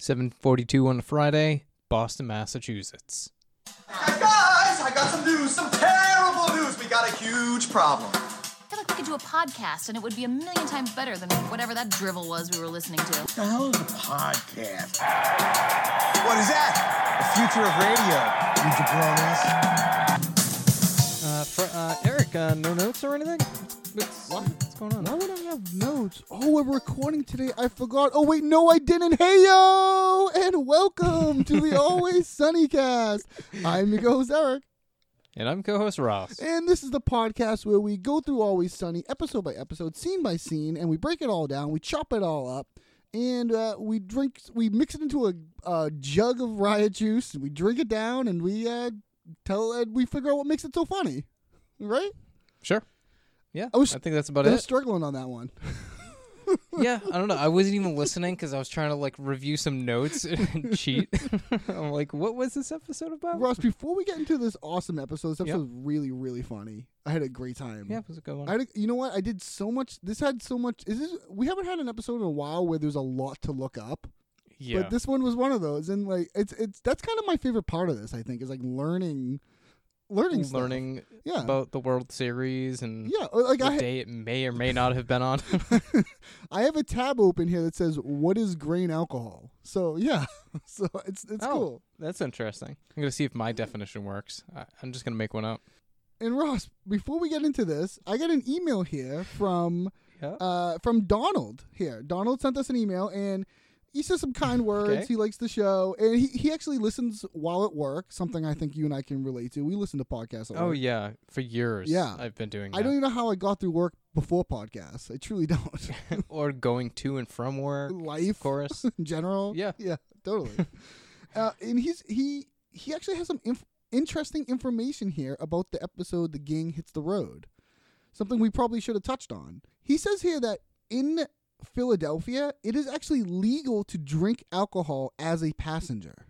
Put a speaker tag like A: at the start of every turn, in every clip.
A: 7:42 on a Friday, Boston, Massachusetts.
B: Hey guys, I got some news, some terrible news. We got a huge problem.
C: I feel like we could do a podcast and it would be a million times better than whatever that drivel was we were listening to.
B: Oh, The hell is a podcast? What is that? The future of radio, you jabronis.
A: Uh, fr- uh, Eric, uh, no notes or anything? What's, what's going on?
D: Why would I have notes? Oh, we're recording today. I forgot. Oh, wait, no, I didn't. Hey, yo! And welcome to the Always Sunny cast. I'm your host, Eric.
A: And I'm co-host Ross.
D: And this is the podcast where we go through Always Sunny episode by episode, scene by scene, and we break it all down. We chop it all up. And uh, we drink, we mix it into a, a jug of riot juice, and we drink it down, and we uh, tell, and we figure out what makes it so funny, right?
A: Sure. Yeah, I,
D: I was-
A: think that's about
D: I was
A: it.
D: struggling on that one.
A: yeah, I don't know. I wasn't even listening because I was trying to like review some notes and cheat. I'm like, what was this episode about?
D: Ross, before we get into this awesome episode, this
A: Yeah.
D: episode was really, really funny. I had a great time.
A: Yeah, it was a good one.
D: I had a, you know what? I did so much. This had so much. Is this? We haven't had an episode in a while where there's a lot to look up.
A: yeah,
D: But this one was one of those, and like it's it's that's kind of my favorite part of this. I think is like learning, learning, stuff.
A: learning
D: Yeah,
A: about the World Series and
D: yeah. or, Like
A: the
D: I ha-
A: day it may or may not have been on.
D: I have a tab open here that says what is grain alcohol. So yeah, so it's it's
A: Oh.
D: cool.
A: That's interesting. I'm gonna see if my definition works. I, I'm just gonna make one up.
D: And Ross, before we get into this, I got an email here from
A: Yeah.
D: uh, from Donald here. Donald sent us an email and he says some kind words.
A: Okay.
D: He likes the show. And he, he actually listens while at work, something I think you and I can relate to. We listen to podcasts. At
A: Oh
D: work.
A: yeah, for years.
D: Yeah.
A: I've been doing. That.
D: I don't even know how I got through work before podcasts. I truly don't.
A: or going to and from work.
D: Life.
A: of course.
D: in general.
A: Yeah.
D: Yeah, totally. uh, and he's he he actually has some inf- interesting information here about the episode "The Gang Hits the Road," something we probably should have touched on. He says here that in Philadelphia, it is actually legal to drink alcohol as a passenger.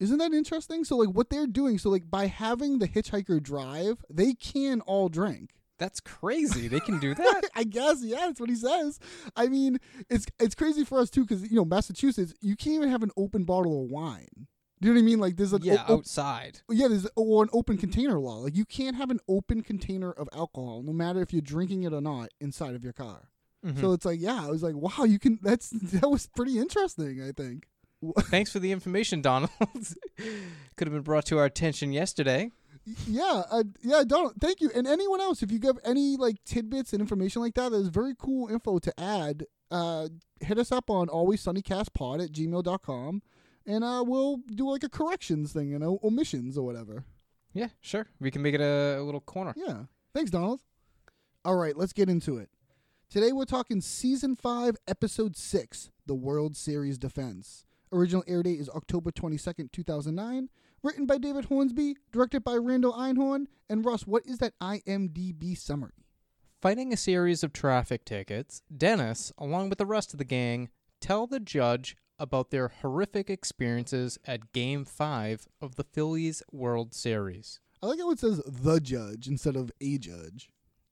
D: Isn't that interesting? So like what they're doing, so like by having the hitchhiker drive, they can all drink.
A: That's crazy. They can do that.
D: I guess yeah, that's what he says. I mean, it's it's crazy for us too because you know Massachusetts, you can't even have an open bottle of wine. Do you know what I mean? Like there's an
A: yeah,
D: o- o-
A: outside.
D: yeah, there's or an open container law. Like you can't have an open container of alcohol, no matter if you're drinking it or not, inside of your car. So it's like yeah, I was like wow, you can. That's that was pretty interesting. I think.
A: Thanks for the information, Donald. Could have been brought to our attention yesterday.
D: yeah, uh, yeah, Donald. Thank you, and anyone else. If you have any like tidbits and information like that, that is very cool info to add. Uh, hit us up on alwayssunnycastpod at gmail.com and uh, we'll do like a corrections thing, you know, omissions or whatever.
A: Yeah, sure. We can make it a, a little corner.
D: Yeah, thanks, Donald. All right, let's get into it. Today we're talking season five, episode six, the World Series defense. Original air date is October twenty second, two thousand nine. Written by David Hornsby, directed by Randall Einhorn, and Russ. What is that IMDb summary?
A: Fighting a series of traffic tickets, Dennis, along with the rest of the gang, tell the judge about their horrific experiences at Game 5 of the Phillies World Series,
D: I like how it says the judge instead of a judge.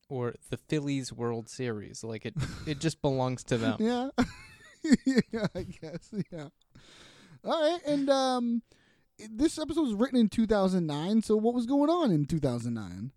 A: or the Phillies World Series. Like, it, it just belongs to them.
D: Yeah. yeah, I guess. Yeah. All right, and um, this episode was written in two thousand nine. So what was going on in two thousand nine?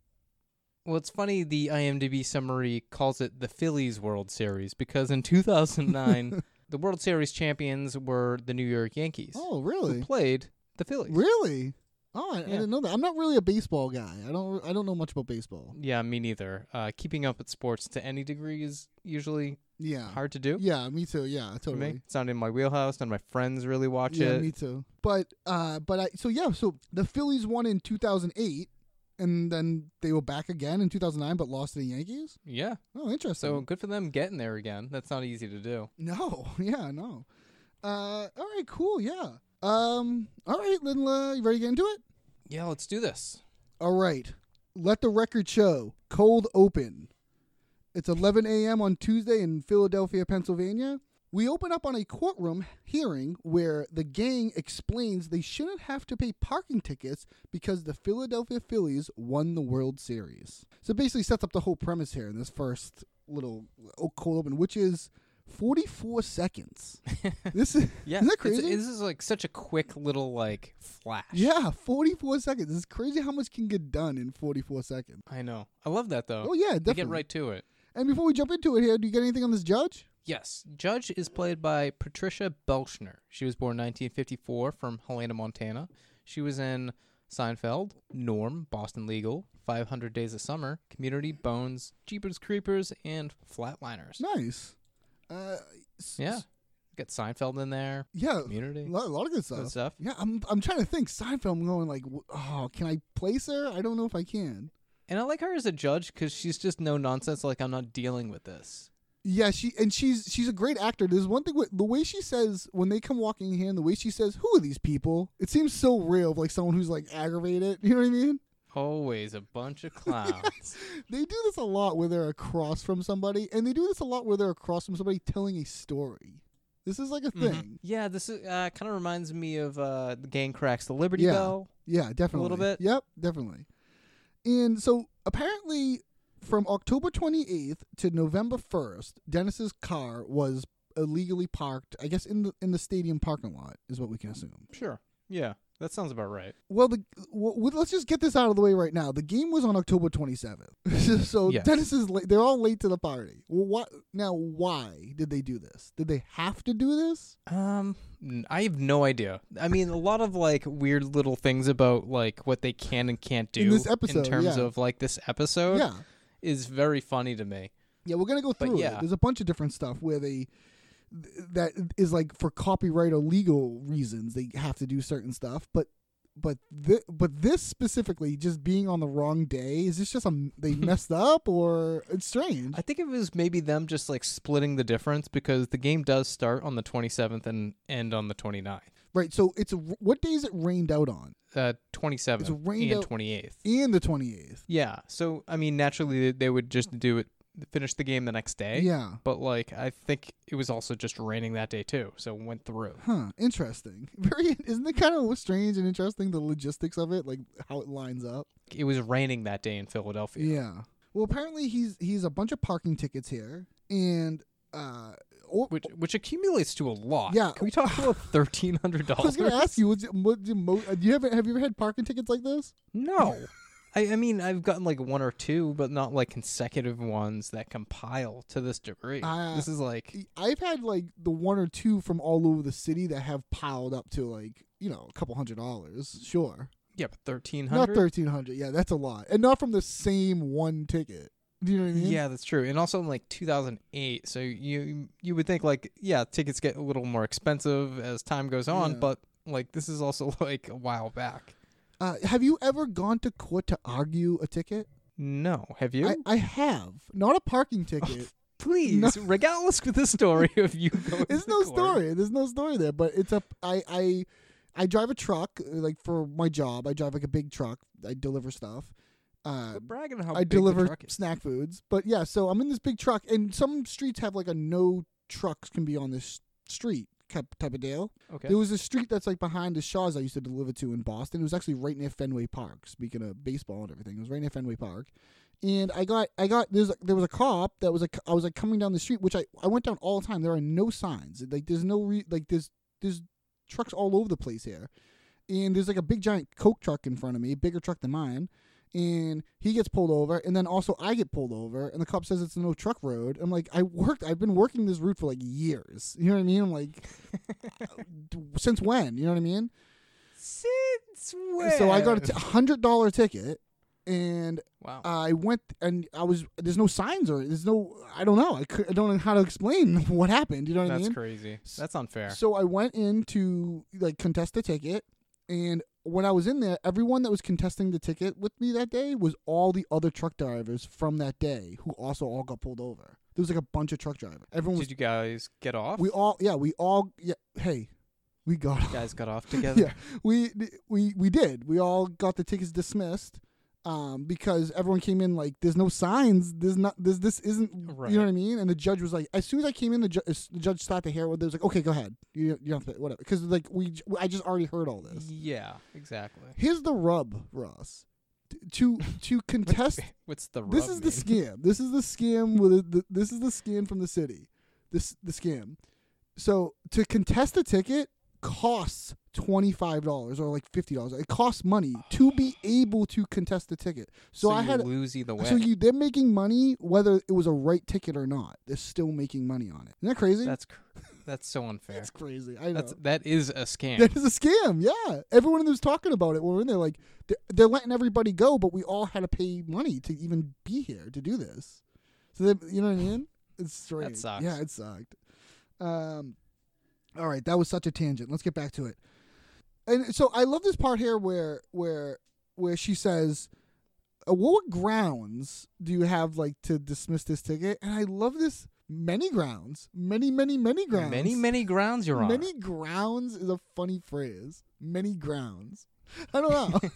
A: Well, it's funny the IMDb summary calls it the Phillies World Series because in 2009, the World Series champions were the New York Yankees,
D: Oh,
A: who
D: really?
A: played the Phillies.
D: Really? Oh, I, I
A: Yeah.
D: didn't know that. I'm not really a baseball guy. I don't. I don't know much about baseball.
A: Yeah, me neither. Uh, keeping up with sports to any degree is usually
D: Yeah.
A: hard to do
D: Yeah, me too. Yeah,
A: for
D: totally.
A: me. It's not in my wheelhouse, none of my friends really watch
D: Yeah,
A: it.
D: me too. But uh, but I so yeah. So the Phillies won in 2008, and then they were back again in 2009, but lost to the Yankees.
A: yeah,
D: Oh, interesting.
A: so good for them getting there again. That's not easy to do.
D: no, yeah, no. Uh, all right, cool. Yeah. Um, all right, then. Uh, you ready to get into it?
A: Yeah, let's do this.
D: All right. Let the record show. Cold open. It's 11 a.m. on Tuesday in Philadelphia, Pennsylvania. We open up on a courtroom hearing where the gang explains they shouldn't have to pay parking tickets because the Philadelphia Phillies won the World Series. So it basically sets up the whole premise here in this first little oh, cold open, which is 44 seconds. this is
A: Yeah,
D: isn't that
A: it's-
D: crazy?
A: this is like such a quick little like flash.
D: yeah, 44 seconds. It's crazy how much can get done in 44 seconds.
A: I know. I love that though.
D: Oh, yeah,
A: They
D: definitely.
A: get right to it.
D: And before we jump into it here, do you get anything on this judge?
A: Yes, Judge is played by Patricia Belschner. She was born 1954 from Helena, Montana. She was in Seinfeld, Norm, Boston Legal, 500 Days of Summer, Community, Bones, Jeepers Creepers, and Flatliners.
D: Nice. Uh, s-
A: Yeah,
D: s-
A: got Seinfeld in there.
D: yeah.
A: Community.
D: A lot, a lot of good stuff.
A: stuff.
D: Yeah, I'm I'm trying to think. Seinfeld. I'm going like, w- oh, can I place her? I don't know if I can.
A: And I like her as a judge because she's just no nonsense. Like I'm not dealing with this.
D: Yeah, she and she's she's a great actor. There's one thing with the way she says when they come walking in here, and the way she says, "Who are these people?" It seems so real, like someone who's like aggravated. You know what I mean?
A: Always a bunch of clowns.
D: They do this a lot where they're across from somebody, and they do this a lot where they're across from somebody telling a story. This is like a
A: Mm-hmm.
D: thing.
A: yeah, this is, uh, kind of reminds me of uh, the gang cracks the Liberty
D: Yeah.
A: Bell.
D: Yeah, definitely.
A: bit.
D: Yep, definitely. And so apparently from October 28th to November 1st, Dennis's car was illegally parked, I guess in the in the stadium parking lot is what we can assume.
A: Sure. Yeah, that sounds about right.
D: Well, the well, we- let's just get this out of the way right now. The game was on October 27th. so
A: Yes.
D: Dennis is late. They're all late to the party. Well, what now why did they do this? Did they have to do this?
A: Um, n- I have no idea. I mean, a lot of like weird little things about like what they can and can't do
D: In this episode,
A: terms
D: yeah.
A: of like this episode
D: Yeah.
A: is very funny to me.
D: Yeah, we're gonna go through it.
A: yeah.
D: There's a bunch of different stuff where they th- that is like for copyright or legal reasons they have to do certain stuff, but but thi but this specifically just being on the wrong day is this just a they messed up or it's strange.
A: I think it was maybe them just like splitting the difference because the game does start on the 27th and end on the 29th.
D: right, so it's a, what day is it rained out on?
A: Uh, 27th
D: It's rained
A: and
D: out-
A: 28th.
D: And the 28th.
A: Yeah. So I mean, naturally they, they would just do it, finish the game the next day.
D: Yeah.
A: But like, I think it was also just raining that day too, so it went through.
D: Huh, interesting. Very isn't it kind of strange and interesting the logistics of it, like how it lines up?
A: It was raining that day in Philadelphia.
D: Yeah. Well, apparently he's he's a bunch of parking tickets here, and uh, or,
A: Which, which accumulates to a lot.
D: Yeah.
A: Can we talk about thirteen hundred
D: I
A: dollars?
D: was gonna ask you, was it, what, do mo- uh, do you ever have you ever had parking tickets like this?
A: No, I, I mean I've gotten like one or two, but not like consecutive ones that compile to this degree.
D: Ah.
A: this is like
D: I've had like the one or two from all over the city that have piled up to like you know a couple hundred dollars. Sure,
A: yeah, but thirteen
D: not
A: hundred.
D: thirteen hundred. Yeah, that's a lot, and not from the same one ticket. Do you know what I mean?
A: Yeah, that's true. And also in like 2008, so you you would think like yeah, tickets get a little more expensive as time goes on,
D: Yeah.
A: but like this is also like a while back.
D: Uh, have you ever gone to court to argue a ticket?
A: No, have you?
D: I, I have. Not a parking ticket.
A: Please regale us with the story of you going.
D: There's
A: to
D: no
A: court.
D: story. There's no story there. But it's a I I I drive a truck uh, like for my job. I drive like a big truck. I deliver stuff. Uh,
A: Quit bragging on how
D: I
A: big the
D: deliver
A: truck is.
D: snack foods. But yeah, so I'm in this big truck, and some streets have like a no trucks can be on this street type type of deal.
A: Okay.
D: There was a street that's like behind the Shaw's I used to deliver to in Boston. It was actually right near Fenway Park. Speaking of baseball and everything, it was right near Fenway Park. And I got, I got, there's, a- there was a cop that was like, I was like coming down the street, which I, I went down all the time. There are no signs. Like, there's no, re, like, there's, there's trucks all over the place here. And there's like a big giant Coke truck in front of me, bigger truck than mine. And he gets pulled over, and then also I get pulled over, and the cop says it's a no truck road. I'm like, I worked, I've been working this route for like years. You know what I mean? I'm like, since when? You know what I mean?
A: Since when?
D: So I got a t- hundred dollar ticket, and
A: wow.
D: I went and I was there's no signs or there's no I don't know I, could, I don't know how to explain what happened. You know what
A: That's
D: I mean?
A: crazy. That's unfair.
D: So I went in to like contest the ticket, and when I was in there, everyone that was contesting the ticket with me that day was all the other truck drivers from that day who also all got pulled over. There was like a bunch of truck drivers. Everyone was
A: Did you guys get off?
D: we all yeah we all yeah hey we got
A: You guys got off together.
D: yeah, we we we did. We all got the tickets dismissed um, because everyone came in like there's no signs. There's not. There's this isn't. You
A: Right.
D: know what I mean? And the judge was like, as soon as I came in, the, ju- the judge stopped the hair. They was like, okay, go ahead. You you don't have to, whatever. Because like we j- I just already heard all this.
A: Yeah, exactly.
D: Here's the rub, Ross. T- To to contest
A: What's the
D: this
A: rub
D: is the
A: mean?
D: scam. This is the scam with the, this is the scam from the city. this the scam. So to contest a ticket costs twenty five dollars or like fifty dollars. It costs money to be able to contest the ticket. So, I
A: you
D: had
A: lose either way.
D: so you they're making money whether it was a right ticket or not. They're still making money on it. Isn't that crazy?
A: that's cr- that's so unfair.
D: That's crazy. I know.
A: That's that is a scam.
D: That is a scam. Yeah, everyone was talking about it. when We were in there like they're, they're letting everybody go, but we all had to pay money to even be here to do this. So they, you know what I mean? It's strange.
A: sucks.
D: Yeah, it sucked. Um, all right, that was such a tangent. Let's get back to it. And so I love this part here where where where she says, uh, "What grounds do you have like to dismiss this ticket?" And I love this. Many grounds, many, many, many grounds.
A: Many many grounds, Your Honor.
D: Many grounds is a funny phrase. Many grounds. I don't know.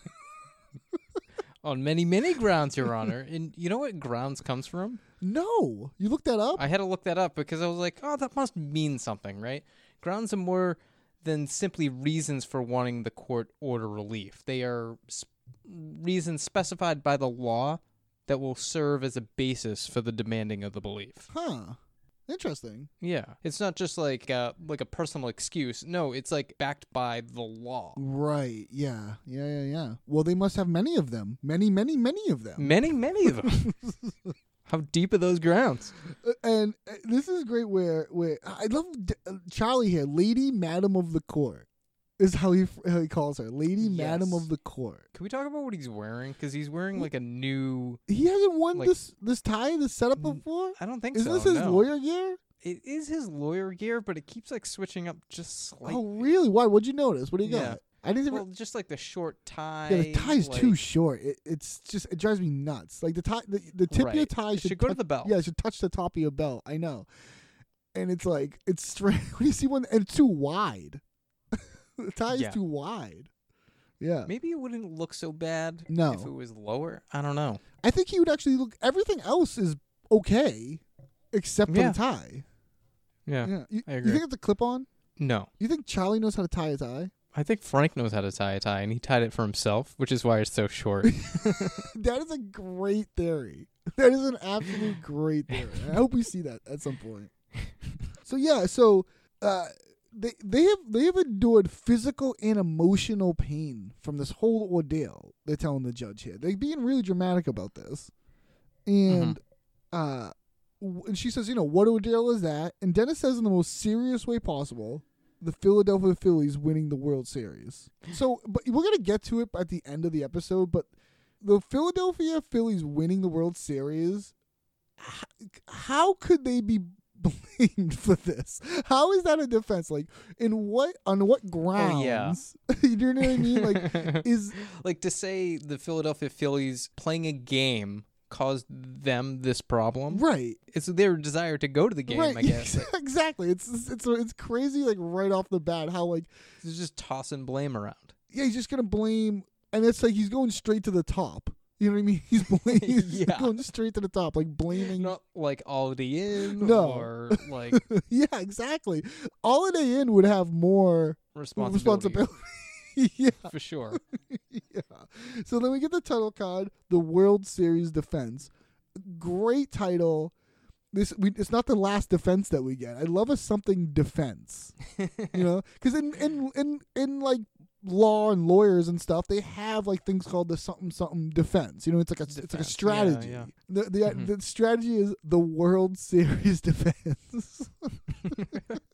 A: On many many grounds, Your Honor. And you know what grounds comes from?
D: no, you looked that up.
A: I had to look that up because I was like, oh, that must mean something, right? Grounds are more than simply reasons for wanting the court order relief. They are sp- reasons specified by the law that will serve as a basis for the demanding of the belief.
D: Huh. Interesting.
A: Yeah, it's not just like uh, like a personal excuse. No, it's like backed by the law.
D: Right. Yeah. Yeah. Yeah. Yeah. Well, they must have many of them. Many, many, many of them.
A: Many, many of them. How deep are those grounds?
D: Uh, And uh, this is great. Where where I love D- uh, Charlie here, Lady Madam of the Court, is how he f- how he calls her, Lady Madam
A: Yes.
D: of the Court.
A: Can we talk about what he's wearing? Because he's wearing like a new.
D: He hasn't worn
A: Like- Mm,
D: this this tie, this setup before.
A: I don't think
D: Isn't
A: so.
D: this his
A: no.
D: lawyer gear?
A: It is his lawyer gear, but it keeps like switching up just slightly.
D: oh, really? Why? What'd you notice? What do you
A: Yeah.
D: got? I didn't. even
A: well, just like the short tie.
D: Yeah, the tie's too
A: like-
D: short. It, it's just it drives me nuts. Like the tie, the, the tip of your
A: Right.
D: tie
A: It
D: should
A: should go to
D: touch-
A: the belt.
D: Yeah, it should touch the top of your belt. I know. And it's like it's strange when you see one and it's too wide. the tie
A: Yeah.
D: is too wide. Yeah,
A: Maybe it wouldn't look so bad
D: No.
A: if it was lower. I don't know.
D: I think he would actually look. Everything else is okay, except for
A: Yeah.
D: the tie.
A: Yeah.
D: Yeah, you,
A: I
D: you
A: agree.
D: think it's a clip-on?
A: No.
D: You think Charlie knows how to tie a tie?
A: I think Frank knows how to tie a tie, and he tied it for himself, which is why it's so short.
D: That is a great theory. That is an absolute great theory. I hope we see that at some point. So yeah, so uh, they they have they have endured physical and emotional pain from this whole ordeal. They're telling the judge here. They're being really dramatic about this, and uh, w- and she says, you know, what ordeal is that? And Dennis says in the most serious way possible, the Philadelphia Phillies winning the World Series. So, but we're gonna get to it at the end of the episode. But the Philadelphia Phillies winning the World Series, h- how could they be blamed for this? How is that a defense? Like, in what on what
A: Oh, yeah.
D: grounds? you know what I mean? Like, is
A: like to say the Philadelphia Phillies playing a game caused them this problem.
D: right.
A: It's their desire to go to the game,
D: right,
A: I guess. Like,
D: exactly. It's it's it's crazy. Like right off the bat, how like
A: they're just tossing blame around.
D: yeah, he's just gonna blame, and it's like he's going straight to the top. You know what I mean? He's, blaming, he's
A: Yeah.
D: going straight to the top, like blaming
A: Not like Aldi in
D: No.
A: or like
D: yeah, exactly. Holiday Inn would have more
A: responsibility.
D: responsibility. yeah,
A: For sure.
D: yeah. So then we get the title card, the World Series defense. Great title. This we, it's not the last defense that we get. I love a something defense. you know, because in, in in in like law and lawyers and stuff, they have like things called the something something defense. You know, it's like a it's like a
A: Defense. Yeah,
D: strategy.
A: yeah. Mm-hmm.
D: The the, uh, the strategy is the World Series defense.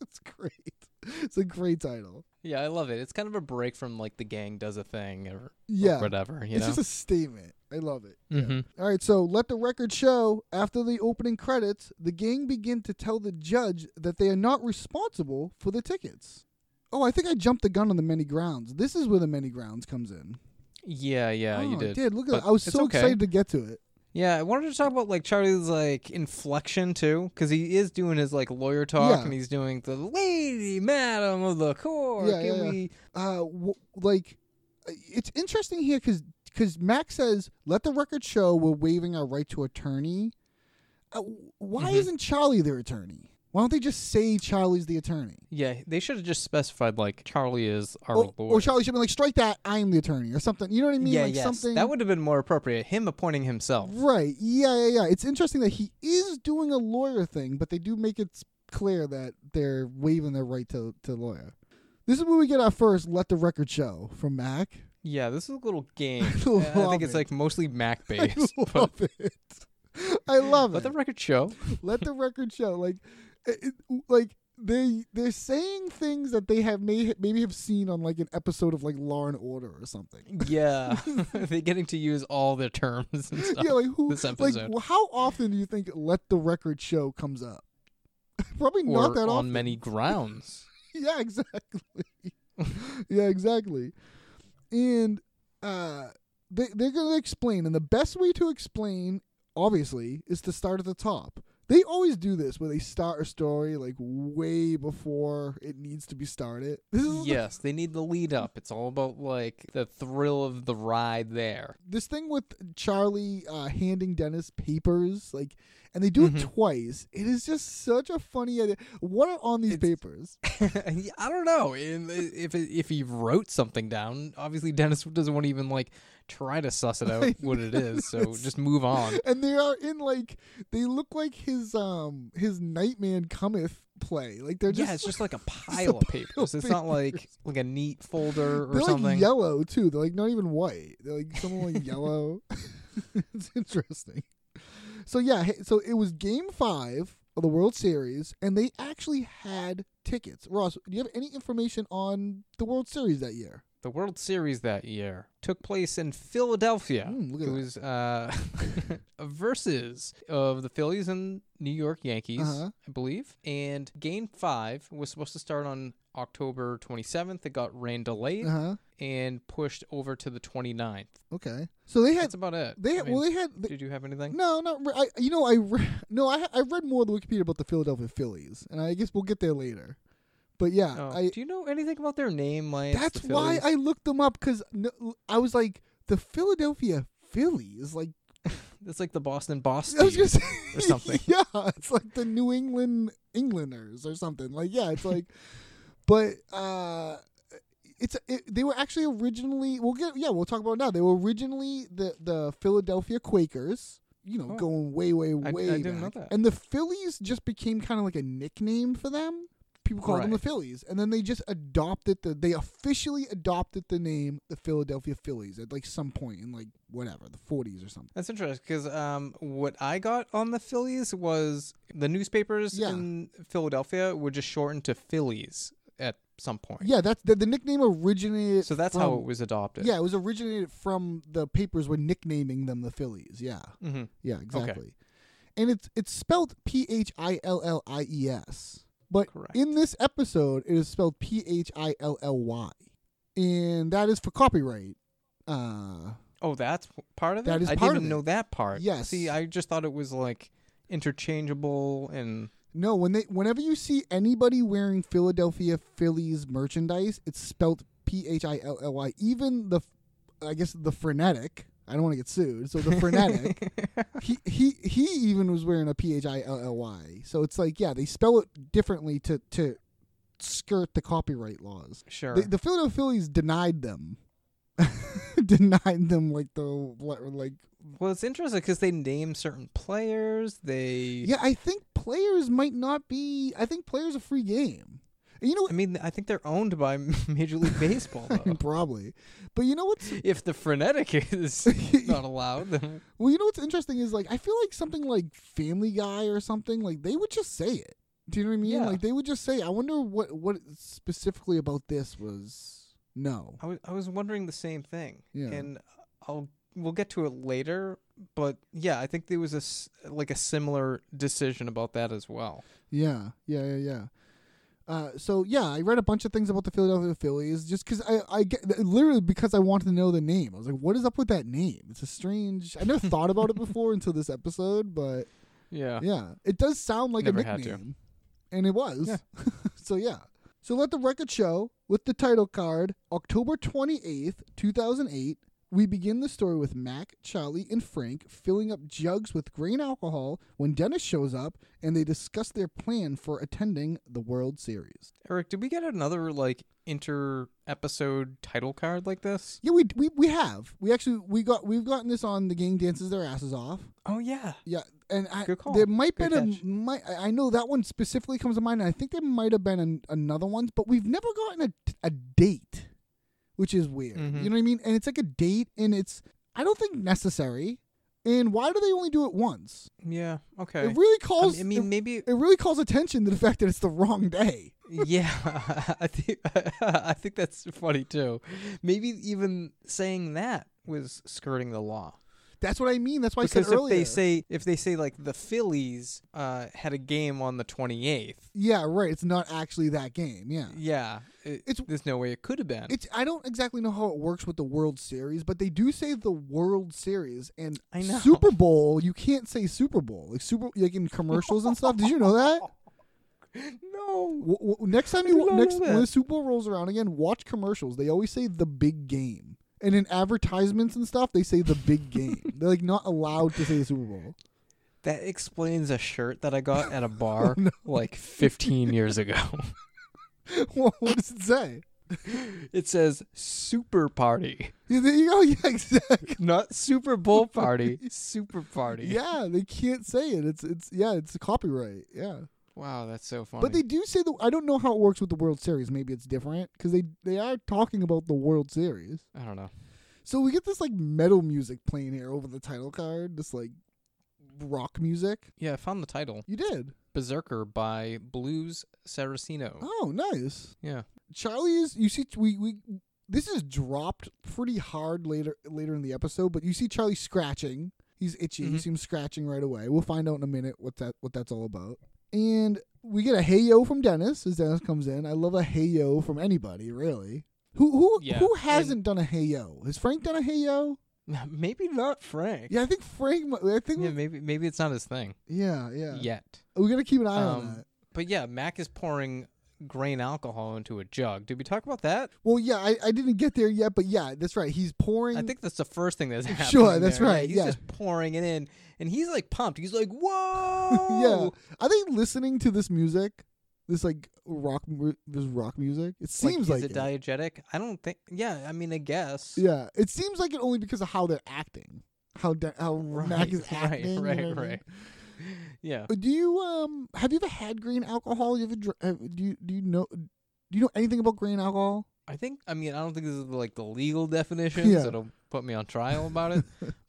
D: it's great. It's a great title.
A: Yeah, I love it. It's kind of a break from like the gang does a thing or, or
D: Yeah.
A: whatever, uh, you
D: it's
A: know.
D: just a statement. I love it. Yeah.
A: Mhm.
D: All right, so let the record show after the opening credits, the gang begin to tell the judge that they are not responsible for the tickets. Oh, I think I jumped the gun on the many grounds. This is where the many grounds comes in.
A: yeah, yeah,
D: oh,
A: you
D: I
A: did.
D: Look at
A: But
D: that. I was
A: it's
D: so
A: okay.
D: excited to get to it.
A: Yeah, I wanted to talk about like Charlie's like inflection too, because he is doing his like lawyer talk
D: Yeah.
A: and he's doing the lady madam of the court.
D: Yeah,
A: Can
D: yeah, yeah.
A: we?
D: Uh, w- like, uh, it's interesting here because because Max says, "Let the record show we're waiving our right to attorney." Uh, w- why
A: Mm-hmm.
D: isn't Charlie their attorney? Why don't they just say Charlie's the attorney?
A: Yeah, they should have just specified like Charlie is our
D: or,
A: lawyer.
D: Oh, or Charlie should be like, strike that. I am the attorney, or something. You know what I mean?
A: yeah,
D: like
A: yes,
D: something.
A: that would have been more appropriate. Him appointing himself.
D: Right. Yeah, yeah, yeah. It's interesting that he is doing a lawyer thing, but they do make it s- clear that they're waiving their right to, to lawyer. This is where we get our first let the record show from Mac.
A: Yeah, this is a little game.
D: love
A: I think it's
D: it.
A: like mostly Mac
D: I
A: based. but
D: love it. I love
A: let
D: it.
A: the record show.
D: let the record show like it, it- like they they're saying things that they have may maybe have seen on like an episode of like Law and Order or something.
A: Yeah, they're getting to use all their terms and stuff.
D: yeah, like who
A: this
D: like
A: episode.
D: well, how often do you think let the record show comes up? Probably
A: or
D: not that
A: on
D: often.
A: many grounds.
D: yeah, exactly. yeah, exactly. And uh they they're gonna explain, and the best way to explain, obviously, is to start at the top. They always do this where they start a story like way before it needs to be started. This is
A: yes, they need the lead up. It's all about like the thrill of the ride there.
D: this thing with Charlie uh, handing Dennis papers, like, and they do it
A: Mm-hmm.
D: twice. It is just such a funny idea. What are on these papers?
A: I don't know And uh, if it- if he wrote something down. Obviously, Dennis doesn't want to even like try to suss it out what it is. So just move on.
D: and they are in like they look like his um his Nightman Cometh play. Like they're just
A: yeah, it's just like a pile of papers. It's not like like a neat folder or
D: they're like
A: something.
D: yellow too. They're like not even white. They're like someone like yellow. it's interesting. So yeah, hey, so it was Game Five of the World Series, and they actually had tickets. Ross, do you have any information on the World Series that year?
A: the World Series that year took place in Philadelphia.
D: Mm, look at
A: it
D: that.
A: was uh, a versus of the Phillies and New York Yankees,
D: Uh-huh.
A: I believe. And Game Five was supposed to start on October 27th. It got rain delayed
D: Uh huh.
A: and pushed over to the 29th.
D: Okay. So they had
A: That's about it.
D: they
A: I
D: had, well
A: mean,
D: they had
A: did you have anything?
D: No, not re- I. You know, I re- no, I I read more of the Wikipedia about the Philadelphia Phillies, and I guess we'll get there later. But yeah,
A: Oh.
D: I
A: Do you know anything about their name, Lance?
D: that's
A: the
D: why
A: Phillies?
D: I looked them up because I was like the Philadelphia Phillies, like
A: It's like the Boston Boston.
D: I was gonna say
A: or something.
D: yeah, it's like the New England Englanders or something. Like yeah, it's like, but uh, it's it, they were actually originally. We'll get yeah, we'll talk about it now. They were originally the the Philadelphia Quakers. You know,
A: Oh.
D: going way, way,
A: I
D: way
A: didn't know
D: back.
A: that.
D: And the Phillies just became kind of like a nickname for them. People called them the
A: Right.
D: Phillies, and then they just adopted the. They officially adopted the name the Philadelphia Phillies at like some point in like whatever the 40s or something.
A: That's interesting because um, what I got on the Phillies was the newspapers
D: Yeah.
A: in Philadelphia were just shortened to Phillies at some point.
D: Yeah, that's the, the nickname originated.
A: So that's how
D: from-
A: it was adopted.
D: Yeah, it was originated from the papers were nicknaming them the Phillies. Yeah,
A: Mm-hmm.
D: yeah, exactly. And it's it's spelled P H I L L I E S, but
A: Correct.
D: in this episode it is spelled P H I L L Y, and that is for copyright. Uh,
A: Oh, that's p- part of it.
D: That is
A: I
D: part
A: didn't
D: of
A: even
D: it.
A: know that part.
D: Yes.
A: See, I just thought it was like interchangeable and
D: no, when they whenever you see anybody wearing Philadelphia Phillies merchandise, it's spelled P H I L L Y. Even the, I guess the frenetic. I don't want to get sued. So the frenetic. he he he even was wearing a P H I L L Y. So it's like, yeah, they spell it differently to to skirt the copyright laws.
A: sure.
D: The, the Philadelphia Phillies denied them, denied them like the like.
A: well, it's interesting because they name certain players. They.
D: Yeah, I think players might not be. I think players a free game. And you know
A: I
D: what?
A: mean, I think they're owned by Major League Baseball. Though.
D: Probably, but you know what's
A: if the frenetic is not allowed, then
D: well. You know what's interesting is like I feel like something like Family Guy or something like they would just say it. Do you know what I mean?
A: Yeah.
D: Like they would just say. I wonder what what specifically about this was. No,
A: I was I was wondering the same thing.
D: Yeah.
A: And I'll we'll get to it later, but yeah, I think there was a s- like a similar decision about that as well.
D: Yeah, yeah, yeah, yeah. Uh, so yeah, I read a bunch of things about the Philadelphia Phillies just because I, I get literally because I wanted to know the name. I was like, what is up with that name? It's a strange. I never thought about it before until this episode, but
A: Yeah.
D: yeah, it does sound like
A: Never
D: a
A: had to.
D: nickname, and it was.
A: Yeah.
D: so yeah. So let the record show with the title card, October twenty eighth, two thousand eight. We begin the story with Mac, Charlie, and Frank filling up jugs with grain alcohol when Dennis shows up and they discuss their plan for attending the World Series.
A: Eric, did we get another like inter episode title card like this?
D: Yeah, we, we we have. We actually we got we've gotten this on the gang dances their asses off.
A: Oh yeah.
D: Yeah, and I,
A: Good call.
D: there might
A: Good
D: been a
A: catch.
D: might. I I know that one specifically comes to mind, and I think there might have been an, another one, but we've never gotten a, a date, which is weird.
A: Mhm.
D: You know what I mean? And it's like a date, and it's I don't think necessary. And why do they only do it once?
A: Yeah. Okay.
D: It really
A: I
D: calls.
A: mean- I mean,
D: it-
A: maybe.
D: it really calls attention to the fact that it's the wrong day.
A: yeah. I think. I think that's funny too. Maybe even saying that was skirting the law.
D: That's what I mean. That's why I
A: because
D: said
A: if
D: earlier.
A: they say if they say like the Phillies uh, had a game on the 28th,
D: yeah, right. It's not actually that game. Yeah.
A: yeah, it,
D: It's-
A: there's no way it could have been.
D: It's I don't exactly know how it works with the World Series, but they do say the World Series and
A: I know.
D: Super Bowl. You can't say Super Bowl like Super like in commercials and stuff. Did you know that?
A: no,
D: W- w- next time
A: I
D: you
A: did not
D: next
A: know that.
D: when the Super Bowl rolls around again, watch commercials. They always say the big game, and in advertisements and stuff, they say the big game. They're like not allowed to say the Super Bowl.
A: that explains a shirt that I got at a
D: Oh,
A: bar like 15 years ago.
D: Wha- what does it say?
A: It says Super Party,
D: You there you go. Yeah, exactly.
A: not Super Bowl Party, Super Party.
D: Yeah, they can't say it. It's it's yeah, it's copyright. Yeah.
A: Wow, that's so funny.
D: But they do say the. I don't know how it works with the World Series. Maybe it's different because they they are talking about the World Series.
A: I don't know.
D: So we get this like metal music playing here over the title card. This like rock music.
A: Yeah, I found the title
D: You did.
A: Berserker by Blues Saraceno.
D: Oh, nice.
A: Yeah.
D: Charlie is. You see, we we. This is dropped pretty hard later later in the episode, but you see Charlie scratching. He's itchy. He
A: Mhm.
D: seems scratching right away. We'll find out in a minute what that what that's all about. And we get a hey yo from Dennis as Dennis comes in. I love a hey yo from anybody really. Who who
A: Yeah,
D: who
A: and-
D: hasn't done a hey yo? Has Frank done a hey yo?
A: Maybe not Frank.
D: Yeah, I think Frank. mu- I think
A: Yeah, maybe maybe it's not his thing
D: yeah yeah.
A: yet.
D: We gotta keep an eye on
A: Um,
D: that.
A: But yeah, Mac is pouring grain alcohol into a jug. Did we talk about that?
D: Well, yeah, I, I didn't get there yet, but yeah, that's right. He's pouring.
A: I think that's the first thing that's happening.
D: Sure, that's
A: there.
D: right,
A: he's
D: yeah.
A: just pouring it in, and he's like pumped. He's like, "Whoa!"
D: yeah. Are they listening to this music? This like rock, mu- this rock music. It seems like,
A: is it
D: it.
A: diegetic? I don't think. Yeah, I mean, I guess.
D: Yeah, it seems like it only because of how they're acting, how da- how
A: Right,
D: Mac is
A: right,
D: acting. you know
A: right,
D: what I mean?
A: right. Yeah.
D: Uh, Do you um have you ever had green alcohol? You ever dr- have, do you do you know do you know anything about green alcohol?
A: I think. I mean, I don't think this is like the legal definition.
D: Yeah.
A: So it'll put me on trial about it.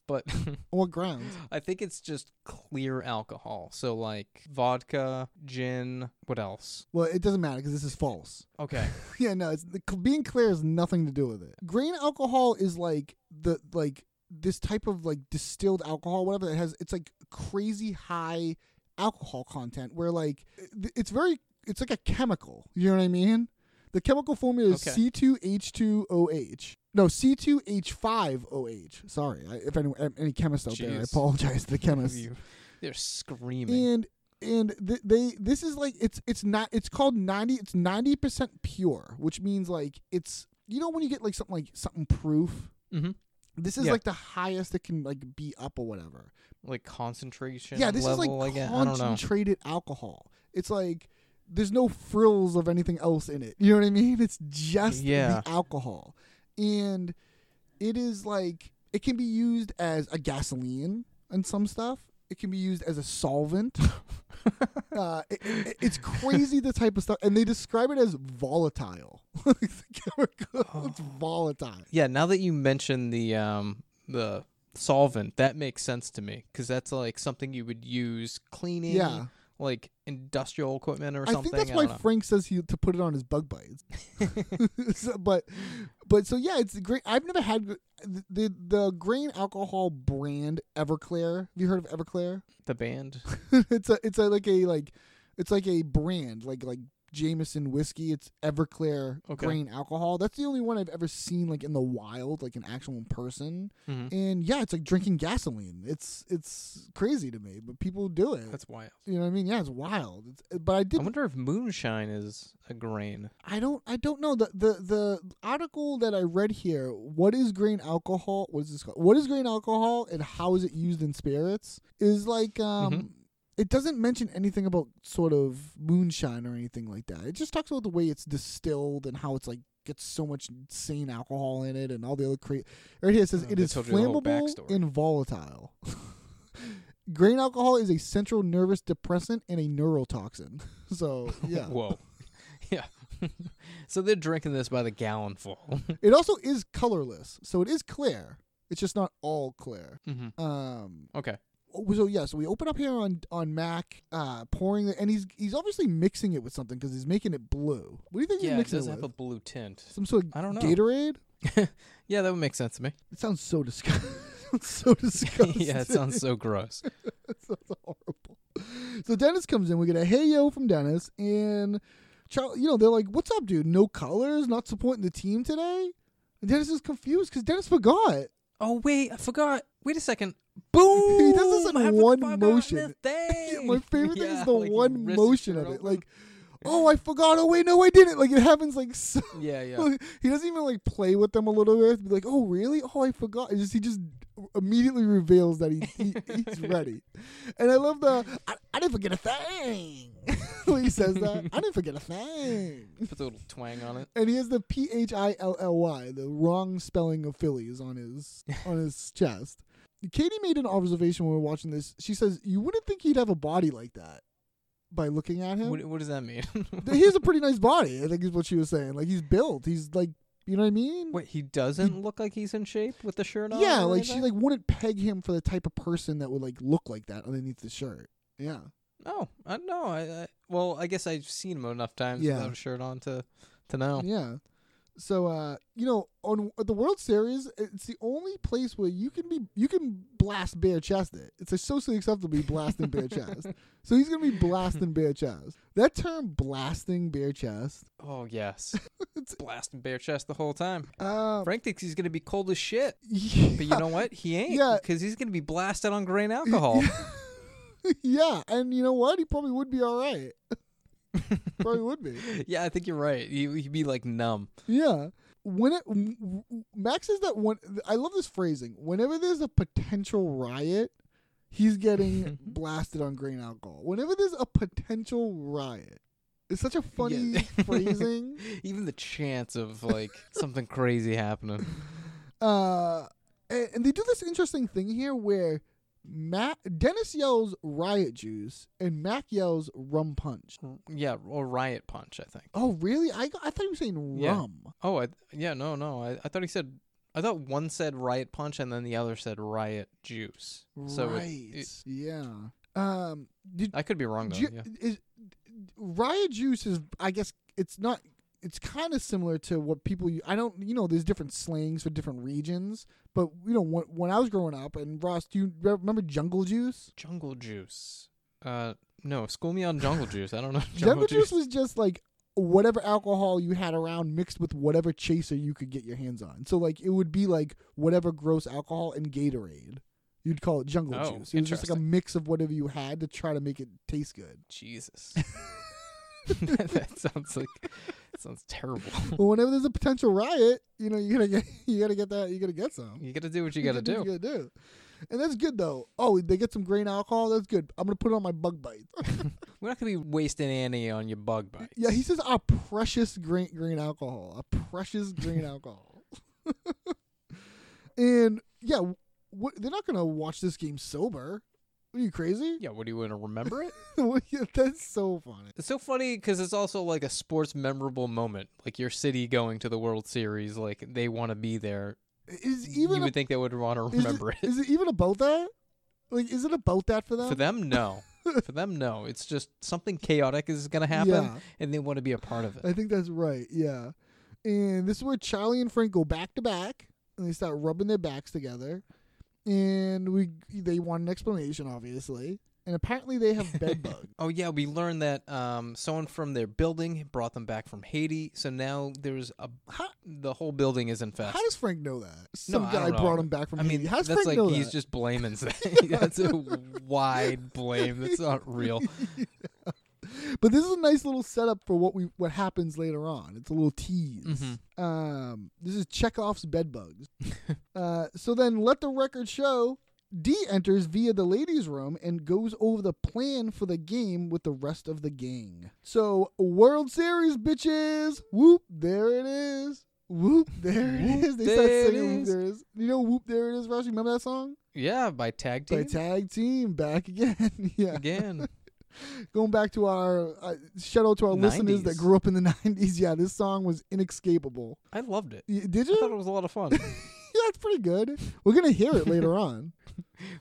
A: but
D: On what grounds?
A: I think it's just clear alcohol. So like vodka, gin. What else?
D: Well, it doesn't matter because this is false.
A: Okay.
D: yeah, no, it's the, cl- being clear has nothing to do with it. Grain alcohol is like the like this type of like distilled alcohol, whatever that has. It's like crazy high alcohol content, where like it- it's very it's like a chemical. You know what I mean? The chemical formula is
A: Okay.
D: C two H two O H. No, C two H five O H. Sorry, I, if anyone, any chemist out there, I
A: Jeez.
D: apologize to the chemist
A: You- They're screaming.
D: and and th- they this is like it's it's not it's called 90 it's 90% pure which means like it's you know when you get like something like something proof
A: Mm-hmm.
D: this is
A: Yeah.
D: like the highest it can like be up or whatever
A: like concentration
D: yeah this
A: level
D: is like
A: I guess. I don't know.
D: concentrated alcohol it's like there's no frills of anything else in it you know what i mean it's just
A: Yeah.
D: the alcohol and it is like it can be used as a gasoline and some stuff it can be used as a solvent uh, it, it- it's crazy the type of stuff and they describe it as volatile Like, the
A: Oh.
D: chemical, it's volatile
A: yeah, now that you mention the um the solvent, that makes sense to me cuz that's like something you would use cleaning
D: Yeah.
A: like industrial equipment or
D: I
A: something.
D: think that's
A: I
D: why
A: don't know.
D: Frank says he to put it on his bug bites. So- but but so yeah, it's great. I've never had gr- the, the the grain alcohol brand Everclear. Have you heard of Everclear?
A: the band.
D: it's a it's a like a like it's like a brand like like Jameson whiskey. It's Everclear
A: Okay.
D: grain alcohol. That's the only one I've ever seen like in the wild, like an actual person.
A: Mhm.
D: And yeah, it's like drinking gasoline. It's it's crazy to me, but people do it.
A: That's wild.
D: you know what I mean? Yeah, it's wild. It's, but I
A: I
D: did.
A: wonder if moonshine is a grain.
D: I don't. I don't know the the the article that I read here. What is grain alcohol? What is this called? What is grain alcohol and how is it used in spirits? Is like um.
A: Mm-hmm.
D: It doesn't mention anything about sort of moonshine or anything like that. It just talks about the way it's distilled and how it's like gets so much insane alcohol in it and all the other cra Right here it says
A: Oh,
D: it
A: they
D: is
A: told you the whole
D: flammable
A: backstory.
D: and volatile. grain alcohol is a central nervous depressant and a neurotoxin. So yeah.
A: Whoa. yeah. so they're drinking this by the gallonful.
D: It also is colorless, so it is clear. It's just not all clear.
A: Mhm.
D: Um.
A: okay.
D: oh, So yeah, so we open up here on on Mac, uh, pouring the, and he's he's obviously mixing it with something because he's making it blue. What do you think
A: Yeah,
D: he's
A: it
D: mixing
A: does
D: it
A: have a
D: with?
A: blue tint.
D: Some sort of
A: I don't know.
D: Gatorade.
A: Yeah, that would make sense to me.
D: It sounds so disgusting. so disgusting.
A: yeah, it sounds so gross.
D: That's horrible. So Dennis comes in. We get a hey yo from Dennis, and Charlie, you know, they're like, "What's up, dude? No colors? Not supporting the team today?" And Dennis is confused because Dennis forgot.
A: Oh wait, I forgot. Wait a second. Boom!
D: this in
A: I haven't
D: one
A: forgotten
D: motion.
A: this
D: Yeah,
A: Thing.
D: my favorite thing
A: Yeah,
D: is the
A: like, he
D: one
A: wrists
D: motion of
A: over.
D: it. Like, oh, I forgot. Oh wait, no, I didn't. Like it happens like so.
A: yeah, yeah.
D: he doesn't even like play with them a little bit. Be like, oh really? Oh, I forgot. It's just he just immediately reveals that he, he he's ready. And I love the I, I didn't forget a thing. when he says that, I didn't forget a thing.
A: Put a little twang on it.
D: And he has the P H I L L Y, the wrong spelling of Phillies on his on his chest. Katie made an observation when we were watching this. She says, "You wouldn't think he'd have a body like that by looking at him.
A: What, what does that mean?
D: he has a pretty nice body. I think is what she was saying. Like he's built. He's like, you know what I mean?
A: Wait, he doesn't look like he's in shape with the shirt on.
D: yeah,
A: or
D: like she
A: anything?
D: like wouldn't peg him for the type of person that would like look like that underneath the shirt. Yeah,
A: Oh, I don't know. I, I well, I guess I've seen him enough times
D: Yeah.
A: without a shirt on to to know.
D: yeah. So uh, you know, on at the World Series, it's the only place where you can be you can blast bare chested. It's a socially acceptable to be blasting bare chest. So he's gonna be blasting bare chest. That term, blasting bare chest,
A: Oh yes,
D: It's-
A: blasting bare chest the whole time.
D: uh,
A: Frank thinks he's gonna be cold as shit,
D: yeah.
A: but you know what? He ain't.
D: Yeah.
A: because he's gonna be blasted on grain alcohol.
D: yeah, and you know what? He probably would be all right. probably would be.
A: yeah, I think you're right. He, he'd be like numb.
D: Yeah. When it, w- w- Max says that one, I love this phrasing. Whenever there's a potential riot, he's getting blasted on grain alcohol. Whenever there's a potential riot, it's such a funny
A: Yeah.
D: phrasing.
A: Even the chance of like something crazy happening.
D: Uh, and, and they do this interesting thing here where Matt Dennis yells riot juice and Mac yells rum punch.
A: Yeah, or riot punch. I think.
D: Oh, really? I got- I thought he was saying
A: Yeah.
D: rum.
A: Oh, I, yeah, no, no. I, I thought he said. I thought one said riot punch and then the other said riot juice. So it-
D: right.
A: it-
D: yeah. Um. Did,
A: I could be wrong though.
D: ju-
A: yeah.
D: is, riot juice is I guess it's not. It's kind of similar to what people. u- I don't. You know, there's different slangs for different regions. But you know, when, when I was growing up, and Ross, do you re- remember jungle juice?
A: Jungle Juice. Uh, no, school me on Jungle Juice. I don't know.
D: Jungle, juice was just like whatever alcohol you had around mixed with whatever chaser you could get your hands on. So like it would be like whatever gross alcohol and Gatorade. You'd call it jungle
A: Oh,
D: juice. It was just like a
A: interesting.
D: mix of whatever you had to try to make it taste good.
A: Jesus. that sounds like that sounds terrible.
D: but whenever there's a potential riot, you know you gotta get you gotta get that you gotta get some.
A: You gotta do what you gotta
D: That's what
A: do.
D: You gotta do. And that's good though. Oh, they get some grain alcohol. That's good. I'm gonna put it on my bug bite.
A: We're not gonna be wasting Annie on your bug bite.
D: yeah, he says our precious grain grain alcohol, our precious grain alcohol. and yeah, what, they're not gonna watch this game sober. Are you crazy?
A: Yeah, what do you want to remember it?
D: What- yeah, that's so funny.
A: It's so funny because it's also like a sports memorable moment, like your city going to the World Series. Like they want to be there.
D: Is
A: you
D: even a-
A: would think they would want to
D: is
A: remember it.
D: Is it even about that? Like, is it about that for them?
A: For them, no. For them, no. It's just something chaotic is gonna happen,
D: Yeah.
A: and they want to be a part of it.
D: I think that's right. Yeah. And this is where Charlie and Frank go back to back and they start rubbing their backs together. And we they want an explanation, obviously. and apparently they have bed bugs.
A: Oh yeah, we learned that um, someone from their building brought them back from Haiti, so now there's a the whole building is infested.
D: How does Frank know that?
A: No,
D: Some
A: I
D: guy
A: don't know.
D: brought him back from
A: I mean,
D: Haiti. How does
A: that's
D: Frank
A: like
D: know
A: he's
D: that?
A: just blaming. Zane. that's a wide blame. That's not real.
D: But this is a nice little setup for what we what happens later on. It's a little tease.
A: Mm-hmm.
D: Um, this is Chekhov's bedbugs. uh, so then, let the record show. D enters via the ladies' room and goes over the plan for the game with the rest of the gang. So World Series, bitches! Whoop! There it is. Whoop! There it
A: Whoop,
D: is. They
A: there it
D: start singing "Whoop
A: is.
D: There It Is." You know "Whoop There It Is." Rush, remember that song?
A: Yeah, by tag team
D: By tag team, back again. yeah,
A: again.
D: going back to our uh, shout out to our listeners
A: 90s.
D: that grew up in the 90s yeah this song was inescapable
A: I loved it.
D: Y- did
A: I
D: you
A: thought it was a lot of fun.
D: yeah it's pretty good we're gonna hear it later on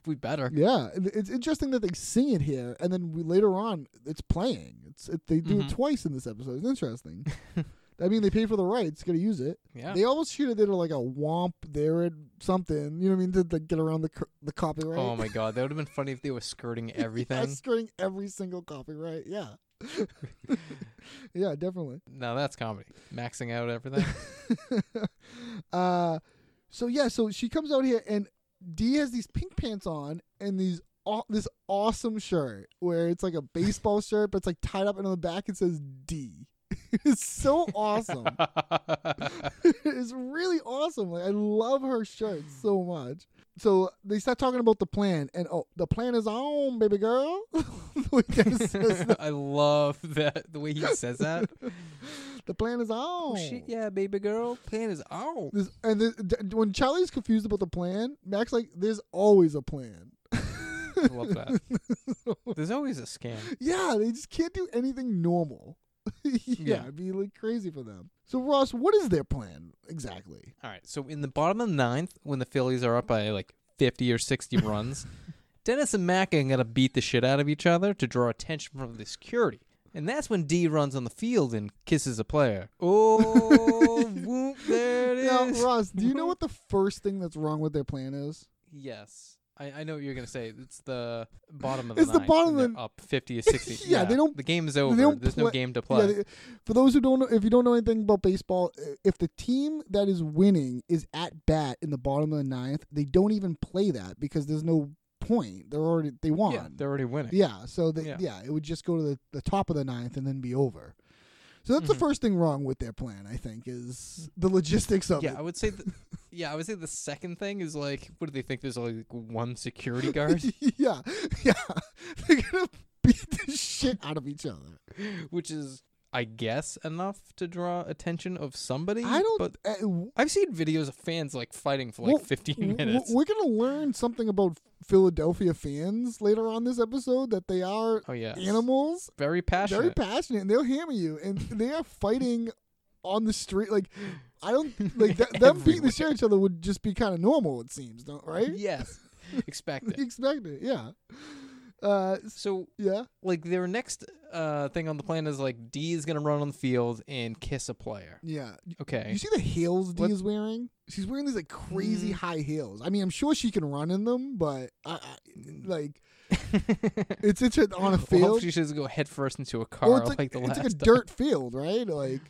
A: we better.
D: yeah and it's interesting that they sing it here and then we, later on it's playing it's it, they do
A: Mhm.
D: it twice in this episode it's interesting I mean, they paid for the rights. Gonna use it.
A: Yeah.
D: They almost should have did a, like a womp there and something. You know what I mean? To, like, get around the cr- the copyright.
A: Oh my god, that would have been funny if they were skirting everything.
D: Yeah, skirting every single copyright. Yeah. yeah, definitely.
A: Now that's comedy. Maxing out everything.
D: uh, so yeah, so she comes out here and Dee has these pink pants on and these aw- this awesome shirt where it's like a baseball shirt, but it's like tied up and on the back it says D. it's so awesome. it's really awesome. Like I love her shirt so much. So they start talking about the plan, and oh, the plan is on, baby girl. the, way Dennis says that.
A: I love that the way he says that. Oh,
D: The plan is on.
A: yeah, baby girl, plan is out.
D: This, and the, d- when Charlie's confused about the plan, Max like, "There's always a plan."
A: I love that. There's always a scam.
D: yeah, they just can't do anything normal. yeah,
A: Yeah.
D: it'd be like crazy for them. So Ross, what is their plan exactly?
A: All right, so in the bottom of the ninth, when the Phillies are up by like 50 or 60 runs, Dennis and Mack are going to beat the shit out of each other to draw attention from the security. And that's when D runs on the field and kisses a player. Oh, whoop, there it
D: Now,
A: is.
D: Ross, do you know what the first thing that's wrong with their plan is?
A: Yes. I, I know what you're gonna say. It's the bottom of the
D: It's the
A: ninth,
D: bottom
A: and
D: of-
A: they're up fifty or sixty.
D: Yeah, they don't-
A: The game is over.
D: They don't
A: There's no
D: play-
A: game to
D: Yeah,
A: play.
D: they- for those who don't know, if you don't know anything about baseball, i- if the team that is winning is at bat in the bottom of the ninth, they don't even play that because there's no point. They're already they won.
A: Yeah, they're already winning.
D: Yeah, so the,
A: Yeah.
D: yeah. it would just go to the, the top of the ninth and then be over. So that's
A: Mm-hmm.
D: the first thing wrong with their plan, I think, is the logistics of
A: Yeah, I
D: it.
A: would say. The, yeah, I would say the second thing is like, what do they think? There's only like one security guard,
D: yeah, yeah, they're gonna beat the shit out of each other.
A: which is, I guess, enough to draw attention of somebody.
D: I don't.
A: But
D: uh, w-
A: I've seen videos of fans like fighting for like
D: well, w-
A: fifteen
D: w-
A: minutes.
D: We're gonna learn something about Philadelphia fans later on this episode that they are
A: oh yeah,
D: animals
A: very passionate.
D: very passionate and they'll hammer you and they are fighting on the street like i don't like th- them beating the shit out of each other would just be kind of normal it seems don't right
A: Yes, expect
D: you
A: it.
D: expect it yeah uh s-
A: So
D: yeah
A: like their next uh thing on the plan is like D is gonna run on the field and kiss a player.
D: yeah
A: Okay.
D: you see the heels Dee
A: What- Mm.
D: is wearing she's wearing these like crazy high heels i mean i'm sure she can run in them but i, I like it's it's on a
A: well, hopefully
D: field
A: she should go head first into a car
D: or it's
A: like,
D: like,
A: the
D: it's
A: last.
D: like a
A: time.
D: dirt field right like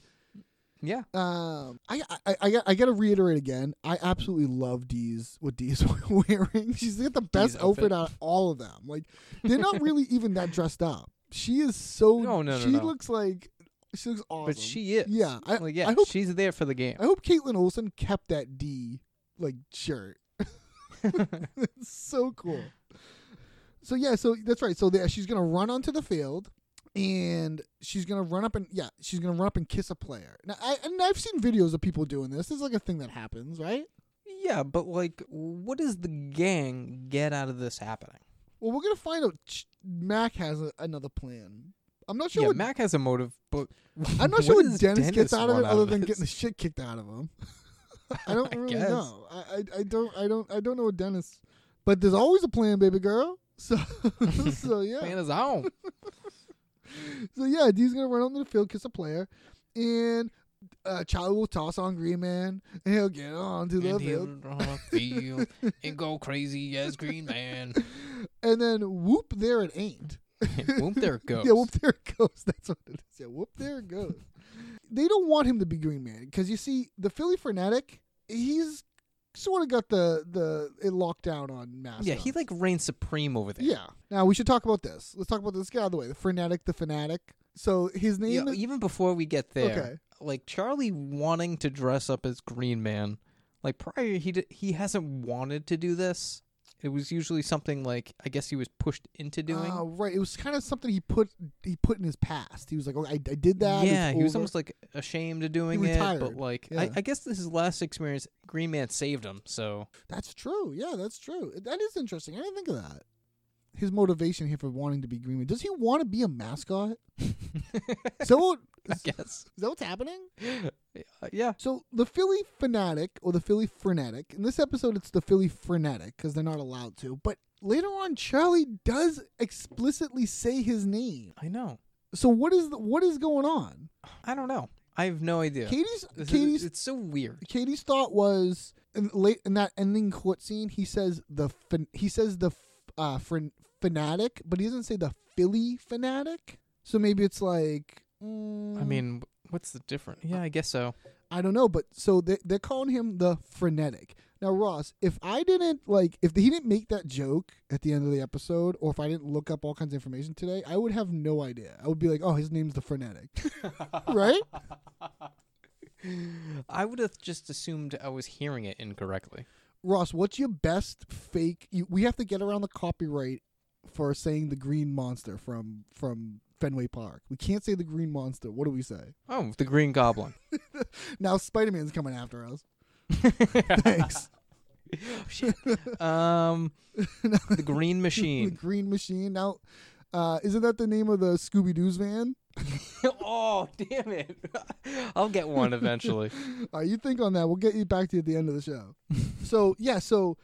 A: Yeah.
D: Um, I I I, I got to reiterate again. I absolutely love Dee's what Dee's wearing. She's got the best
A: outfit.
D: outfit out of all of them. Like they're not really even that dressed up. She is so.
A: No, no, no,
D: She
A: no.
D: looks like she looks awesome.
A: But she is.
D: Yeah, I-
A: Like, yeah,
D: I hope-
A: she's there for the game.
D: I hope Caitlin Olsen kept that D like shirt. It's so cool. So yeah, so that's right. So there, she's gonna run onto the field, and she's gonna run up and yeah, she's gonna run up and kiss a player. Now, I and I've seen videos of people doing this. This is like a thing that happens, right?
A: yeah, but like, what does the gang get out of this happening?
D: Well, we're gonna find out. Ch- Mac has a, another plan. I'm not sure.
A: yeah,
D: what,
A: Mac has a motive, but
D: I'm not sure what
A: does
D: Dennis, gets out of it
A: want
D: other than
A: this?
D: getting the shit kicked out of him. I don't
A: I
D: really
A: guess.
D: know. I, I I don't I don't I don't know what Dennis. But there's always a plan, baby girl. So so yeah.
A: plan is on.
D: So yeah, D's gonna run onto the field, kiss a player, and uh, Charlie will toss on Green Man, and he'll get onto the
A: and he'll
D: field.
A: run on the field and go crazy as Green Man.
D: and then whoop there it ain't.
A: Whoop, there it goes.
D: Yeah, whoop there it goes. That's what it is. Yeah, whoop there it goes. they don't want him to be Green Man because you see the Philly fanatic. He's sort of got the the it locked down on mascot.
A: Yeah, he like reigns supreme over there.
D: yeah. Now we should talk about this. Let's talk about this. Let's get out of the way. The fanatic, the fanatic. So his
A: Yeah,
D: name is
A: even before we get there,
D: Okay.
A: like Charlie wanting to dress up as Green Man, like prior he d- he hasn't wanted to do this. It was usually something like I guess he was pushed into doing.
D: Oh, right. It was kind of something he put he put in his past. He was like, "Oh, I, I did that."
A: yeah,
D: it's
A: he was
D: over."
A: almost like ashamed of doing
D: He
A: it, but
D: retired.
A: like I,
D: Yeah.
A: I guess this is his last experience. Green Man saved him, so
D: That's true. Yeah, that's true. That is interesting. I didn't think of that. His motivation here for wanting to be Green Man. Does he want to be a mascot? so
A: I
D: is,
A: guess
D: is that what's happening?
A: Uh, yeah,
D: So the Philly fanatic or the Philly frenetic. In this episode, it's the Philly frenetic because they're not allowed to. But later on, Charlie does explicitly say his name.
A: I know.
D: So what is the, what is going on?
A: I don't know. I have no idea.
D: Katie's
A: This is-
D: Katie's
A: it's so weird.
D: Katie's thought was in, late in that ending court scene. He says the fan, he says the f- uh, fran- fanatic, but he doesn't say the Philly fanatic. So maybe it's like mm,
A: I mean, what's the difference? Yeah, I guess so.
D: I don't know. But so they they're calling him the frenetic. Now Ross, if I didn't like if he didn't make that joke at the end of the episode, or if I didn't look up all kinds of information today, I would have no idea. I would be like, oh, his name's the frenetic, right?
A: I would have just assumed I was hearing it incorrectly.
D: Ross, what's your best fake? You, we have to get around the copyright for saying the green monster from from Fenway Park. We can't say the green monster. What do we say?
A: Oh, the Green Goblin.
D: Now Spider Man's coming after us. Thanks.
A: Oh, Shit. Um, the Green
D: the
A: Machine.
D: green machine. Now, uh, isn't that the name of the Scooby Doo's van?
A: oh, damn it! I'll get one eventually.
D: All right, you think on that. We'll get you back to you at the end of the show. so yeah, so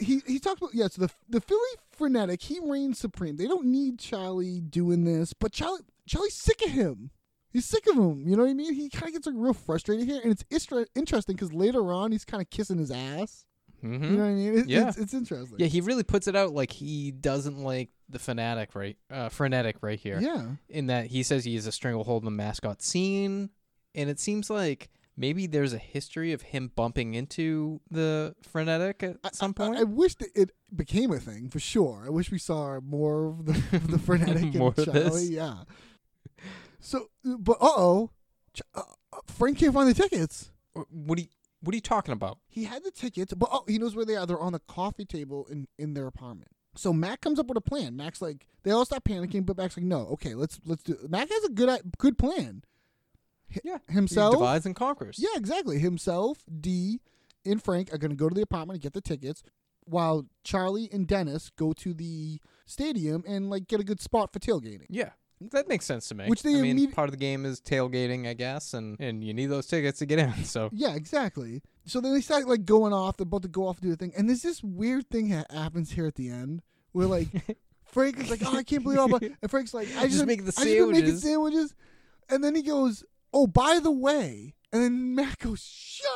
D: he he talks about yeah. So the the Philly frenetic he reigns supreme. They don't need Charlie doing this, but Charlie Charlie's sick of him. He's sick of him. You know what I mean? He kind of gets like real frustrated here, and it's istra- interesting because later on he's kind of kissing his ass. You
A: hmm
D: know what I mean? It-
A: Yeah.
D: it's, it's interesting.
A: Yeah, he really puts it out like he doesn't like the fanatic right, uh, frenetic right here.
D: yeah.
A: in that he says he is a stranglehold in the mascot scene, and it seems like maybe there's a history of him bumping into the frenetic at some
D: I-
A: point.
D: I, wish that it became a thing for sure. I wish we saw more of the, of the frenetic
A: More
D: and
A: of
D: Charlie.
A: this.
D: Yeah. So, but uh oh, uh, Frank can't find the tickets.
A: Wh- what are you, What are you talking about?
D: He had the tickets, but oh, he knows where they are. They're on the coffee table in in their apartment. So Mac comes up with a plan. Mac's like, they all stop panicking, but Mac's like, no, okay, let's let's do. Mac has a good i- good plan. Hi-
A: Yeah,
D: himself.
A: he divides and conquers.
D: Yeah, exactly. Himself, D, and Frank are going to go to the apartment and get the tickets, while Charlie and Dennis go to the stadium and like get a good spot for tailgating.
A: yeah, that makes sense to me.
D: Which they
A: I mean,
D: immedi-
A: part of the game is tailgating, I guess, and and you need those tickets to get in. So
D: Yeah, exactly. So then they start like going off. They're about to go off and do the thing, and there's this weird thing that happens here at the end where like Frank is like, "Oh, I can't believe all," but and Frank's like, "I
A: Just
D: just,
A: make the
D: I just been making
A: sandwiches."
D: sandwiches," and then he goes, "Oh, by the way," and then Matt goes, "Shut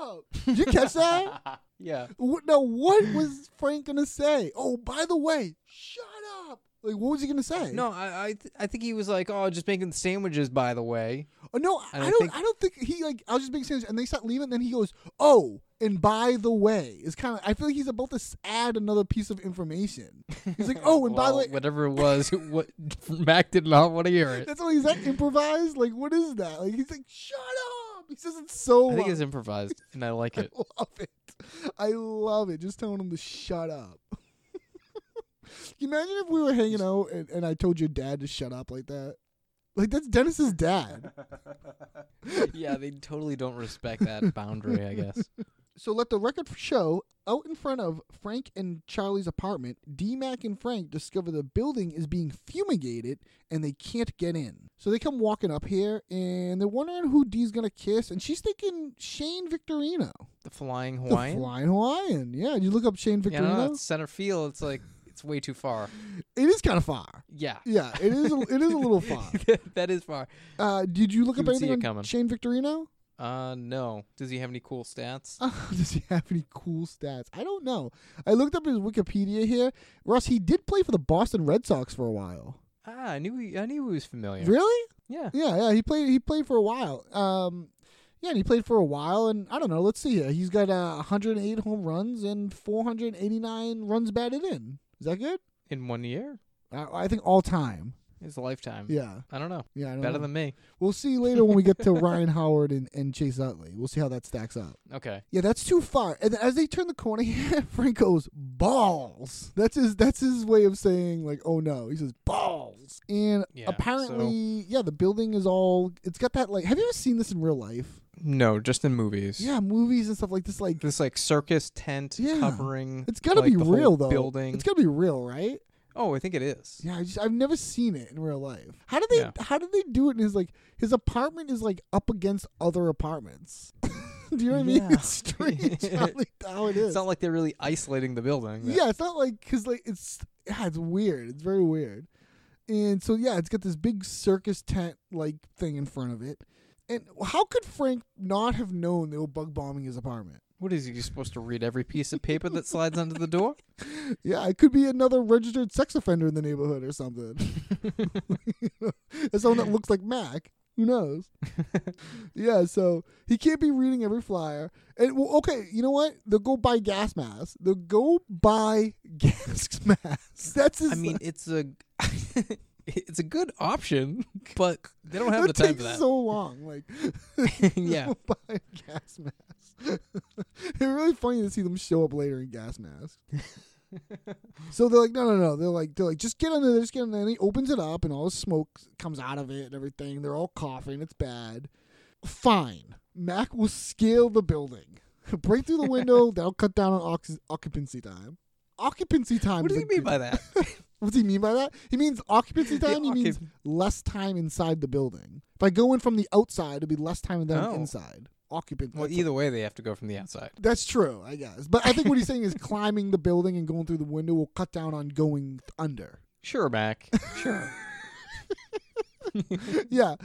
D: up!" Did you catch that?
A: yeah,
D: What, now, what was Frank gonna say? Oh, by the way, shut up! Like, what was he gonna say?
A: no, I I, th- I think he was like, oh, just making sandwiches, by the way.
D: Oh, no, I,
A: I don't
D: don't.
A: think-
D: I don't think he like. I was just being serious, and they start leaving. Then he goes, "Oh, and by the way," it's kind of. I feel like he's about to s- add another piece of information. He's like, "Oh, and by the
A: Well,
D: way."
A: whatever it was, what Mac did not want to hear it.
D: That's all he's that improvised. Like, what is that? Like, he's like, "Shut up!" He says it so.
A: I think it's
D: loud.
A: improvised, and I like it.
D: I love it. I love it. Just telling him to shut up. Can you imagine if we were hanging out and, and I told your dad to shut up like that? Like that's Dennis's dad.
A: yeah, they totally don't respect that boundary, I guess.
D: So let the record show out in front of Frank and Charlie's apartment, D Mac and Frank discover the building is being fumigated and they can't get in. So they come walking up here and they're wondering who D's gonna kiss, and she's thinking Shane Victorino.
A: The flying
D: The
A: Hawaiian.
D: flying Hawaiian. Yeah, did you look up Shane
A: yeah, I don't
D: Victorino?
A: know, it's center field. It's like it's way too far.
D: it is kind of far.
A: Yeah,
D: Yeah, it is. A, it is a little far.
A: that is far.
D: Uh, did you look
A: You
D: up
A: would see
D: anything
A: it
D: on
A: coming.
D: Shane Victorino?
A: Uh, Uh, no. Does he have any cool stats?
D: Does he have any cool stats? I don't know. I looked up his Wikipedia here. Russ, he did play for the Boston Red Sox for a while.
A: Ah, I knew he, I knew he was familiar.
D: Really?
A: Yeah.
D: Yeah, yeah. He played. He played for a while. Um, yeah, and he played for a while. And I don't know. Let's see here. He's got uh, 108 home runs and 489 runs batted in. Is that good?
A: In one year,
D: I, I think all time.
A: his lifetime.
D: Yeah.
A: I don't know.
D: Yeah. I don't
A: Mm. Better
D: know.
A: than me.
D: We'll see later when we get to Ryan Howard and, and Chase Utley. We'll see how that stacks up.
A: Okay.
D: Yeah, that's too far. And as they turn the corner here, Frank goes balls. That's his. That's his way of saying like, oh no. He says balls. And
A: Yeah,
D: apparently, yeah, the building is all. It's got that like. Have you ever seen this in real life?
A: No, just in movies.
D: Yeah, movies and stuff like this. Like,
A: This like circus tent
D: Yeah.
A: covering.
D: it's gotta
A: like,
D: be
A: the whole
D: real though.
A: Building.
D: It's gotta be real, right?
A: oh, I think it is.
D: Yeah, I just I've never seen it in real life. How did they?
A: Yeah.
D: How did they do it? In his like his apartment is like up against other apartments. do you know what I mean?
A: Yeah.
D: It's strange how, like, how it is.
A: It's not like they're really isolating the building.
D: Yeah, it's not like because like it's yeah, it's weird. It's very weird. And so yeah, it's got this big circus tent like thing in front of it. And how could Frank not have known they were bug bombing his apartment?
A: What is he you're supposed to read every piece of paper that slides under the door?
D: Yeah, it could be another registered sex offender in the neighborhood or something. As someone that looks like Mac. Who knows? yeah, so he can't be reading every flyer. And well, okay, you know what? They'll go buy gas masks. They'll go buy gas masks. That's his
A: I mean, it's a it's a good option, but they don't have
D: It
A: the time
D: takes
A: for that.
D: so long. Like,
A: Yeah.
D: buy a gas mask. it's really funny to see them show up later in gas masks. so they're like, no, no, no. They're like, they're like, just get under there, just get under there. And he opens it up, and all the smoke comes out of it and everything. They're all coughing. It's bad. Fine. Mac will scale the building, break through the window. that'll cut down on ox- occupancy time. Occupancy time.
A: what
D: is
A: do
D: a
A: you mean
D: good-
A: by that?
D: what does he mean by that? He means occupancy
A: Yeah,
D: time. he means
A: occup-
D: less time inside the building. If I go in from the outside, it'd be less time than
A: Oh.
D: inside. Occupant.
A: well,
D: that's-
A: either way, they have to go from the outside.
D: That's true, I guess. But I think what he's saying is climbing the building and going through the window will cut down on going under.
A: Sure, Mac. Sure.
D: yeah.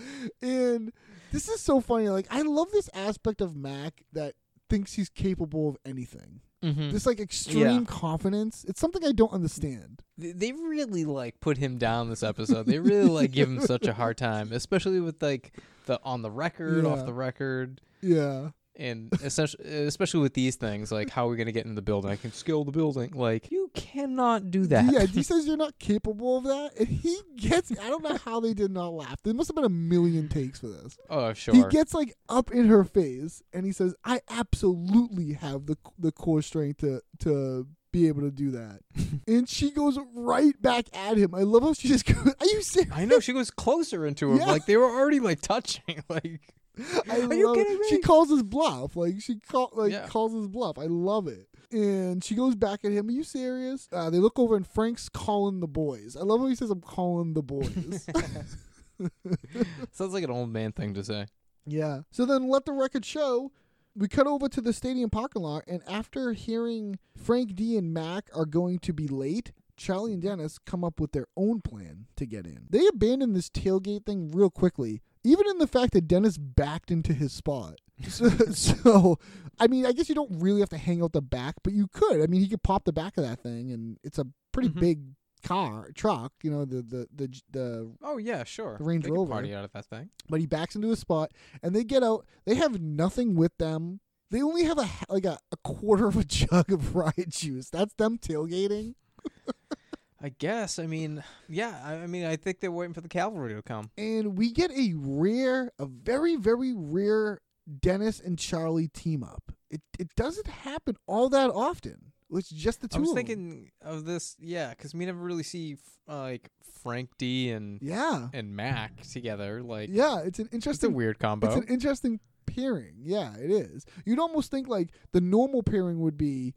D: And this is so funny. Like, I love this aspect of Mac that thinks he's capable of anything.
A: mm-hmm.
D: This, like, extreme confidence. It's something I don't understand.
A: They really like put him down this episode. They really like give him such a hard time, especially with like the on the record,
D: Yeah.
A: off the record.
D: Yeah.
A: and especially, especially with these things, like how are we going to get in the building? I can scale the building. Like you cannot do that.
D: Yeah, he says you're not capable of that, and he gets. I don't know how they did not laugh. There must have been a million takes for this.
A: oh
D: He
A: sure.
D: gets like up in her face, and he says, "I absolutely have the the core strength to to be able to do that." and she goes right back at him. I love how she just goes, "Are you serious?"
A: I know she was closer into him.
D: Yeah.
A: Like they were already like touching. Like
D: I
A: Are you
D: love it.
A: kidding
D: She
A: me?
D: calls his bluff. Like she call like
A: Yeah.
D: calls his bluff. I love it. And she goes back at him. Are you serious? Uh, they look over and Frank's calling the boys. I love how he says, "I'm calling the boys."
A: sounds like an old man thing to say.
D: yeah. So then, let the record show. We cut over to the stadium parking lot, and after hearing Frank D and Mac are going to be late, Charlie and Dennis come up with their own plan to get in. They abandon this tailgate thing real quickly, even in the fact that Dennis backed into his spot. so, so, I mean, I guess you don't really have to hang out the back, but you could. I mean, he could pop the back of that thing, and it's a pretty
A: Mhm.
D: big car truck. You know, the the the the
A: Oh yeah, sure.
D: The Range
A: They could
D: Rover.
A: party out of that thing.
D: but he backs into his spot and they get out they have nothing with them they only have a h- like a, a quarter of a jug of riot juice that's them tailgating
A: I guess. I mean, yeah. I, I mean, I think they're waiting for the cavalry to come.
D: and we get a rare a very very rare dennis and charlie team up it, it doesn't happen all that often it's just the two
A: I was
D: of them.
A: thinking of this. Yeah, because we never really see f- uh, like Frank D and
D: yeah
A: and Mac together. Like
D: yeah it's an
A: it's a
D: interesting
A: weird combo.
D: It's an interesting pairing. Yeah, it is. You'd almost think like the normal pairing would be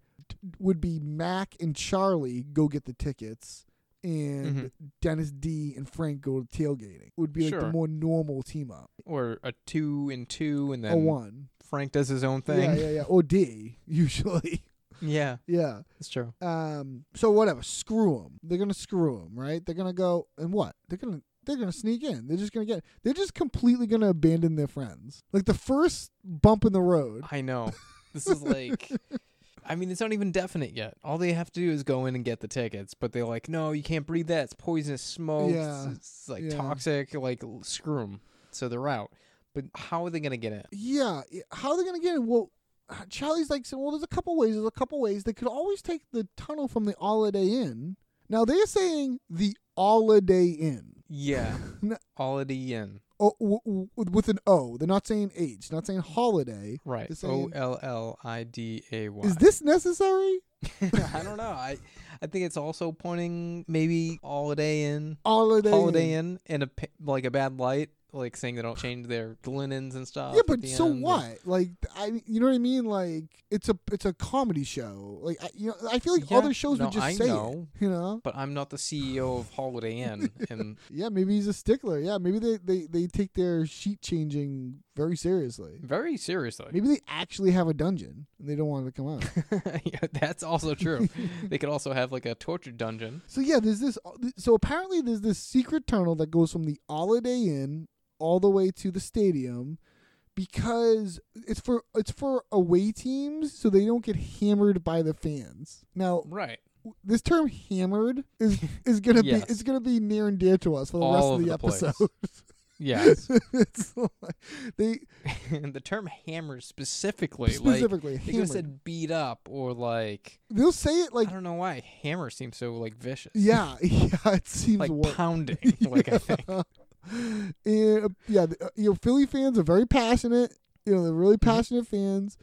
D: would be Mac and Charlie go get the tickets and
A: Mm-hmm.
D: Dennis D and Frank go to tailgating. Would be like the
A: Sure.
D: more normal team up.
A: or a two and two, and
D: a
A: then
D: one.
A: Frank does his own
D: Yeah,
A: thing.
D: yeah, yeah. Or D usually.
A: Yeah,
D: yeah.
A: that's true.
D: Um so whatever, screw them. They're going to screw them, right? They're going to go and what? They're going to they're gonna sneak in. They're just gonna get. They're just completely gonna abandon their friends. Like the first bump in the road.
A: I know. This is like I mean, it's not even definite yet. All they have to do is go in and get the tickets, but they're like, "No, you can't breathe that. It's poisonous smoke.
D: Yeah.
A: It's, it's, like
D: Yeah.
A: toxic. Like l- screw 'em." So they're out. But how are they gonna get in?
D: Yeah. i- How are they gonna get in? Well, uh, Charlie's like, so, well, there's a couple ways. There's a couple ways. They could always take the tunnel from the Holiday Inn. Now they're saying the Holiday Inn.
A: Yeah,
D: No.
A: Holiday Inn,
D: Oh, w- w- with an O. They're not saying H. They're not saying holiday.
A: right?
D: They're saying-
A: O L L I D A Y.
D: Is this necessary?
A: I don't know. I I think it's also pointing maybe Holiday Inn,
D: Holiday.
A: Holiday Inn, in a pi- like a bad light, like saying they don't change their linens and stuff.
D: Yeah,
A: uh, at
D: but
A: the
D: so
A: end.
D: what? Like, I, you know what I mean? Like, it's a, it's a comedy show. Like, I, you know, I feel like
A: Yeah,
D: other shows
A: no,
D: would just
A: I
D: say
A: know.
D: it. You know?
A: But I'm not the CEO of Holiday Inn, and
D: Yeah, maybe he's a stickler. Yeah, maybe they, they, they take their sheet changing very seriously.
A: very seriously.
D: Maybe they actually have a dungeon and they don't want it to come out.
A: yeah, that's also true. they could also have like a torture dungeon.
D: so yeah, there's this. uh, So apparently, there's this secret tunnel that goes from the Holiday Inn all the way to the stadium because it's for it's for away teams so they don't get hammered by the fans. Now,
A: Right.
D: this term hammered is is gonna
A: Yes.
D: be it's gonna be near and dear to us for the
A: All
D: rest
A: over
D: of the,
A: the place.
D: episode.
A: Yes.
D: it's like, they
A: and the term hammer specifically,
D: Specifically,
A: like they could have
D: hammered.
A: said beat up or like
D: they'll say it like
A: I don't know why hammer seems so like vicious.
D: yeah yeah it seems
A: Like
D: wor-
A: pounding. Like I think.
D: And, uh, yeah, the- uh, you know Philly fans are very passionate. You know they're really
A: Mm-hmm.
D: passionate fans.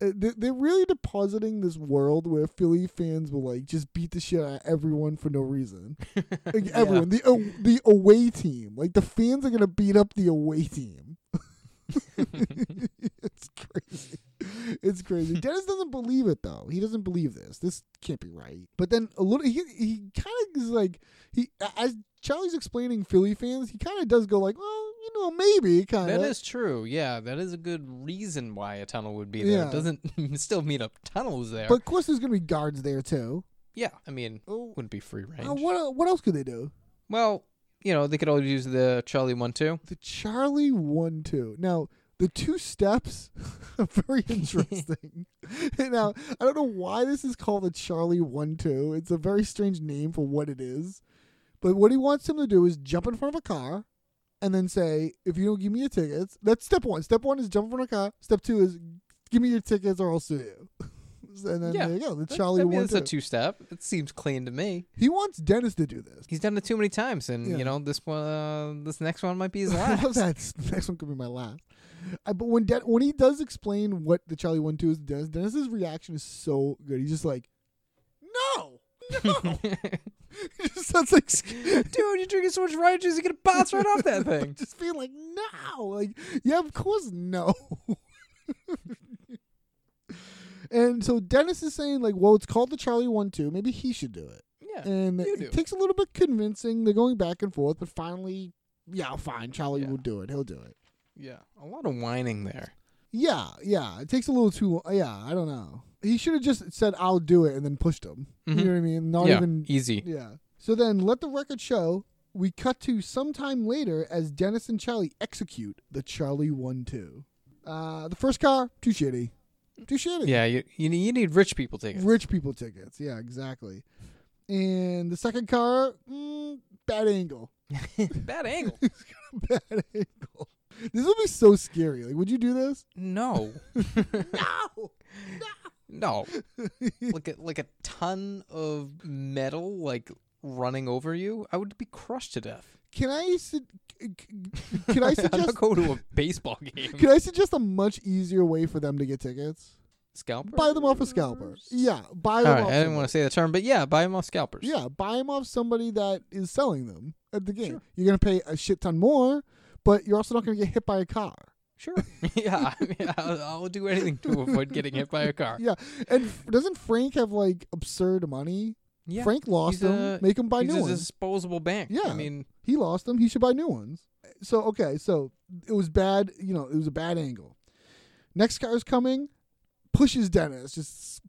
D: Uh, they- They're really depositing this world where Philly fans will like just beat the shit out of everyone for no reason. Like
A: Yeah.
D: everyone, the uh, the away team, like the fans are gonna beat up the away team. it's crazy. It's crazy. Dennis doesn't believe it though. He doesn't believe this. This can't be right. But then a little, he he kind of is like he as Charlie's explaining Philly fans, he kind of does go like, well, you know, maybe kind of.
A: That is true. Yeah, that is a good reason why a tunnel would be there.
D: Yeah.
A: It doesn't still mean a tunnel was there.
D: But of course, there's gonna be guards there too.
A: yeah, I mean,
D: Oh,
A: wouldn't be free range.
D: uh, what what else could they do?
A: well, you know, they could always use the Charlie one too.
D: The Charlie one two. Now the two steps are very interesting. now I don't know why this is called the Charlie one two. It's a very strange name for what it is. But what he wants him to do is jump in front of a car and then say, if you don't give me your tickets, that's step one. Step one is jump in front of a car. Step two is give me your tickets or I'll sue you. and then
A: Yeah.
D: there you go. The
A: That-
D: Charlie
A: I mean,
D: one
A: It's a
D: two.
A: two step. It seems clean to me.
D: he wants Dennis to do this.
A: He's done it too many times, and
D: Yeah.
A: you know this one, uh, this next one might be his
D: I love
A: last.
D: that. Next one could be my last. I, but when Den- when he does explain what the Charlie One Two is, Dennis Dennis's reaction is so good. He's just like, no, no. he just sounds like sc-
A: Dude, you're drinking so much riot juice, you get a bounce right off that thing.
D: just being like, no, like yeah, of course, no. and so Dennis is saying like, well, it's called the Charlie One Two. Maybe he should do it.
A: Yeah,
D: And
A: you
D: it
A: do.
D: takes a little bit convincing. They're going back and forth, but finally, yeah, fine. Charlie
A: Yeah.
D: will do it. He'll do it.
A: yeah. A lot of whining there.
D: Yeah, yeah. It takes a little too. Yeah, I don't know. He should have just said, "I'll do it," and then pushed him. You know what I mean? Not
A: Mm-hmm. yeah,
D: even.
A: easy.
D: Yeah. So then, let the record show. We cut to sometime later as Dennis and Charlie execute the Charlie One Two. Uh, the first car, too shitty, too shitty.
A: Yeah, you you need, you need rich people tickets.
D: Rich people tickets. Yeah, exactly. And the second car, mm, bad angle.
A: Bad angle.
D: bad angle. This would be so scary. Like, would you do this?
A: No,
D: No.
A: no. Like a, like a ton of metal like running over you, I would be crushed to death.
D: Can I su- c- c- can I
A: I'd not
D: suggest
A: go to a baseball game.
D: can I suggest a much easier way for them to get tickets?
A: Scalper.
D: Buy them off a scalper. Yeah, buy
A: All
D: them
A: right,
D: off.
A: I didn't want to say the term, but yeah, buy them off scalpers.
D: somebody. Yeah, buy them off somebody that is selling them at the game. You're gonna pay a shit ton more, but you're also not gonna get hit by a car.
A: Sure. yeah, I mean, I'll, I'll do anything to avoid getting hit by a car.
D: Yeah, and f- doesn't Frank have like absurd money?
A: Yeah.
D: Frank lost
A: He's
D: them.
A: a-
D: Make him buy
A: he's
D: new
A: a
D: ones.
A: disposable bank.
D: Yeah.
A: I mean,
D: He lost them. He should buy new ones. So okay, so it was bad. You know, it was a bad angle. Next car is coming, pushes Dennis, just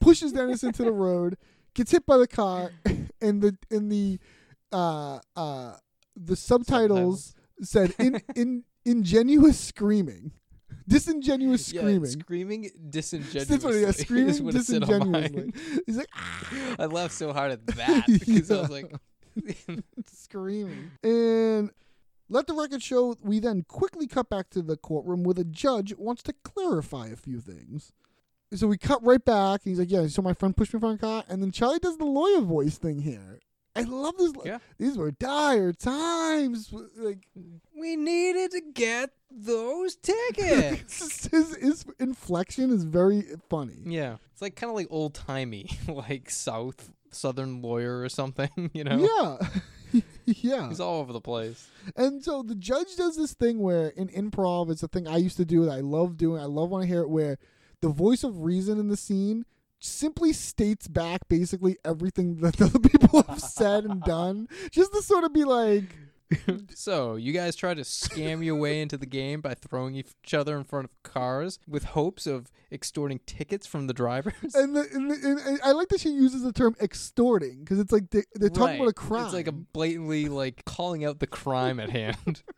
D: pushes Dennis into the road, gets hit by the car, and the and the uh uh the subtitles said in, in ingenuous screaming, disingenuous
A: Yeah,
D: screaming.
A: screaming disingenuously.
D: That's what it
A: is
D: is, screaming
A: what it said on mine.
D: disingenuously. He's like
A: I laughed so hard at that because I was
D: Yeah.
A: like,
D: screaming. And let the record show we then quickly cut back to the courtroom where the judge wants to clarify a few things. So we cut right back and he's like, Yeah, so my friend pushed me from a car and then Charlie does the lawyer voice thing here. I love this
A: Yeah.
D: these were dire times. Like
A: we needed to get those tickets.
D: his, his inflection is very funny.
A: yeah, it's like kind of like old timey, like South Southern lawyer or something. You know,
D: Yeah. yeah.
A: he's all over the place.
D: And so the judge does this thing where in improv, it's a thing I used to do that I love doing. I love when I hear it where the voice of reason in the scene simply states back basically everything that the other people have said and done, just to sort of be like,
A: So you guys try to scam your way into the game by throwing each other in front of cars with hopes of extorting tickets from the drivers.
D: and, the, and, the, and- and I like that she uses the term extorting because it's like they, they're talking about a crime.
A: It's like a blatantly like calling out the crime at hand.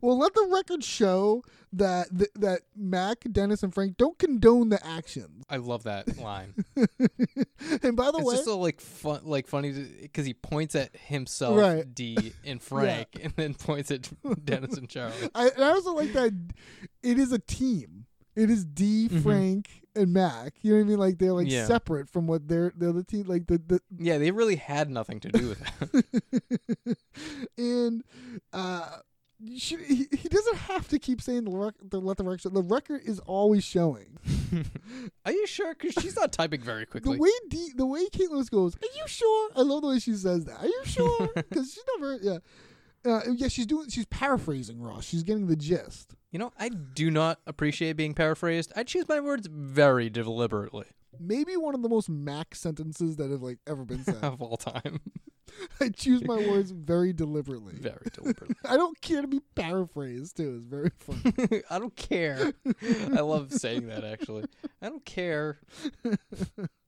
D: Well, let the record show that th- that Mac, Dennis, and Frank don't condone the actions.
A: I love that line.
D: and by the
A: It's
D: way,
A: just so like fun, like funny, because he points at himself,
D: Right.
A: D and Frank, and then points at Dennis and Charlie.
D: I, and I also like that it is a team. It is D, Frank, and Mac. You know what I mean? Like they're like
A: Mm-hmm. Yeah.
D: separate from what they're the other team. Like the, the
A: Yeah, they really had nothing to do with that.
D: and uh, you should, he, he doesn't have to keep saying the, rec- the let the record. show. The record is always showing.
A: Are you sure? Because she's not typing very
D: The
A: quickly.
D: way D, the way Kate Lewis goes, are you sure? I love the way she says that. Are you sure? Because she never, yeah, uh, yeah. She's doing, she's paraphrasing Ross. She's getting the gist.
A: you know, I do not appreciate being paraphrased. I choose my words very deliberately
D: Maybe one of the most Mac sentences that have like ever been said.
A: of all time.
D: I choose my words very deliberately.
A: Very deliberately.
D: I don't care to be paraphrased too. It's very funny.
A: I don't care. I love saying that actually. I don't care.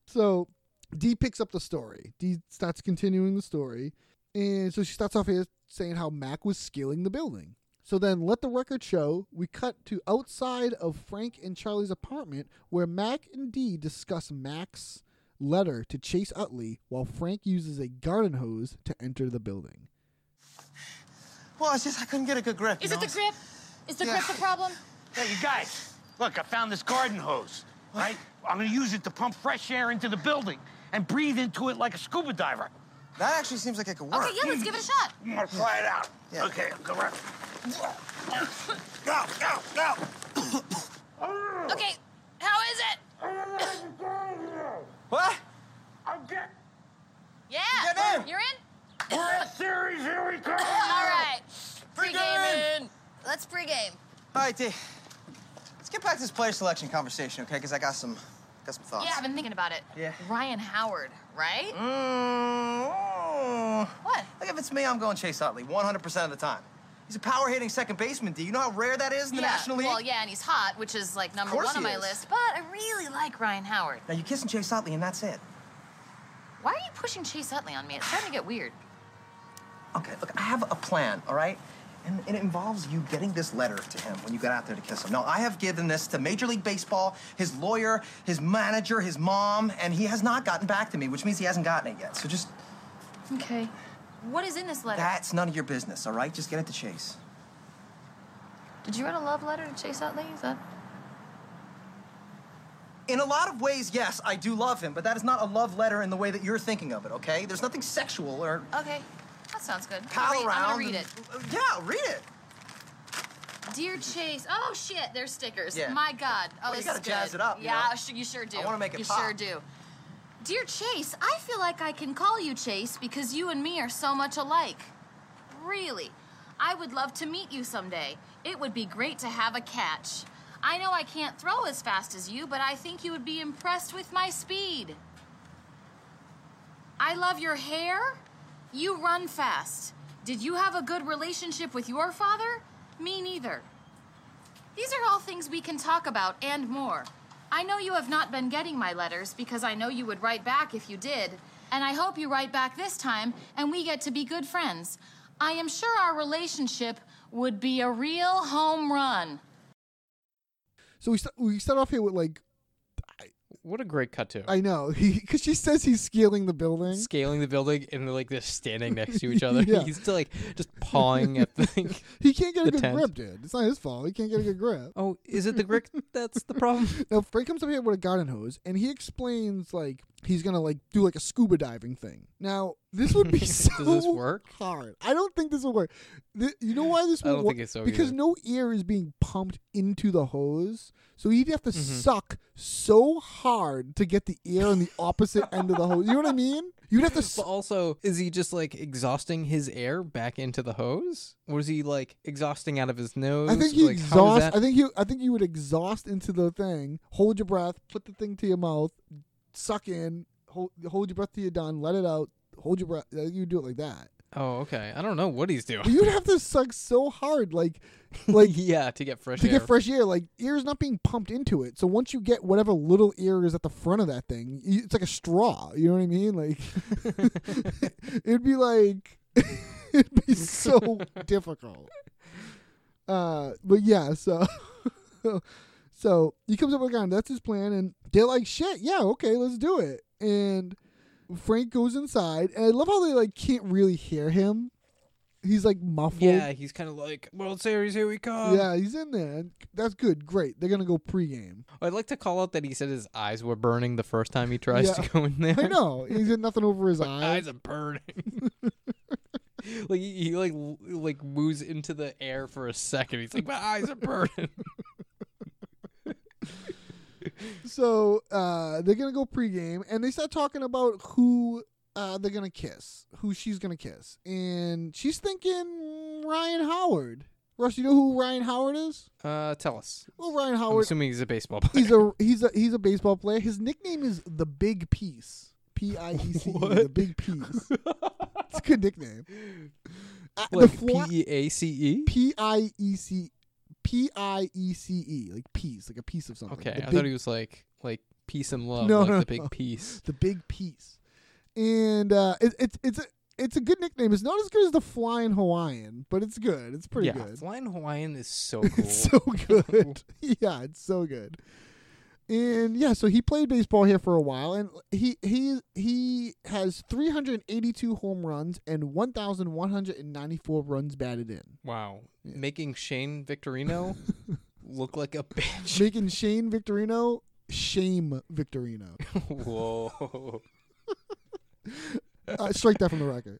D: so D picks up the story. D starts continuing the story, and so she starts off here saying how Mac was scaling the building. So then, let the record show. We cut to outside of Frank and Charlie's apartment, where Mac and D discuss Mac's letter to Chase Utley, while Frank uses a garden hose to enter the building.
B: Well, it's just I couldn't get a good grip.
C: Is
B: you
C: it
B: know?
C: the grip? Is the
B: Yeah.
C: grip the problem?
E: Hey, you guys, look, I found this garden hose, right? I'm gonna use it to pump fresh air into the building and breathe into it like a scuba diver.
B: That actually seems like it could work.
C: Okay, yeah, let's give it a shot.
E: I'm gonna try it out.
B: Yeah.
E: Okay, go right. Go, go, go.
C: Okay, how is it?
B: What?
E: I'm get
C: Yeah.
B: Get in.
C: You're in?
E: World Series, here we come.
C: All right. Pre-game
B: Pregame.
C: in. Let's pregame.
B: All right, D. Let's get back to this player selection conversation, okay? Because I got some, got some thoughts.
C: Yeah, I've been thinking about it.
B: Yeah.
C: Ryan Howard, right?
B: Mm.
C: What?
B: Look, if it's me, I'm going Chase Utley 100% of the time. He's a power hitting second baseman, D. You know how rare that is in the
C: yeah.
B: National League?
C: Well, yeah, and he's hot, which is like number
B: course
C: one on
B: he
C: my
B: is.
C: list. But I really like Ryan Howard.
B: Now, you're kissing Chase Utley, and that's it.
C: Why are you pushing Chase Utley on me? It's starting to get weird.
B: Okay, look, I have a plan, all right? And and it involves you getting this letter to him when you get out there to kiss him. Now, I have given this to Major League Baseball, his lawyer, his manager, his mom, and he has not gotten back to me, which means he hasn't gotten it yet. So just,
C: Okay. What is in this letter?
B: that's none of your business, all right? Just get it to Chase.
C: Did you write a love letter to Chase Utley? Is that?
B: In a lot of ways, yes, I do love him, but that is not a love letter in the way that you're thinking of it, okay? There's nothing sexual or
C: Okay. That sounds good.
B: pal
C: I'm, gonna read,
B: around.
C: I'm gonna read it.
B: Yeah, read it.
C: Dear Chase. Oh shit, they're stickers.
B: Yeah.
C: My God. Oh,
B: Well, you
C: this
B: gotta
C: is
B: jazz it
C: good.
B: up, you
C: Yeah,
B: know?
C: su- you sure do.
B: I wanna make it
C: You
B: pop.
C: sure do. Dear Chase, I feel like I can call you Chase because you and me are so much alike. Really, I would love to meet you someday. It would be great to have a catch. I know I can't throw as fast as you, but I think you would be impressed with my speed. I love your hair. You run fast. Did you have a good relationship with your father? Me neither. These are all things we can talk about and more. I know you have not been getting my letters because I know you would write back if you did, and I hope you write back this time and we get to be good friends. I am sure our relationship would be a real home run.
D: So we st- we start off here with like
A: What a great cut to.
D: I know he because she says he's scaling the building.
A: Scaling the building and they're like just standing next to each other.
D: Yeah.
A: He's still like just pawing at the.
D: He can't get a
A: The
D: good
A: tent.
D: grip, dude. It's not his fault. He can't get a good grip.
A: Oh, is it the brick? That's the problem.
D: Now Frank comes up here with a garden hose, and he explains like he's gonna like do like a scuba diving thing. Now this would be so
A: Does this work?
D: hard. I don't think this will work. Th- you know why this
A: I
D: won't
A: don't
D: work?
A: think it's so
D: because
A: either.
D: no air is being pumped into the hose, so he'd have
A: Mm-hmm.
D: to suck so hard to get the air on the opposite end of the hose. You know what I mean? You'd have to.
A: But
D: Su-
A: also, is he just like exhausting his air back into the hose, or is he like exhausting out of his nose?
D: I think he
A: like, how is
D: exhaust.
A: that-
D: I think you. I think you would exhaust into the thing. Hold your breath. Put the thing to your mouth. Suck in. Hold, hold your breath till you're done. Let it out. Hold your breath. uh, You do it like that.
A: oh, okay. I don't know what he's
D: But
A: doing.
D: you'd have to suck so hard, like, like
A: yeah, to get fresh
D: to
A: air.
D: get fresh air. Like air is not being pumped into it. So once you get whatever little air is at the front of that thing, you, it's like a straw. You know what I mean? Like it'd be like it'd be so difficult. Uh, but yeah, so so he comes up with a gun. That's his plan, and they're like, "Shit, yeah, okay, let's do it." And Frank goes inside, and I love how they like can't really hear him. He's like muffled.
A: yeah, he's kind of like World Series. Here we come.
D: Yeah, he's in there. and That's good. Great. They're gonna go pregame.
A: I'd like to call out that he said his eyes were burning the first time he tries
D: Yeah.
A: to go in there.
D: I know he's got nothing over his eyes.
A: eyes are burning. like he, he like l- like moves into the air for a second. He's like, my eyes are burning.
D: So uh, they're gonna go pregame, and they start talking about who uh, they're gonna kiss, who she's gonna kiss, and she's thinking Ryan Howard. Russ, you know who Ryan Howard is?
A: uh, tell us.
D: Well, Ryan
A: I'm
D: Howard.
A: assuming he's a baseball player.
D: He's a he's a he's a baseball player. His nickname is the Big Piece. P I E C E. The
A: What?
D: Big Piece. it's a good nickname. Uh, the
A: like
D: Flor-
A: P E A C E.
D: P I E C P I E C E, like piece, like a piece of something.
A: Okay,
D: the
A: I
D: big,
A: thought he was like like peace and love,
D: No,
A: like
D: no,
A: the big
D: no.
A: piece.
D: the big piece. And uh, it, it's it's a it's a good nickname. It's not as good as the Flying Hawaiian, but it's good. It's pretty
A: yeah,
D: good.
A: flying Hawaiian is so cool.
D: It's so good. yeah, it's so good. And yeah, so he played baseball here for a while, and he he he has 382 home runs and 1,194 runs batted in,
A: wow, making Shane Victorino look like a bitch.
D: making Shane Victorino shame Victorino.
A: Whoa.
D: uh, strike that from the record.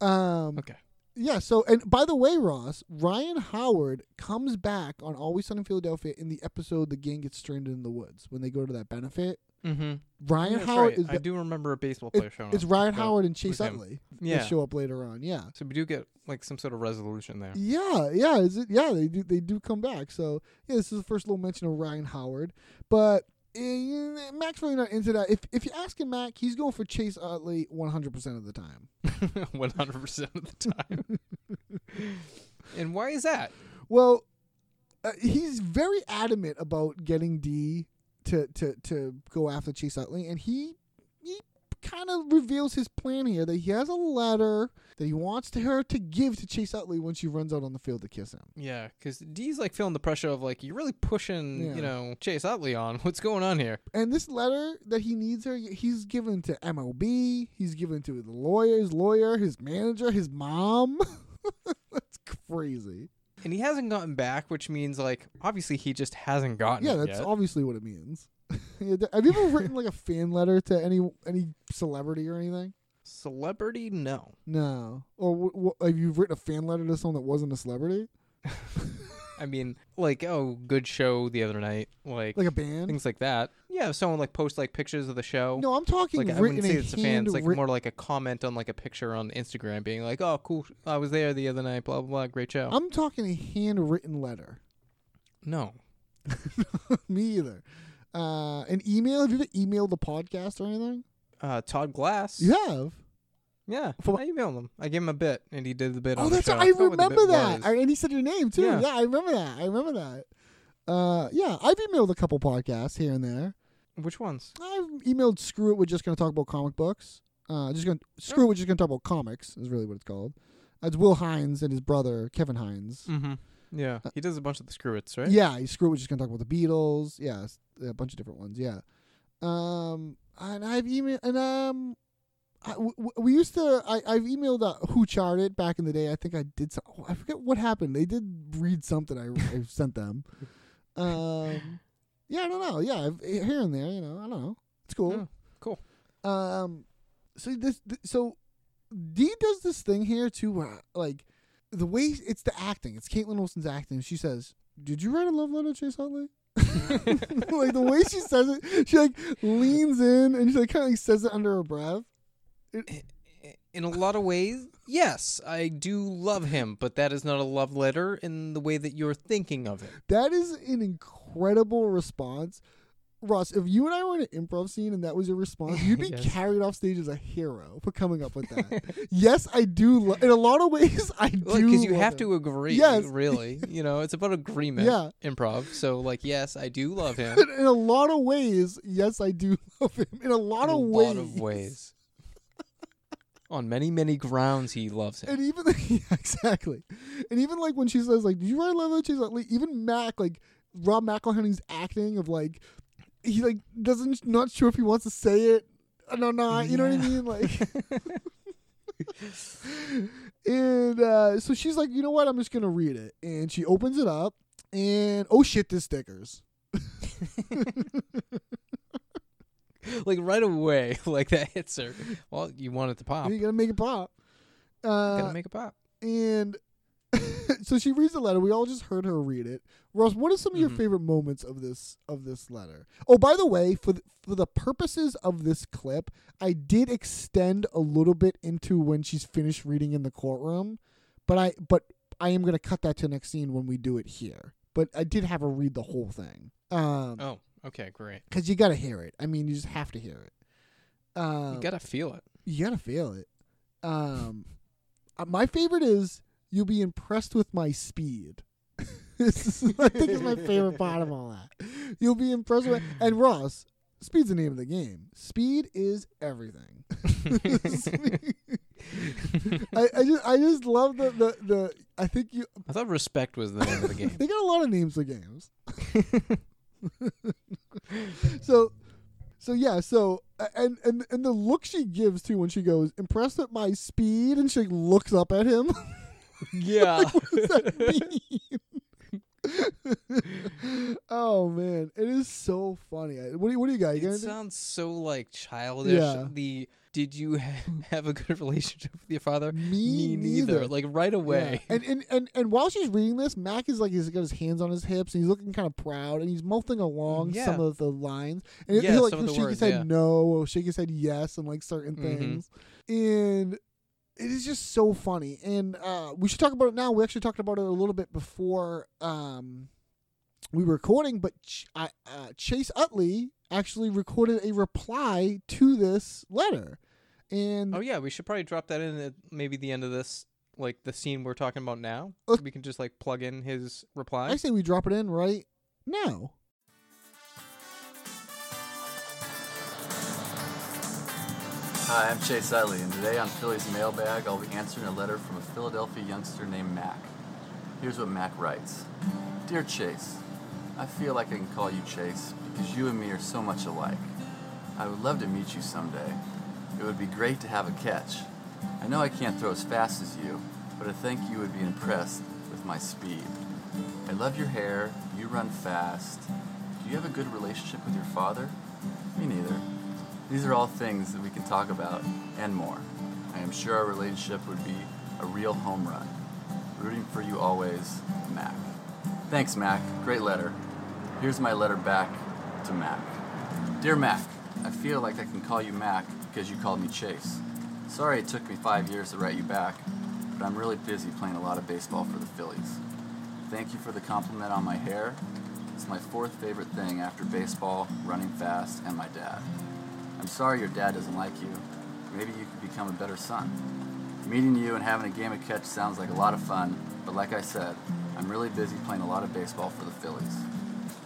D: Um,
A: Okay.
D: Yeah. So, and by the way, Ross Ryan Howard comes back on Always Sunny in Philadelphia in the episode the gang gets stranded in the woods when they go to that benefit.
A: Mm-hmm.
D: Ryan Howard is
A: I
D: the-
A: do remember a baseball
D: it-
A: player showing
D: it's
A: up.
D: Ryan
A: but-
D: Howard and Chase
A: with him.
D: Utley.
A: Yeah.
D: They show up later on. Yeah.
A: So we do get like some sort of resolution there.
D: Yeah, yeah, is it, yeah. They do, they do come back. So yeah, this is the first little mention of Ryan Howard, but eh, Mac's really not into that. If if you're asking Mac, he's going for Chase Utley 100 percent of the time.
A: One hundred percent of the time. and why is that?
D: Well, uh, he's very adamant about getting D to to to go after Chase Utley, and he he kind of reveals his plan here that he has a letter that he wants to her to give to Chase Utley when she runs out on the field to kiss him.
A: Yeah, because D's like feeling the pressure of like you're really pushing,
D: Yeah.
A: you know, Chase Utley on. What's going on here?
D: And this letter that he needs her, he's given to MLB, he's given to the lawyer, his lawyer, his manager, his mom. That's crazy.
A: And he hasn't gotten back, which means like obviously he just hasn't gotten.
D: Yeah,
A: it
D: that's
A: yet.
D: obviously what it means. Yeah, th- Have you ever written like a fan letter to any any celebrity or anything?
A: Celebrity, no.
D: No. Or w- w- have you written a fan letter to someone that wasn't a celebrity,
A: I mean, like oh, good show the other night, like,
D: like a band?
A: things like that. Yeah, if someone like posts like pictures of the show.
D: No, I'm talking
A: Like I
D: written
A: wouldn't say
D: a
A: it's a fan. It's like
D: handwrit-
A: more like a comment on like a picture on Instagram, being like, "Oh, cool, I was there the other night. Blah blah blah, great show."
D: I'm talking a handwritten letter.
A: no,
D: Me either. Uh, an email. Have you ever emailed the podcast or anything?
A: uh, Todd Glass.
D: You have.
A: yeah.
D: For-
A: I emailed him. I gave him a bit, and he did the bit.
D: Oh,
A: on the
D: that's
A: show.
D: I
A: forgot what the
D: remember
A: bit
D: that.
A: was.
D: I, and he said your name too.
A: Yeah.
D: Yeah. I remember that. I remember that. Uh, yeah, I've emailed a couple podcasts here and there.
A: Which ones?
D: I've emailed Screw It. We're just going to talk about comic books. Uh, just going to Screw It. We're just going to talk about comics is really what it's called. That's Will Hines and his brother Kevin Hines.
A: Yeah, he does a bunch of the screw-its, right?
D: Yeah, you screw. We're just gonna talk about the Beatles. Yeah, s- a bunch of different ones. Yeah, um, and I've emailed and um, I, w- w- we used to. I I've emailed uh, who charted back in the day. I think I did. Some, oh, I forget what happened. They did read something I, I sent them. Um, yeah, I don't know. Yeah, I've, eh, here and there. You know, I don't know. It's
A: Oh,
D: cool.
A: cool.
D: Um, so this, th- so Dee does this thing here too, where like the way it's the acting, it's Caitlin Wilson's acting. She says, "Did you write a love letter, Chase Utley?" like the way she says it, she like leans in and she like kind of like says it under her breath.
A: In a lot of ways, yes, I do love him, but that is not a love letter in the way that you're thinking of it.
D: That is an incredible response. Ross, if you and I were in an improv scene and that was your response, you'd be
A: Yes.
D: carried off stage as a hero for coming up with that. yes, I do. Lo- in a lot of ways, I do.
A: Because you
D: love
A: have
D: it.
A: to agree,
D: Yes.
A: really. You know, it's about agreement,
D: Yeah.
A: improv. So, like, yes, I do love him.
D: But in a lot of ways, yes, I do love him. In a lot,
A: in
D: of,
A: a
D: ways.
A: lot of ways. On many, many grounds, he loves him.
D: And even yeah, exactly, and even like when she says like, "Did you write Love Letter?" She's like, like, even Mac like Rob McElhenney's acting of like he like doesn't not sure if he wants to say it or not. You know what I
A: Yeah.
D: mean? Like. And uh, so she's like, you know what? I'm just gonna read it. And she opens it up, and oh shit, there's stickers.
A: like, right away, like, that hits her. Well, you want it to pop.
D: You gotta make it pop. Uh,
A: Gotta make it pop.
D: and so she reads the letter. We all just heard her read it. Ross, what are some of your
A: Mm-hmm.
D: favorite moments of this of this letter? Oh, by the way, for the, for the purposes of this clip, I did extend a little bit into when she's finished reading in the courtroom, but I but I am gonna cut that to the next scene when we do it here. But I did have her read the whole thing. Um 'cause
A: Oh, okay, great.
D: because you gotta hear it. I mean, you just have to hear it. Um,
A: You gotta feel it.
D: you gotta feel it. Um, uh, my favorite is you'll be impressed with my speed. This is- I think is my favorite part of all that. You'll be impressed with and Ross. Speed's the name of the game. Speed is everything. I, I just I just love the, the, the I think you
A: I thought respect was the name of the game.
D: they got a lot of names for games. so, so yeah, so a- and and and the look she gives too when she goes impressed at my speed and she like, looks up at him.
A: yeah.
D: What does that mean? oh man, it is so funny. I- What do you, what do you got? You got
A: It
D: anything?
A: sounds so like childish.
D: Yeah.
A: The did you ha- have a good relationship with your father?
D: Me neither.
A: Like right away.
D: Yeah. And, and and and while she's reading this, Mac is like he's got his hands on his hips and he's looking kind of proud and he's mouthing along
A: Yeah.
D: some of the lines. And
A: Yeah,
D: he'll like
A: some
D: he'll
A: of the
D: shake
A: words,
D: his head
A: yeah.
D: no or shake his head yes and like certain
A: Mhm.
D: things. And it is just so funny. And uh, we should talk about it now. We actually talked about it a little bit before um, we were recording, but Ch- I, uh, Chase Utley actually recorded a reply to this letter. And
A: Oh yeah, we should probably drop that in at maybe the end of this, like the scene we're talking about now.
D: Let's-
A: we can just like plug in his reply.
D: I say we drop it in right now.
F: Hi, I'm Chase Utley, and today on Philly's Mailbag, I'll be answering a letter from a Philadelphia youngster named Mac. Here's what Mac writes Dear Chase, I feel like I can call you Chase because you and me are so much alike. I would love to meet you someday. It would be great to have a catch. I know I can't throw as fast as you, but I think you would be impressed with my speed. I love your hair, you run fast. Do you have a good relationship with your father? Me neither. These are all things that we can talk about and more. I am sure our relationship would be a real home run. Rooting for you always, Mac. Thanks, Mac. Great letter. Here's my letter back to Mac. Dear Mac, I feel like I can call you Mac because you called me Chase. Sorry it took me five years to write you back, but I'm really busy playing a lot of baseball for the Phillies. Thank you for the compliment on my hair. It's my fourth favorite thing after baseball, running fast, and my dad. I'm sorry your dad doesn't like you. Maybe you could become a better son. Meeting you and having a game of catch sounds like a lot of fun, but like I said, I'm really busy playing a lot of baseball for the Phillies.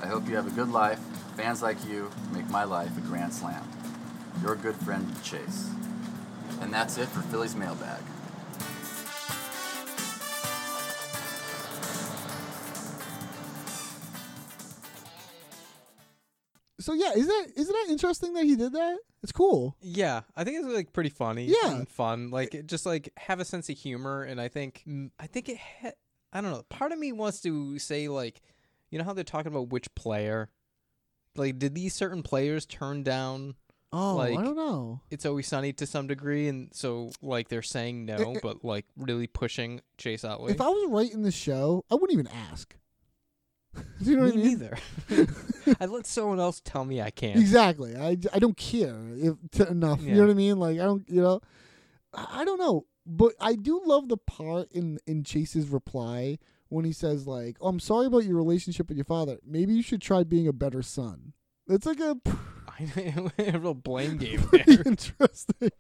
F: I hope you have a good life. Fans like you make my life a grand slam. Your good friend, Chase. And that's it for Phillies Mailbag.
D: so yeah, isn't that isn't that interesting that he did that? It's cool.
A: Yeah, I think it's like pretty funny.
D: Yeah.
A: and fun. Like it just like have a sense of humor, and I think I think it. Ha- I don't know. Part of me wants to say like, you know how they're talking about which player. Like, did these certain players turn down
D: Oh,
A: Like-
D: I don't know.
A: "It's Always Sunny" to some degree, and so like they're saying no,
D: eh.
A: but like really pushing Chase Utley?
D: If I was writing the show, I wouldn't even ask. Do you know
A: me
D: what I mean?
A: neither. I let someone else tell me I can't.
D: Exactly. I, j- I don't care if t- enough. You
A: Yeah.
D: know what I mean? Like I don't. You know, I, I don't know. But I do love the part in in Chase's reply when he says like, "Oh, I'm sorry about your relationship with your father. Maybe you should try being a better son." It's like a
A: I a real blame game
D: pretty
A: there.
D: interesting,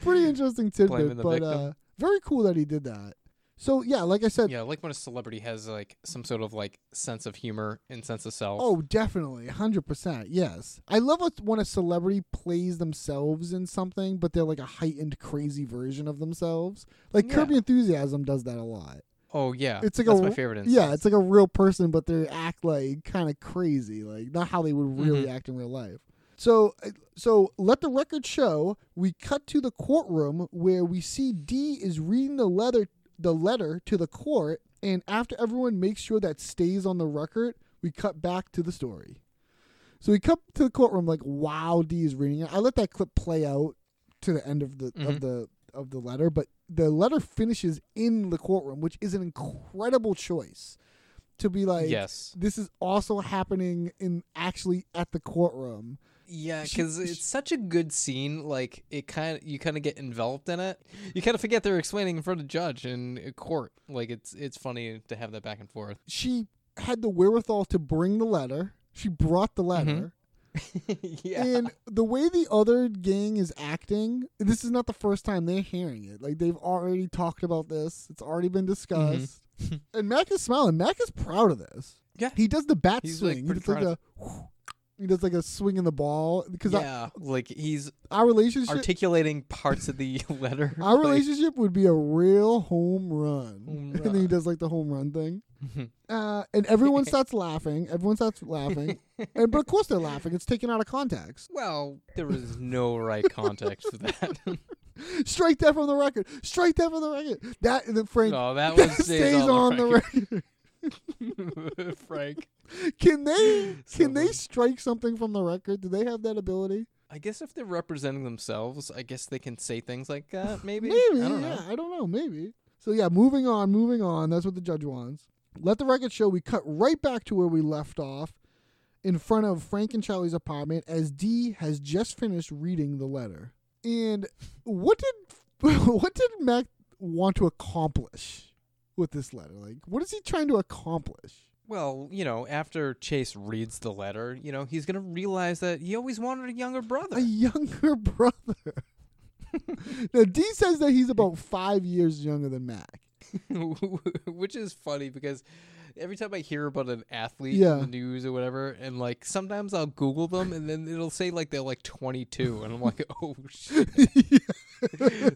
D: pretty interesting
A: Blaming
D: tidbit.
A: the
D: But
A: victim.
D: uh, very cool that he did that. So yeah, like I said,
A: yeah, like when a celebrity has like some sort of like sense of humor and sense of self.
D: Oh, definitely, hundred percent. Yes, I love it when a celebrity plays themselves in something, but they're like a heightened, crazy version of themselves. Like Kirby
A: Yeah.
D: Enthusiasm does that a lot.
A: Oh yeah,
D: It's like
A: that's
D: a
A: my
D: r-
A: favorite. Instance.
D: Yeah, it's like a real person, but they act like kind of crazy, like not how they would really
A: Mm-hmm.
D: act in real life. So, uh, so let the record show. We cut to the courtroom where we see D is reading the letter, the letter to the court, and after everyone makes sure that stays on the record, we cut back to the story. So we come to the courtroom like, wow, D is reading it. I let that clip play out to the end of the of the of the letter, but the letter finishes in the courtroom, which is an incredible choice to be like,
A: Yes.
D: this is also happening in actually at the courtroom.
A: yeah,
D: she-
A: because
D: she-
A: it's such a good scene. Like it kind of you kind of get enveloped in it. You kind of forget they're explaining in front of judge and uh, court. Like it's it's funny to have that back and forth.
D: She had the wherewithal to bring the letter. She brought the letter.
A: Mm-hmm. yeah,
D: And the way the other gang is acting, this is not the first time they're hearing it. Like they've already talked about this. It's already
A: Mm-hmm.
D: been discussed. and Mac is smiling. Mac is proud of this.
A: Yeah.
D: He does the bat
A: He's, like,
D: swing.
A: pretty
D: he does like
A: proud
D: a he does like a swing in the ball because
A: yeah. like he's
D: our relationship
A: articulating parts of the letter.
D: our
A: like-
D: relationship would be a real home run.
A: Home
D: and then he
A: run.
D: does like the home run thing. uh, and everyone starts laughing. Everyone starts laughing. and but of course they're laughing. It's taken out of context.
A: Well, there is no right context for that.
D: Strike that from the record. Strike that from the record. That and then Frank
A: no, Oh, that one stays,
D: stays on the record.
A: record. Frank.
D: Can they
A: So
D: can they
A: funny.
D: strike something from the record? Do they have that ability?
A: I guess if they're representing themselves, I guess they can say things like that. Maybe.
D: Maybe.
A: I don't
D: yeah,
A: know.
D: I don't know. Maybe. So yeah, moving on, moving on. That's what the judge wants. Let the record show we cut right back to where we left off in front of Frank and Charlie's apartment as D has just finished reading the letter. And what did what did Mac want to accomplish with this letter? Like what is he trying to accomplish?
A: Well, you know, after Chase reads the letter, you know, he's going to realize that he always wanted a younger brother.
D: A younger brother. now D says that he's about five years younger than Mac.
A: Which is funny because every time I hear about an athlete
D: Yeah.
A: in the news or whatever, and like sometimes I'll Google them and then it'll say like they're like 22. And I'm like, oh shit.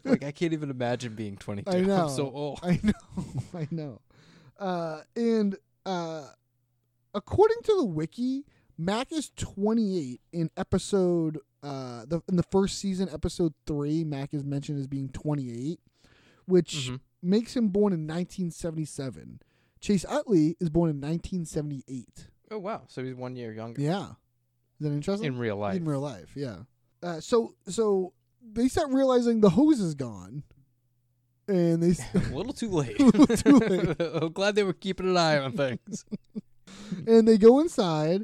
A: like I can't even imagine being 22.
D: I know.
A: I'm so old.
D: I know. I know. Uh, and uh, according to the wiki, Mac is 28 in episode uh, the in the first season, episode three. Mac is mentioned as being 28, which
A: Mhm.
D: makes him born in 1977. Chase Utley is born in 1978.
A: Oh, wow. So he's one year younger
D: Yeah, is that interesting?
A: in real life.
D: In real life, yeah. Uh, so so they start realizing the hose is gone, and they. s-
A: a little too late.
D: little too late.
A: I'm glad they were keeping an eye on things.
D: and they go inside.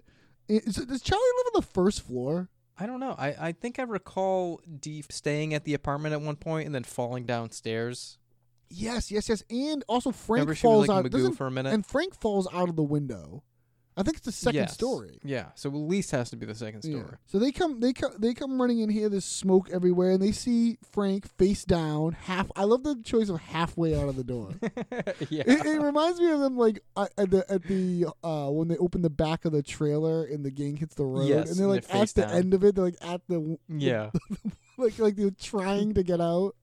D: And- so does Charlie live on the first floor?
A: I don't know. I, I think I recall D staying at the apartment at one point and then falling downstairs.
D: Yes, yes, yes. And also Frank
A: Remember she was
D: falls
A: like
D: out
A: Magoo
D: doesn't-
A: for a minute?
D: and Frank falls out of the window. I think it's the second
A: Yes.
D: story.
A: Yeah. So at least has to be the second
D: Yeah.
A: story.
D: So they come, they come, they come running in here. There's smoke everywhere, and they see Frank face down, half. I love the choice of halfway out of the door.
A: Yeah.
D: It, it reminds me of them like uh, at the at the uh, when they open the back of the trailer and the gang hits the road,
A: Yes,
D: and they're
A: and
D: like
A: they're
D: at
A: face
D: the
A: down.
D: end of it, they're like at the
A: yeah.
D: like like they're trying to get out.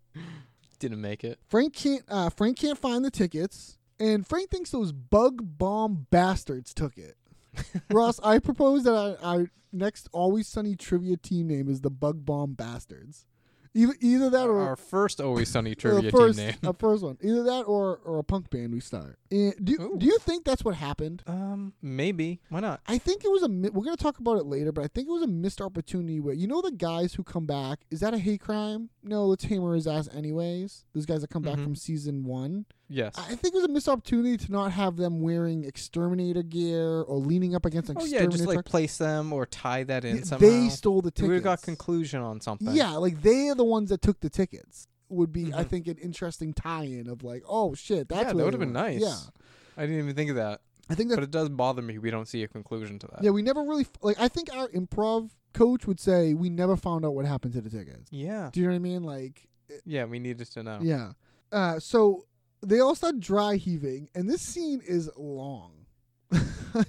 A: Didn't make it.
D: Frank can't. Uh, Frank can't find the tickets, and Frank thinks those bug bomb bastards took it. Ross, I propose that our, our next Always Sunny trivia team name is the Bug Bomb Bastards. Either, either that or
A: Our first Always Sunny
D: or a
A: trivia
D: first,
A: team name.
D: a first one. Either that or, or a punk band we start. And do, you- do you think that's what happened?
A: Um, maybe. Why not?
D: I think it was a. mi- We're going to talk about it later, but I think it was a missed opportunity where you know the guys who come back. Is that a hate crime? No, let's hammer his ass anyways. Those guys that come
A: Mm-hmm.
D: back from season one.
A: Yes.
D: I think it was a missed opportunity to not have them wearing exterminator gear or leaning up against an
A: oh yeah,
D: exterminator.
A: just
D: truck.
A: like place them or tie that in
D: They
A: somehow.
D: stole the
A: We got
D: tickets.
A: conclusion on something.
D: yeah, like they are the ones that took the tickets. Would be I think an interesting tie-in of like, oh shit, that's
A: Mm-hmm. yeah, that
D: where
A: would have
D: they
A: been nice.
D: went. Yeah,
A: I didn't even think of that.
D: I think that's
A: But it uh, does bother me we don't see a conclusion to that.
D: Yeah, we never really like. I think our improv coach would say we never found out what happened to the tickets.
A: Yeah.
D: Do you know what I mean? Like,
A: Yeah, we needed to know.
D: yeah. Uh, so they all start dry heaving, and this scene is long. I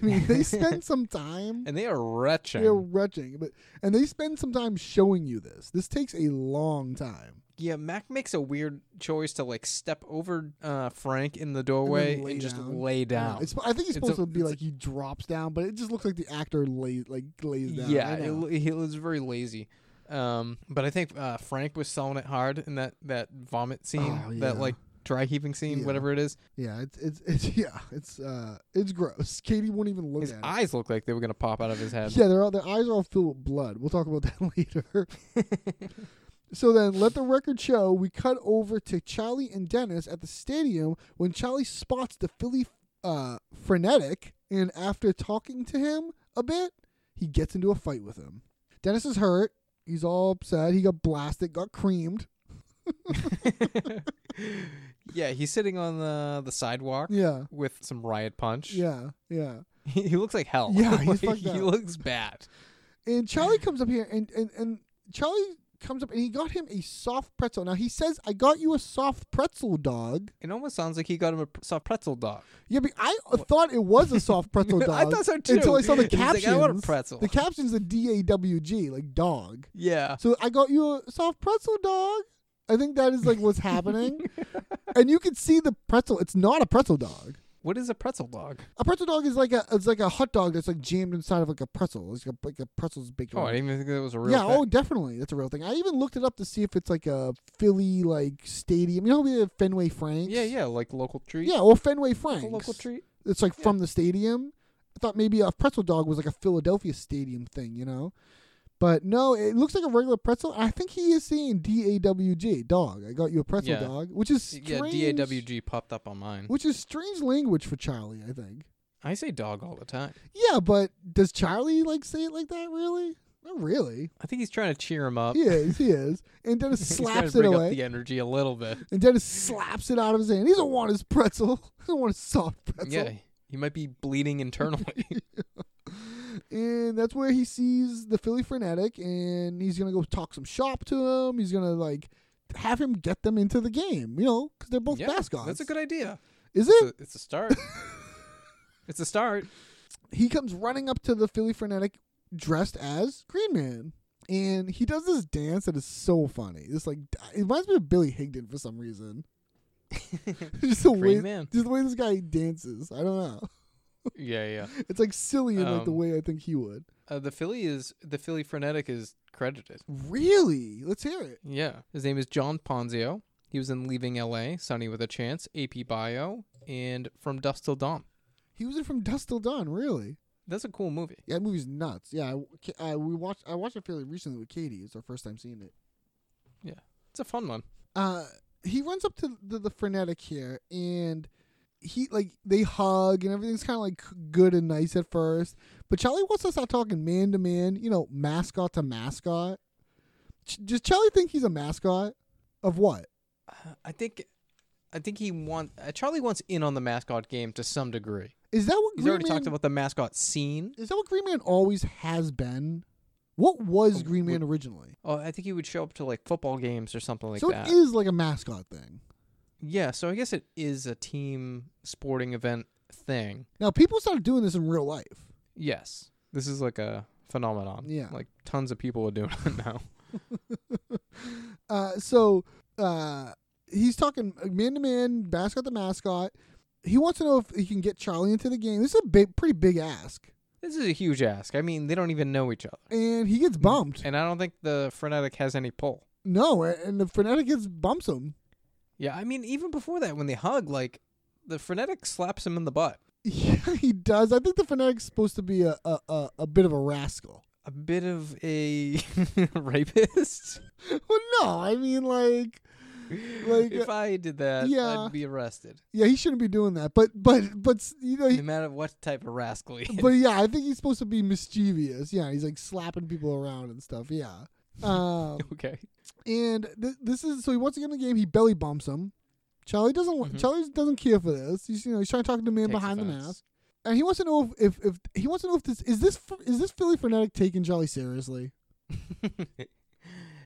D: mean, they spend some time.
A: And they are retching.
D: They're retching, but and they spend some time showing you this. This takes a long time.
A: Yeah, Mac makes a weird choice to like step over uh, Frank in the doorway and,
D: lay
A: just
D: down.
A: lay down.
D: Yeah, it's, I think
A: It's
D: he's
A: a-
D: supposed to be
A: it's a-
D: like he drops down, but it just looks like the actor lays like lays down. I
A: yeah,
D: know.
A: it, l- he was very lazy. Um, but I think uh, Frank was selling it hard in that that vomit scene,
D: Oh, yeah.
A: that like dry heaving scene,
D: Yeah.
A: whatever it is.
D: yeah, it's, it's it's yeah, it's uh, it's gross. Katie won't even look
A: His
D: at it.
A: eyes look like they were gonna pop out of his head.
D: Yeah, they're all, their eyes are all filled with blood. We'll talk about that later. so then, let the record show. We cut over to Charlie and Dennis at the stadium when Charlie spots the Philly uh, frenetic, and after talking to him a bit, he gets into a fight with him. Dennis is hurt. He's all upset. He got blasted, got creamed.
A: yeah, he's sitting on the the sidewalk
D: Yeah,
A: with some riot punch.
D: yeah, yeah.
A: he, he looks like hell.
D: Yeah, he's
A: Like,
D: fucked
A: he
D: up.
A: looks bad.
D: And Charlie comes up here, and, and, and Charlie comes up, and he got him a soft pretzel. Now, he says, I got you a soft pretzel, dog.
A: It almost sounds like he got him a p- soft pretzel dog.
D: Yeah, but I thought it was a soft pretzel dog.
A: I thought so, too.
D: Until I saw the
A: And he's like,
D: captions.
A: "I want a pretzel."
D: The captions are D A W G, like dog.
A: Yeah,
D: So I got you a soft pretzel dog. I think that is like what's happening. and you can see the pretzel. It's not a pretzel dog.
A: what is a pretzel dog?
D: A pretzel dog is like a it's like a hot dog that's like jammed inside of like a pretzel. It's like a, like a pretzel's baked.
A: Oh, I
D: around.
A: didn't even think that was a real.
D: yeah.
A: thing.
D: Oh, definitely, that's a real thing. I even looked it up to see if it's like a Philly like stadium. You know, how we have Fenway Franks.
A: yeah, yeah, like local treat.
D: Yeah, or Fenway Franks.
A: a local treat.
D: It's like from the stadium. I thought maybe a pretzel dog was like a Philadelphia stadium thing, you know? But no, it looks like a regular pretzel. I think he is saying D A W G, dog. I got you a pretzel
A: Yeah.
D: dog, which is strange,
A: Yeah, D A W G popped up on mine.
D: which is strange language for Charlie. I think.
A: I say dog all the time.
D: Yeah, but does Charlie like say it like that? Really? Not really.
A: I think he's trying to cheer him up.
D: He is. He is. And Dennis
A: he's trying to
D: slaps it
A: bring
D: away.
A: up the energy a little bit.
D: and Dennis slaps it out of his hand. He doesn't want his pretzel. He doesn't want his soft pretzel.
A: yeah, he might be bleeding internally.
D: and that's where he sees the Philly Frenetic, and he's gonna go talk some shop to him. He's gonna like have him get them into the game, you know, because they're both
A: yeah,
D: mascots.
A: that's a good idea.
D: Is
A: It's
D: it?
A: a, it's a start. it's a start.
D: he comes running up to the Philly Frenetic dressed as Green Man. And he does this dance that is so funny. This like it reminds me of Billy Higdon for some reason. just the way,
A: Green Man.
D: just the way this guy dances. I don't know.
A: Yeah, yeah.
D: It's like silly in like the
A: Um,
D: way I think he would.
A: Uh, the Philly is the Philly frenetic is credited.
D: Really? Let's hear it.
A: Yeah, his name is John Ponzio. He was in Leaving L.A., Sunny with a Chance, AP Bio, and From Dust Till Dawn.
D: He was in From Dust Till Dawn. Really?
A: That's a cool movie.
D: Yeah, that movie's nuts. Yeah, I, I we watched I watched it fairly recently with Katie. It's our first time seeing it.
A: Yeah, it's a fun one.
D: Uh, he runs up to the, the frenetic here, and he like they hug and everything's kind of like good and nice at first. But Charlie wants to start talking man to man. You know, mascot to mascot. Ch- does Charlie think he's a mascot of what?
A: I think, I think he want uh, Charlie wants in on the mascot game to some degree.
D: Is that what
A: He's
D: Green
A: already
D: Man,
A: talked about the mascot scene.
D: Is that what Green Man always has been? What was Green Man originally?
A: Oh, I think he would show up to like football games or something like
D: so
A: that.
D: it is like a mascot thing.
A: yeah, so I guess it is a team sporting event thing.
D: Now people started doing this in real life.
A: Yes, this is like a phenomenon.
D: Yeah.
A: like tons of people are doing it now.
D: Uh, so uh, he's talking man to man, mascot to mascot. He wants to know if he can get Charlie into the game. This is a big, pretty big ask.
A: This is a huge ask. I mean, they don't even know each other.
D: and he gets bumped.
A: And I don't think the frenetic has any pull.
D: No, a- and the frenetic gets bumps him.
A: Yeah, I mean, even before that, when they hug, like the frenetic slaps him in the butt.
D: Yeah, he does. I think the frenetic's supposed to be a a, a, a bit of a rascal.
A: A bit of a rapist.
D: Well, no, I mean like, like
A: if I did that,
D: yeah.
A: I'd be arrested,
D: yeah, he shouldn't be doing that. But but but you know,
A: no
D: he,
A: matter what type of rascal he is.
D: but yeah, I think he's supposed to be mischievous. Yeah, he's like slapping people around and stuff. Yeah. Um,
A: okay.
D: and th- this is so he wants to get in the game. He belly bumps him. Charlie doesn't. Charlie doesn't care for this. He's you know he's trying to talk to the man
A: Mm-hmm. Takes
D: behind the
A: offense.
D: mask, and he wants to know if, if if he wants to know if this is this f- is this Philly frenetic taking Charlie seriously.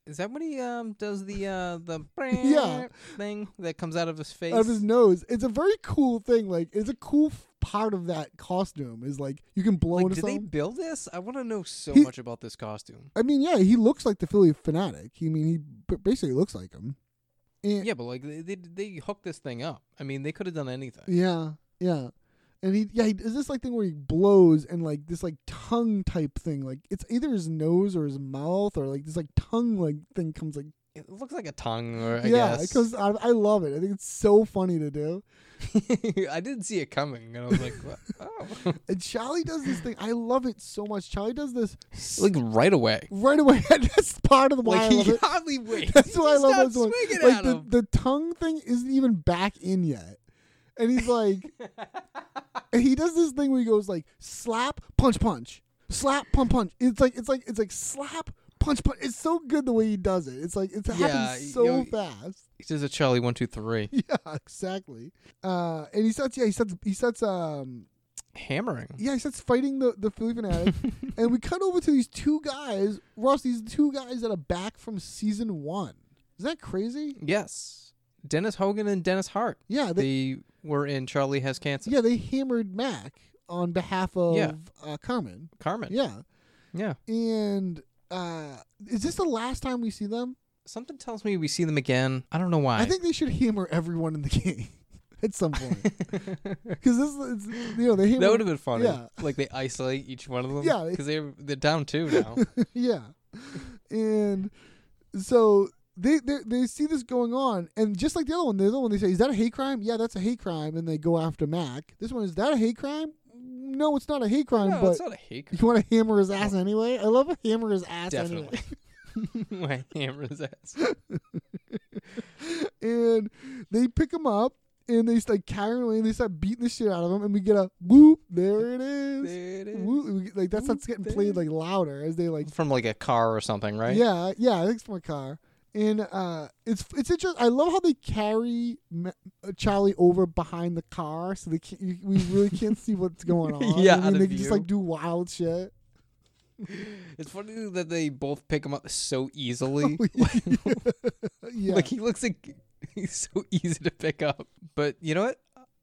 A: Is that when he um does the uh the
D: Yeah.
A: thing that comes out of his face?
D: out of his nose. It's a very cool thing. Like it's a cool f- part of that costume. Is like you can blow
A: like,
D: into
A: did they
D: something.
A: build this? I want to know so
D: He-
A: much about this costume.
D: I mean, yeah, he looks like the Philly fanatic. He I mean he b- basically looks like him. And,
A: Yeah, but like they they, they hooked this thing up. I mean, they could have done anything.
D: yeah, yeah. And he yeah he is this like thing where he blows and like this like tongue type thing. Like it's either his nose or his mouth or like this like tongue like thing comes like
A: It looks like a tongue, or I
D: yeah.
A: guess.
D: Because I, I love it. I think it's so funny to do.
A: I didn't see it coming, and I was like, what? oh,
D: And Charlie does this thing. I love it so much. Charlie does this
A: like right away.
D: right away. That's part of the why
A: Like
D: I
A: he
D: love it.
A: hardly waits.
D: That's
A: He
D: why I
A: just
D: love
A: starts
D: this one.
A: swinging
D: Like
A: at
D: the,
A: him.
D: the tongue thing isn't even back in yet, and he's like, and he does this thing where he goes like slap, punch, punch, slap, punch, punch. It's like it's like it's like slap, punch, punch. It's so good the way he does it. It's like it
A: Yeah,
D: happens so
A: you-
D: fast.
A: He says a Charlie one two three
D: Yeah, exactly. Uh, and he starts. Yeah, he starts. He starts. Um,
A: hammering.
D: yeah, he starts fighting the the Philly fanatic, and we cut over to these two guys. Ross, these two guys that are back from season one. Is that crazy?
A: Yes, Dennis Hogan and Dennis Hart.
D: Yeah, they,
A: They were in Charlie Has Cancer.
D: yeah, they hammered Mac on behalf of
A: Yeah.
D: uh, Carmen.
A: Carmen.
D: Yeah,
A: yeah.
D: and uh, is this the last time we see them?
A: Something tells me we see them again. I don't know why.
D: I, think they should hammer everyone in the game at some point because this, is- it's, you know, they hammer.
A: that would have been funny.
D: Yeah.
A: Like they isolate each one of them.
D: Yeah, they-
A: because they're they're down two now.
D: yeah, and so. They, they they see this going on, and just like the other one, the other one they say, "Is that a hate crime?" Yeah, that's a hate crime, and they go after Mac. This one is that a hate crime? No, it's not a hate crime,
A: no,
D: but
A: it's not a hate. crime.
D: You want to hammer his ass anyway? I love a hammer his ass
A: Definitely. My hammer's ass.
D: anyway. And they pick him up and they start carrying him away and they start beating the shit out of him and we get a whoop. There it is.
A: There it is.
D: Whoop. We get- Like that's that's getting played like louder as they like.
A: From like a car or something, right?
D: Yeah, yeah. I think it's from a car. And uh, it's it's interesting. I love how they carry Ma- uh, Charlie over behind the car, so they can't, you, we really can't see what's going on.
A: Yeah,
D: I mean,
A: out of
D: they can just
A: view.
D: like do wild shit.
A: It's funny that they both pick him up so easily.
D: Oh, Uh, Yeah,
A: Like he looks like he's so easy to pick up. But you know what?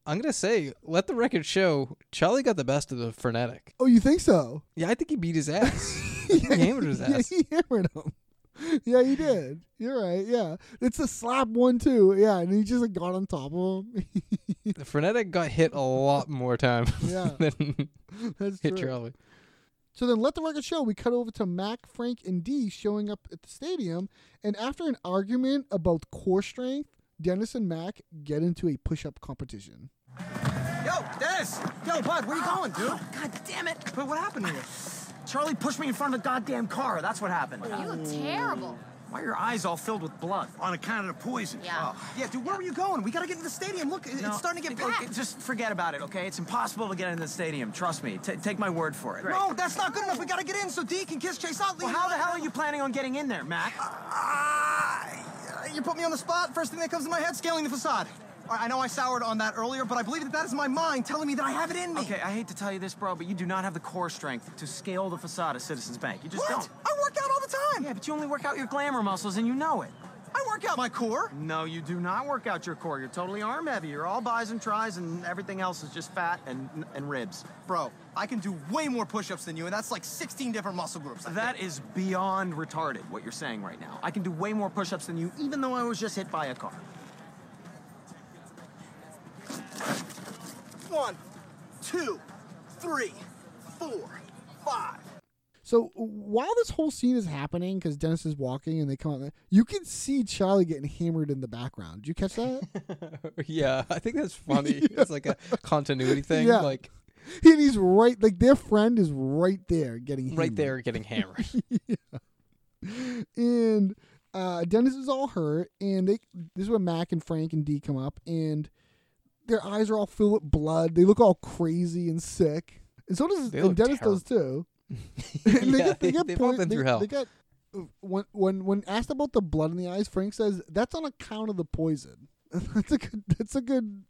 A: I'm gonna say, let the record show, Charlie got the best of the frenetic.
D: oh, you think so?
A: Yeah, I think he beat his ass. I think he hammered his
D: Yeah,
A: ass.
D: he hammered him. Yeah, he did. You're right. Yeah, it's a slap one too. Yeah, and he just like got on top of him.
A: The frenetic got hit a lot more times
D: Yeah.
A: than
D: That's
A: hit
D: true.
A: Charlie.
D: So then, let the record show. We cut over to Mac, Frank, and D showing up at the stadium, and after an argument about core strength, Dennis and Mac get into a push-up competition.
B: Yo, Dennis! Yo, bud, where you going, dude?
E: Oh, God damn it!
B: But what happened here?
E: Charlie pushed me in front of the goddamn car. That's what happened.
C: You look terrible.
E: Why are your eyes all filled with blood? On account of the poison.
C: Yeah.
B: Oh. Yeah, dude, where were you going? We gotta get to the stadium. Look, it- it's starting to get
E: it-
B: packed.
E: it- Just forget about it, okay? It's impossible to get into the stadium. Trust me. Ta take my word for it.
B: No, that's not good enough. We gotta get in so D can kiss Chase out.
E: Well, how the hell are you planning on getting in there, Mac?
B: Ah, you put me on the spot. First thing that comes to my head, scaling the facade. All right, I know I soured on that earlier, but I believe that that is my mind telling me that I have it in me.
E: Okay, I hate to tell you this, bro, but you do not have the core strength to scale the facade of Citizens Bank. You just
B: What?
E: don't.
B: I work out all the time.
E: Yeah, but you only work out your glamour muscles, and you know it.
B: I work out my core.
E: No, you do not work out your core. You're totally arm heavy. You're all buys and tries, and everything else is just fat and and ribs.
B: Bro, I can do way more push-ups than you, and that's like 16 different muscle groups. I
E: That
B: think.
E: is beyond retarded. What you're saying right now. I can do way more push-ups than you, even though I was just hit by a car.
B: one, two, three, four, five.
D: So while this whole scene is happening, because Dennis is walking and they come out, you can see Charlie getting hammered in the background. Did you catch that?
A: yeah, I think that's funny. It's like a continuity thing.
D: Yeah.
A: Like
D: and he's right, like their friend is right there getting hammered.
A: right there getting hammered.
D: and uh, Dennis is all hurt, and they this is where Mac and Frank and D come up, and their eyes are all filled with blood. They look all crazy and sick, and so does
A: They
D: and
A: look
D: Dennis does too. And
A: yeah, they, have all
D: point-
A: been
D: they-
A: through hell.
D: They got when when when asked about the blood in the eyes, Frank says that's on account of the poison. that's a good. That's a good.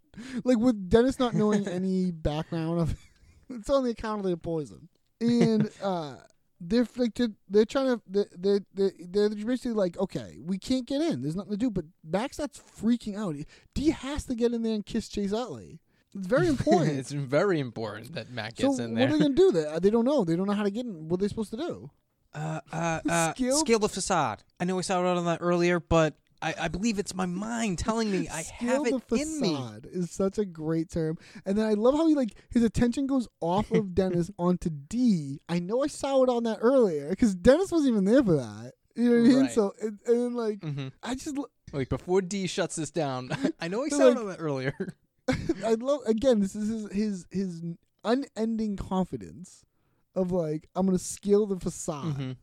D: Like with Dennis not knowing any background of, it's on the account of the poison. And uh, they're like to, they're trying to they're, they're they're they're basically like okay we can't get in. There's nothing to do. But Max that's freaking out. D has to get in there and kiss Chase Utley. It's very important.
A: it's very important that Matt
D: so
A: gets in there.
D: what are they gonna do? Uh, They, they don't know. They don't know how to get in. What are they supposed to do?
A: uh, uh, uh,
D: Skill?
A: scale the facade. I know I saw it on that earlier, but I, I believe it's my mind telling me I have it
D: Skill the
A: in me.
D: facade is such a great term, and then I love how he like his attention goes off of Dennis onto D. I know I saw it on that earlier because Dennis wasn't even there for that. You know what I mean?
A: Right.
D: So and, and like
A: Mhm.
D: I just lo-
A: Like before D shuts this down, I know I
D: They're
A: saw
D: like-
A: it on that earlier.
D: I love again. This is his his his unending confidence of like I'm gonna scale the facade.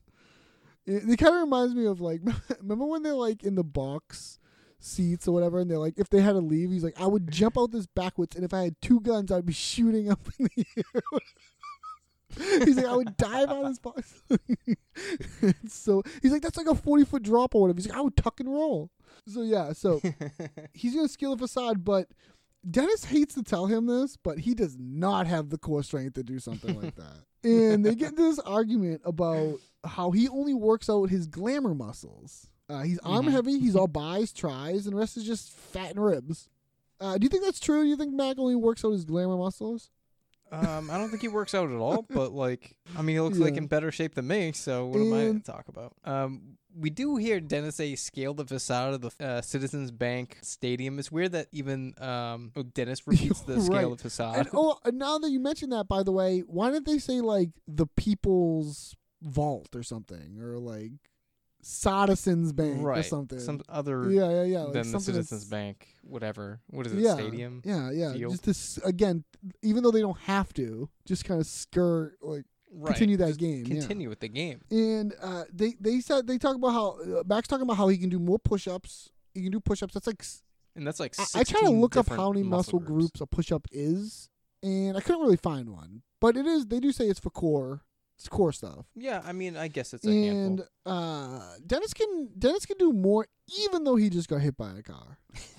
D: It, it kind of reminds me of like remember when they're like in the box seats or whatever, and they're like if they had to leave, he's like I would jump out this backwards, and if I had two guns, I'd be shooting up in the air. he's like I would dive out of this box. so he's like that's like a forty foot drop or whatever. He's like I would tuck and roll. So yeah, so he's gonna scale the facade, but Dennis hates to tell him this, but he does not have the core strength to do something like that. And they get into this argument about how he only works out his glamour muscles. Uh, he's arm
A: Mm-hmm.
D: heavy, he's all buys, tries, and the rest is just fat and ribs. Uh, do you think that's true? Do you think Mac only works out his glamour muscles?
A: Um, I don't think he works out at all, but like, I mean, he looks like
D: Yeah.
A: in better shape than me. So what am I to
D: And-
A: talk about? Um, we do hear Dennis A. scale the facade of the uh, Citizens Bank Stadium. It's weird that even um, oh, Dennis repeats the
D: Right.
A: scale of facade.
D: And oh, and now that you mentioned that, by the way, why didn't they say like the People's Vault or something, or like Sodison's Bank or
A: right,
D: something?
A: some other
D: yeah, yeah, yeah. Like
A: than the
D: something that's-
A: Citizens Bank, whatever. What is it?
D: yeah,
A: Stadium.
D: Yeah, yeah.
A: field.
D: Just this again, even though they don't have to, just kind of skirt like
A: Right.
D: continue that
A: Just
D: game. yeah.
A: Continue with the game.
D: And uh, they they said they talk about how uh, Max talking about how he can do more push-ups. He can do push-ups. That's like s-
A: And that's like
D: I, I try to
A: 16
D: look up
A: different
D: how many muscle, groups. a push-up is, and I couldn't really find one. But it is they do say it's for core, it's core stuff.
A: Yeah, I mean, I guess it's a
D: and uh, Dennis can Dennis can do more even though he just got hit by a car.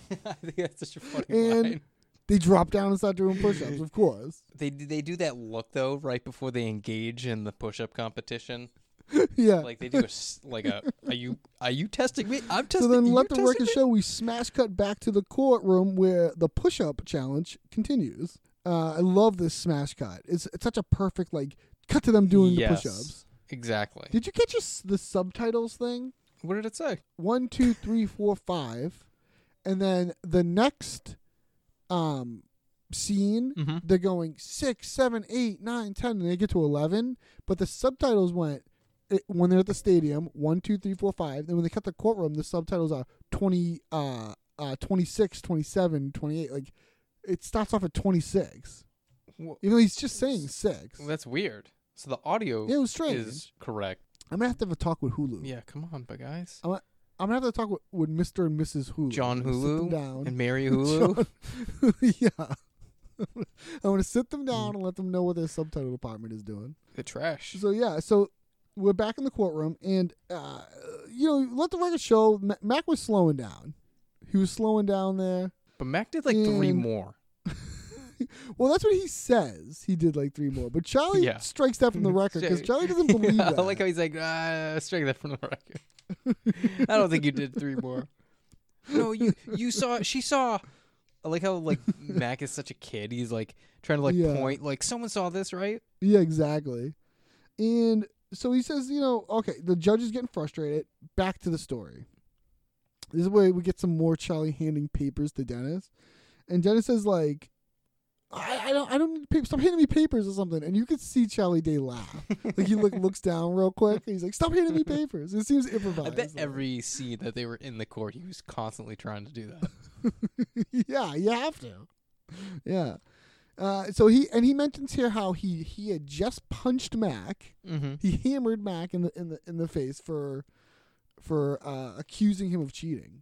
A: handful. I think that's such a funny
D: And-
A: line.
D: They drop down and start doing push-ups, of course.
A: They they do that look though right before they engage in the push up competition.
D: yeah.
A: Like they do a s- like a are you are you testing me? I'm
D: So
A: testing.
D: then
A: you
D: let the
A: testing
D: record
A: me?
D: show we smash cut back to the courtroom where the push up challenge continues. Uh, I love this smash cut. It's, it's such a perfect like cut to them doing
A: yes,
D: the push ups.
A: Exactly.
D: Did you catch us the subtitles thing?
A: what did it say?
D: One, two, three, four, five, and then the next um scene
A: Mhm.
D: they're going six, seven, eight, nine, ten, and they get to eleven. But the subtitles went it, when they're at the stadium one, two, three, four, five. Then when they cut the courtroom, the subtitles are twenty, uh, uh, 26, 27, 28. Like it starts off at twenty six,
A: Wha-
D: even though he's just saying six.
A: Well, that's weird. So the audio
D: It was strange.
A: is correct.
D: I'm gonna have to have a talk with Hulu.
A: Yeah, come on, but guys.
D: I'm gonna, I'm gonna have to talk with, with Mr. and Mrs. Hulu.
A: John
D: I'm gonna sit them down.
A: Hulu and Mary Hulu.
D: yeah. I'm going to sit
A: Hmm.
D: them down and let them know what their subtitle department is doing.
A: The trash.
D: So, yeah, so we're back in the courtroom, and, uh, you know, let the record show Ma- Mac was slowing down. He was slowing down there.
A: But Mac did like three
D: And-
A: more.
D: Well, that's what he says. He did like three more, but Charlie
A: Yeah.
D: strikes that from the record because Charlie doesn't
A: Yeah,
D: believe that.
A: I like how he's like, ah, strike that from the record. I don't think you did three more. No, you you saw she saw. I like how like Mac is such a kid. He's like trying to like
D: Yeah.
A: point like someone saw this right.
D: Yeah, exactly. And so he says, you know, okay, the judge is getting frustrated. Back to the story. This is where we get some more Charlie handing papers to Dennis. And Dennis says, like, I, I don't I don't need papers. Stop handing me papers or something. And you could see Charlie Day laugh. Like he like looks down real quick. And he's like, stop handing me papers. It seems improvised.
A: I bet every scene that they were in the court, he was constantly trying to do that.
D: yeah, you have to. Yeah. Uh, so he and he mentions here how he he had just punched Mac. Mm-hmm. He hammered Mac in the in the in the face for for uh, accusing him of cheating.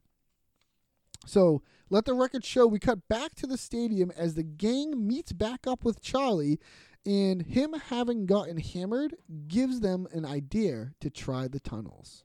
D: So let the record show we cut back to the stadium as the gang meets back up with Charlie, and him having gotten hammered gives them an idea to try the tunnels.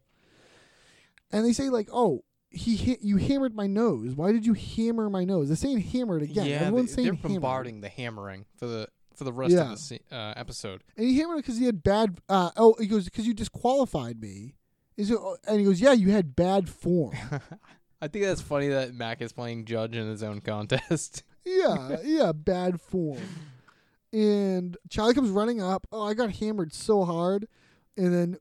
D: And they say like, "Oh, he hit, you hammered my nose. Why did you hammer my nose?" They're saying hammered again. Everyone's
A: they,
D: saying
A: are
D: hammered.
A: bombarding the hammering for the for the rest
D: Yeah.
A: of the se- uh, episode.
D: And he hammered because he had bad. Uh, oh, he goes because you disqualified me. Is it, and he goes, yeah, you had bad form.
A: I think that's funny that Mac is playing judge in his own contest.
D: yeah, yeah, bad form. And Charlie comes running up. Oh, I got hammered so hard. And then,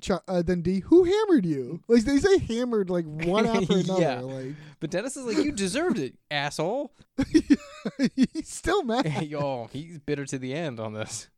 D: Cha- uh, then D, who hammered you? Like they say, hammered like one after another.
A: Yeah.
D: Like
A: but Dennis is like, "You deserved it, asshole."
D: he's still mad.
A: Yo, he's bitter to the end on this.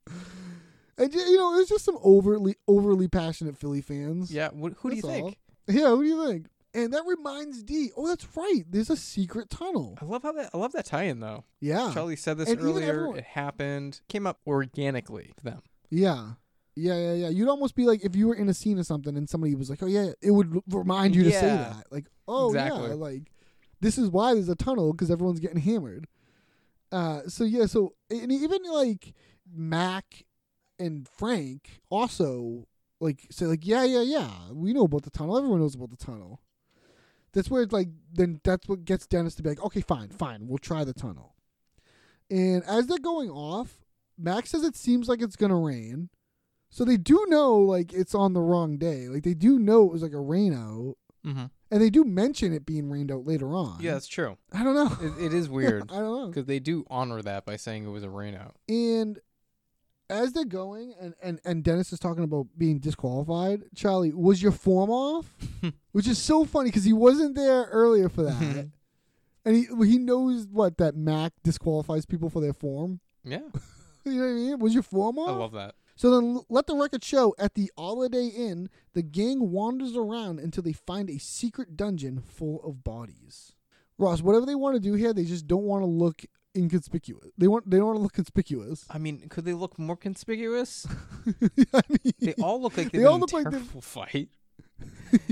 D: And you know, it's just some overly overly passionate Philly fans.
A: Yeah, wh- who do you
D: That's all.
A: think?
D: Yeah, what do you think? And that reminds D. Oh, that's right. There's a secret tunnel.
A: I love how that. I love that tie-in though.
D: Yeah.
A: Charlie said this
D: And even
A: earlier.
D: everyone-
A: It happened. Came up organically to them.
D: Yeah. Yeah, yeah, yeah. You'd almost be like if you were in a scene or something and somebody was like, "Oh yeah," it would r- remind you to say
A: Yeah.
D: that. Like, "Oh yeah,"
A: Exactly.
D: like this is why there's a tunnel because everyone's getting hammered. Uh, so yeah, so and even like Mac and Frank also like say like, "Yeah, yeah, yeah, we know about the tunnel. Everyone knows about the tunnel." That's where it's like then that's what gets Dennis to be like, "Okay, fine, fine, we'll try the tunnel." And as they're going off, Max says it seems like it's gonna rain. So they do know like it's on the wrong day. Like they do know it was like a rain out.
A: Mm-hmm.
D: And they do mention it being rained out later on.
A: Yeah, that's true.
D: I don't know.
A: It, it is weird
D: I don't know.
A: because they do honor that by saying it was a rainout.
D: And as they're going, and, and, and Dennis is talking about being disqualified, Charlie, was your form off? Which is so funny because he wasn't there earlier for that. and he he knows what that Mac disqualifies people for their form.
A: Yeah,
D: You know what I mean? Was your form off?
A: I love that.
D: So then l- let the record show at the Holiday Inn, the gang wanders around until they find a secret dungeon full of bodies. Ross, whatever they want to do here, they just don't want to look inconspicuous. They want they don't want to look conspicuous.
A: I mean, could they look more conspicuous?
D: I mean,
A: They all look like
D: They
A: they've
D: all
A: been
D: look
A: in
D: like
A: a
D: they've-
A: terrible fight.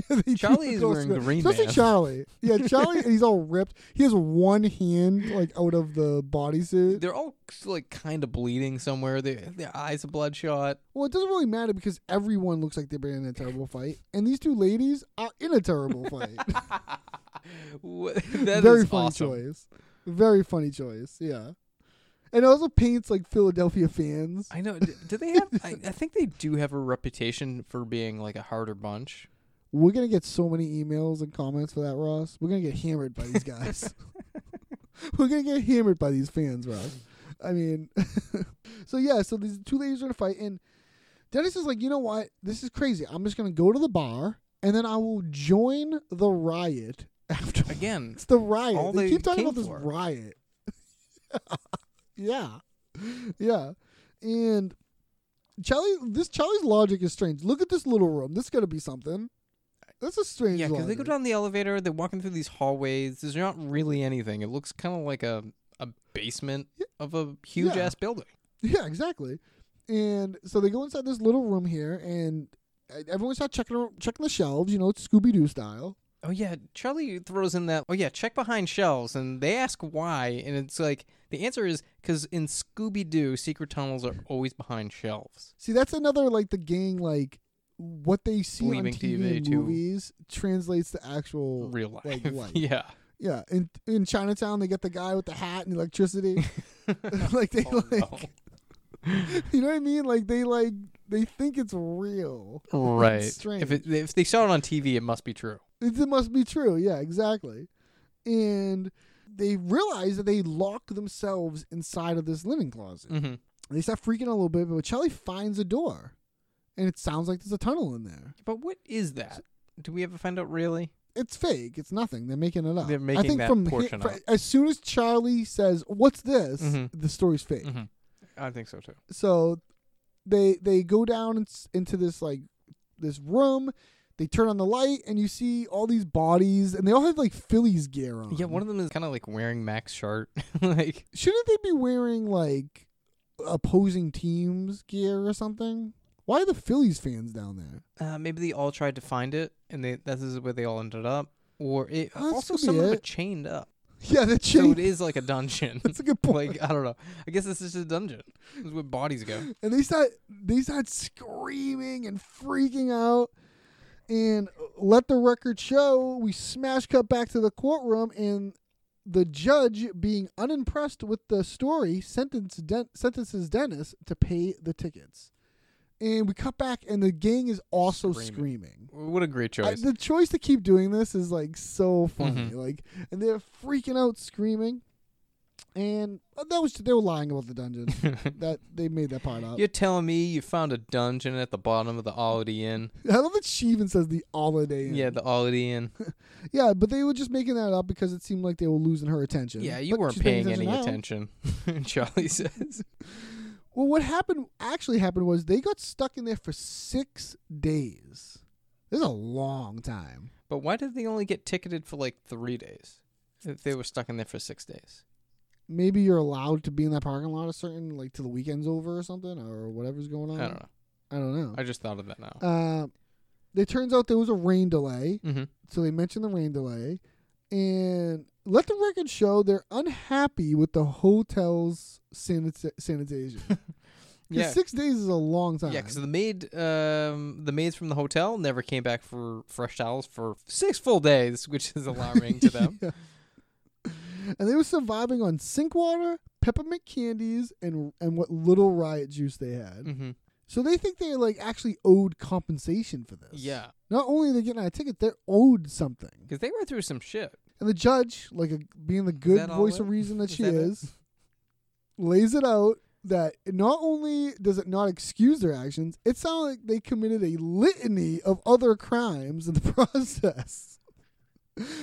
D: they do
A: Charlie
D: look
A: is
D: all
A: wearing
D: similar.
A: green
D: Especially
A: mask.
D: Charlie. Yeah, Charlie and he's all ripped. He has one hand like out of the bodysuit.
A: They're all like kind of bleeding somewhere. They, their eyes are bloodshot.
D: Well, it doesn't really matter because everyone looks like they've been in a terrible fight. And these two ladies are in a terrible fight.
A: What- that is
D: Very funny
A: awesome.
D: choice. Very funny choice. Yeah. And it also paints like Philadelphia fans.
A: I know. d- Do they have? I, I think they do have a reputation for being like a harder bunch.
D: We're gonna get so many emails and comments for that, Ross. We're gonna get hammered by these guys. We're gonna get hammered by these fans, Ross. I mean, so yeah. So these two ladies are in a fight, and Dennis is like, you know what? This is crazy. I'm just gonna go to the bar, and then I will join the riot after.
A: Again,
D: It's the riot.
A: all
D: they,
A: they
D: keep talking
A: came
D: about this
A: for.
D: riot. yeah. Yeah. And Charlie this Charlie's logic is strange. Look at this little room. This is gonna be something. That's a strange
A: yeah, because they go
D: logic.
A: down the elevator. They're walking through these hallways. There's not really anything. It looks kind of like a a basement of a huge
D: Yeah.
A: ass building.
D: Yeah, exactly. And so they go inside this little room here and everyone starts checking ar- checking the shelves, you know, it's Scooby Doo style.
A: Oh yeah, Charlie throws in that. Oh yeah, check behind shelves, and they ask why, and it's like the answer is because in Scooby Doo, secret tunnels are always behind shelves.
D: See, that's another like the gang like what they see
A: Bleeping
D: on TV,
A: TV
D: and
A: too.
D: movies translates to actual
A: Real life,
D: Like, life.
A: yeah.
D: Yeah, in in Chinatown they get the guy with the hat and electricity. like they
A: Oh,
D: like you know what I mean? Like they like they think it's real.
A: Right.
D: strange.
A: If it, if they saw it on TV, it must be true.
D: It, it must be true. Yeah, exactly. And they realize that they lock themselves inside of this linen closet.
A: Mhm.
D: They start freaking out a little bit, but Charlie finds a door, and it sounds like there's a tunnel in there.
A: But what is that? Do we ever find out really?
D: it's fake. It's nothing. They're making it up.
A: They're
D: I
A: making
D: think
A: that
D: from he-
A: portion
D: fr-
A: up.
D: as soon as Charlie says, "What's this?"
A: Mhm.
D: the story's fake.
A: Mhm. I think so too.
D: So they they go down in, into this like this room. They turn on the light and you see all these bodies, and they all have like Phillies gear on.
A: Yeah, one of them is kind of like wearing Max shirt. like,
D: shouldn't they be wearing like opposing teams gear or something? Why are the Phillies fans down there?
A: uh, maybe they all tried to find it, and they this is where they all ended up. Or it
D: Oh, this
A: also
D: could be
A: some of them are
D: it.
A: chained up,
D: Yeah, they're
A: so
D: chained,
A: it is like a dungeon.
D: That's a good point.
A: like I don't know. I guess this is just a dungeon. This is where bodies go.
D: and they start they start screaming and freaking out. And let the record show we smash cut back to the courtroom and the judge, being unimpressed with the story, sentence Den- sentences Dennis to pay the tickets. And we cut back, and the gang is also
A: Screaming.
D: screaming.
A: What a great
D: I-
A: choice.
D: the choice to keep doing this is like so funny. Like, and they're freaking out, screaming, and uh, that was they were lying about the dungeon. that they made that part up.
A: You're telling me you found a dungeon at the bottom of the Holiday Inn?
D: I love that she even says the holiday. Inn.
A: Yeah, the Holiday Inn.
D: yeah, but they were just making that up because it seemed like they were losing her attention.
A: Yeah, you
D: But
A: weren't
D: she's paying
A: paying any
D: now.
A: attention. Charlie says.
D: Well, what happened actually happened was they got stuck in there for six days. This is a long time.
A: But why did they only get ticketed for like three days? If they were stuck in there for six days.
D: Maybe you're allowed to be in that parking lot a certain like till the weekend's over or something or whatever's going on.
A: I don't know.
D: I don't know.
A: I just thought of that now.
D: Mm. Uh, it turns out there was a rain delay,
A: Mhm.
D: so they mentioned the rain delay, and let the record show they're unhappy with the hotel's sanit- sanitation. 'Cause
A: Yeah.
D: six days is a long time.
A: Yeah, because the maid, um, the maids from the hotel never came back for fresh towels for six full days, which is alarming to them.
D: Yeah. And they were surviving on sink water, peppermint candies, and and what little riot juice they had.
A: Mhm.
D: So they think they like actually owed compensation for this.
A: Yeah,
D: Not only are they getting out of ticket, they're owed something.
A: because they went through some shit.
D: And the judge, like a, being the good
A: that all
D: voice
A: it?
D: of reason that
A: Is
D: she
A: that it?
D: is, lays it out that not only does it not excuse their actions, it sounds like they committed a litany of other crimes in the process.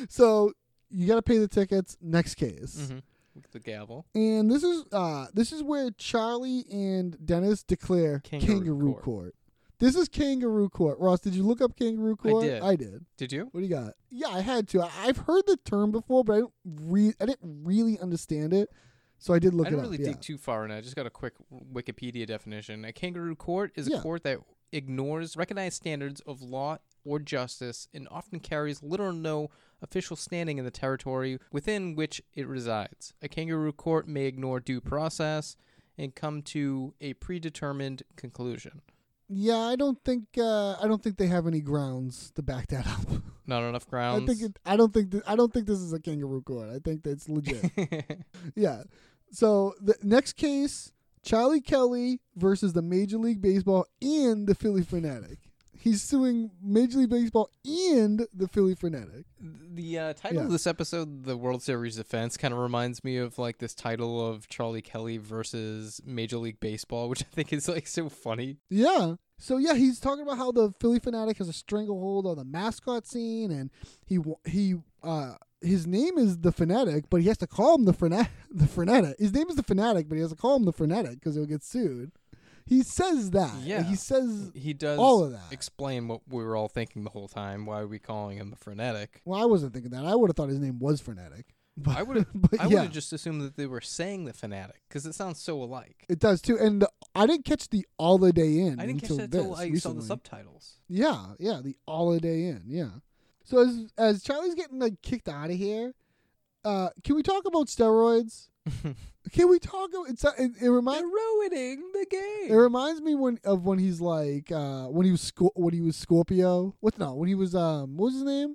D: so you got to pay the tickets. Next case,
A: Mhm. With the gavel,
D: and this is uh this is where Charlie and Dennis declare
A: Kangaroo
D: kangaroo,
A: court.
D: court. This is kangaroo court. Ross, did you look up kangaroo court?
A: did.
D: I did.
A: did you?
D: What do you got? Yeah, I had to. I, I've heard the term before, but I don't re- I didn't really understand it, so I did look
A: I
D: it
A: didn't
D: up.
A: really
D: yeah.
A: dig too far in. it. I just got a quick Wikipedia definition. A kangaroo court is a
D: Yeah.
A: court that ignores recognized standards of law or justice and often carries little or no official standing in the territory within which it resides. A kangaroo court may ignore due process and come to a predetermined conclusion.
D: yeah, I don't think uh, I don't think they have any grounds to back that up.
A: Not enough
D: I
A: grounds.
D: think it, I don't think th- I don't think this is a kangaroo court. I think that's legit. yeah. So the next case, Charlie Kelly versus the Major League Baseball and the Philly Fanatic. He's suing Major League Baseball and the Philly Fanatic.
A: the uh, title of
D: Yeah.
A: this episode, the World Series defense, kind of reminds me of like this title of Charlie Kelly versus Major League Baseball, which I think is like so funny.
D: Yeah. So yeah, he's talking about how the Philly fanatic has a stranglehold on the mascot scene, and he wa- he uh his name is the fanatic, but he has to call him the fanatic. The fanatic. His name is the fanatic, but he has to call him the fanatic because he'll get sued. He says that. Like,
A: Yeah.
D: He says.
A: he does
D: all of that.
A: explain what we were all thinking the whole time why are we calling him the frenetic
D: Well, I wasn't thinking that. I would have thought his name was fanatic. But,
A: i would have
D: But
A: i would
D: yeah,
A: have just assumed that they were saying the fanatic because it sounds so alike
D: it does too. And the, I didn't catch the holiday in
A: i didn't catch
D: until
A: that
D: this
A: till i saw the
D: recently.
A: subtitles
D: Yeah, yeah, the Holiday Inn. Yeah. So as as Charlie's getting like kicked out of here, uh, can we talk about steroids? can we talk? About, it's it, it
A: they're
D: reminds
A: ruining the
D: it
A: game
D: reminds me when of when he's like uh when he was Scor- when he was Scorpio. What's no when he was um what was his name?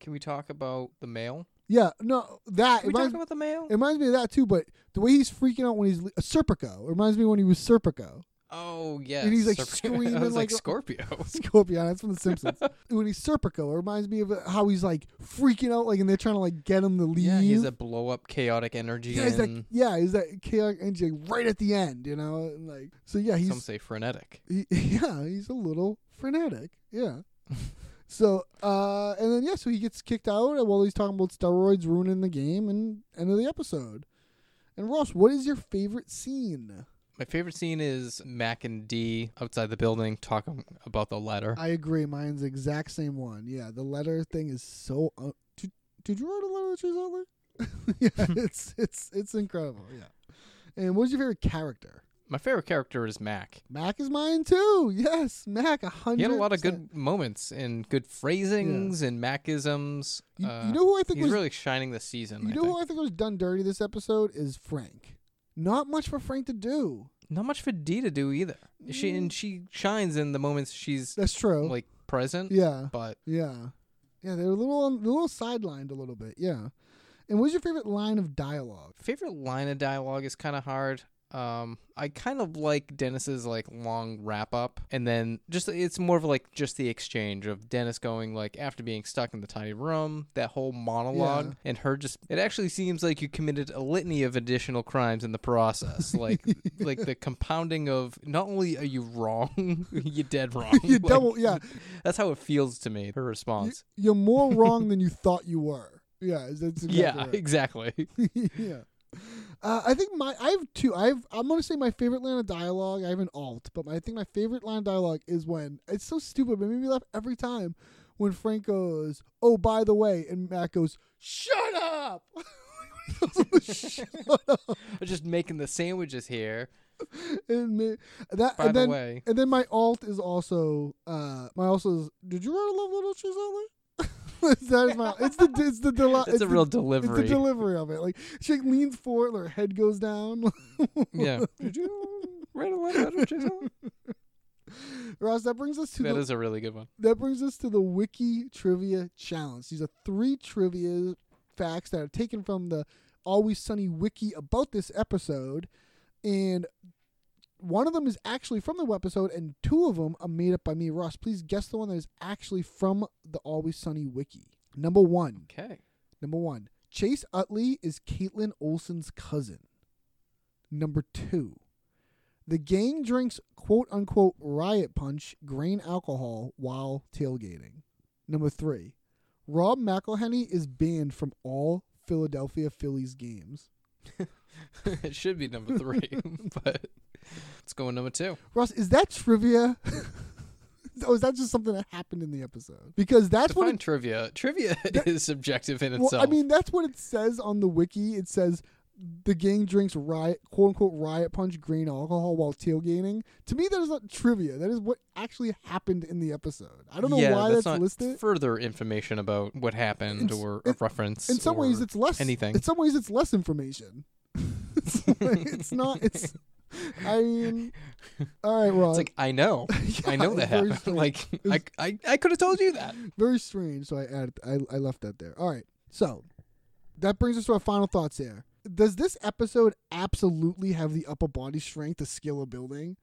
A: can we talk about the male
D: Yeah, no that
A: can we
D: it
A: talk
D: reminds,
A: about the male
D: it reminds me of that too. But the way he's freaking out when he's uh, Serpico it reminds me when he was Serpico.
A: oh yes
D: and he's, like,
A: Serp-
D: screaming
A: I was like
D: like a-
A: scorpio
D: Scorpio, that's from The Simpsons. when he's Serpico, it reminds me of uh, how he's like freaking out, like, and they're trying to like get him to leave.
A: yeah he has that blow up chaotic energy
D: Yeah, he's
A: and
D: that. Yeah, he's that chaotic energy like, right at the end, you know, and like so. Yeah,
A: some
D: he's
A: say frenetic
D: he, yeah, he's a little frenetic. Yeah, So, uh, and then, yeah, so he gets kicked out while he's talking about steroids ruining the game and end of the episode. And Ross, what is your favorite scene?
A: My favorite scene is Mac and D outside the building talking about the letter.
D: I agree. Mine's the exact same one. Yeah, the letter thing is so. Un- did, did you write a letter to Zeller? yeah, it's it's it's incredible. Yeah. And what's your favorite character?
A: My favorite character is Mac.
D: Mac is mine too. Yes, Mac. A hundred.
A: He had a lot of good moments and good phrasings and Macisms.
D: You- you
A: Uh,
D: know who I think
A: he's
D: was-
A: really shining this season.
D: You
A: I
D: know
A: think.
D: who I think was done dirty this episode is Frank. Not much for Frank to do.
A: Not much for D to do either. She
D: Mm.
A: and she shines in the moments she's
D: That's true.
A: like present.
D: yeah,
A: But
D: yeah, yeah. They're a little they're a little sidelined a little bit. Yeah. And what's your favorite line of dialogue?
A: favorite line of dialogue is kind of hard. Um, I kind of like Dennis's like long wrap up, and then just it's more of like just the exchange of Dennis going like after being stuck in the tiny room, that whole monologue,
D: Yeah.
A: and her just. It actually seems like you committed a litany of additional crimes in the process, like like the compounding of not only are you wrong, you're dead wrong.
D: You
A: Like,
D: double, yeah.
A: That's how it feels to me. Her response.
D: You're more wrong than you thought you were. Yeah, that's exactly
A: yeah,
D: right.
A: exactly.
D: yeah. Uh, I think my I have two. I have I'm gonna say my favorite line of dialogue. I have an alt, but my, I think my favorite line of dialogue is when it's so stupid, but it made me laugh every time when Frank goes, "Oh, by the way," and Matt goes, "Shut up." Shut up.
A: I'm just making the sandwiches here.
D: And ma- that,
A: By
D: and
A: the
D: then,
A: way.
D: and then my alt is also uh my also is. Did you write a love letter to Sally? that is my. It's the it's the deli-
A: It's, a
D: the-
A: real
D: It's the delivery of it. Like she like, leans forward, and her head goes down.
A: Yeah.
D: Ross, that brings us to
A: That
D: the,
A: is a really good one.
D: that brings us to the wiki trivia challenge. These are three trivia facts that are taken from the Always Sunny wiki about this episode, and one of them is actually from the episode, and two of them are made up by me, Ross. Please guess the one that is actually from the Always Sunny wiki. Number one.
A: Okay.
D: Number one, Chase Utley is Caitlin Olsen's cousin. Number two, the gang drinks quote unquote riot punch grain alcohol while tailgating. Number three, Rob McElhenney is banned from all Philadelphia Phillies games.
A: it should be number three, but let's go with number two.
D: Ross, is that trivia? or is that just something that happened in the episode? Because that's what
A: Define
D: it,
A: trivia. Trivia is subjective in
D: well,
A: itself.
D: I mean, that's what it says on the wiki. It says the gang drinks riot, quote unquote, riot punch green alcohol while tailgating. To me, that is not trivia. That is what actually happened in the episode. I don't know
A: yeah,
D: why
A: that's,
D: that's,
A: not
D: listed.
A: further information about what happened or a reference.
D: in some ways,
A: or
D: it's less.
A: anything.
D: In some ways, it's less information. it's, like- it's not. It's. I mean, all right, Ross.
A: It's like I know, I know
D: it's
A: that
D: very
A: happened.
D: strange.
A: Like I, I, I could have told you that.
D: very strange. So I added, I, I left that there. All right. So that brings us to our final thoughts here. Does this episode absolutely have the upper body strength to scale a building?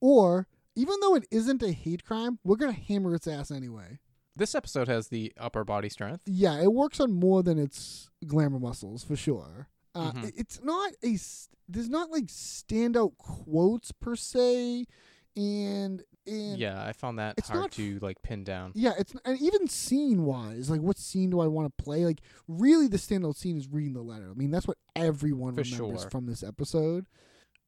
D: Or even though it isn't a hate crime, we're gonna hammer its ass anyway.
A: This episode has the upper body strength.
D: Yeah, it works on more than its glamour muscles for sure. Uh, it- It's not a s- there's not like standout quotes per se, and and
A: Yeah, I found that
D: It's
A: hard
D: not
A: to like pin down.
D: Yeah, it's and even scene wise, like what scene do I want to play? Like really, the standout scene is reading the letter. I mean, that's what everyone
A: For
D: remembers
A: sure.
D: from this episode.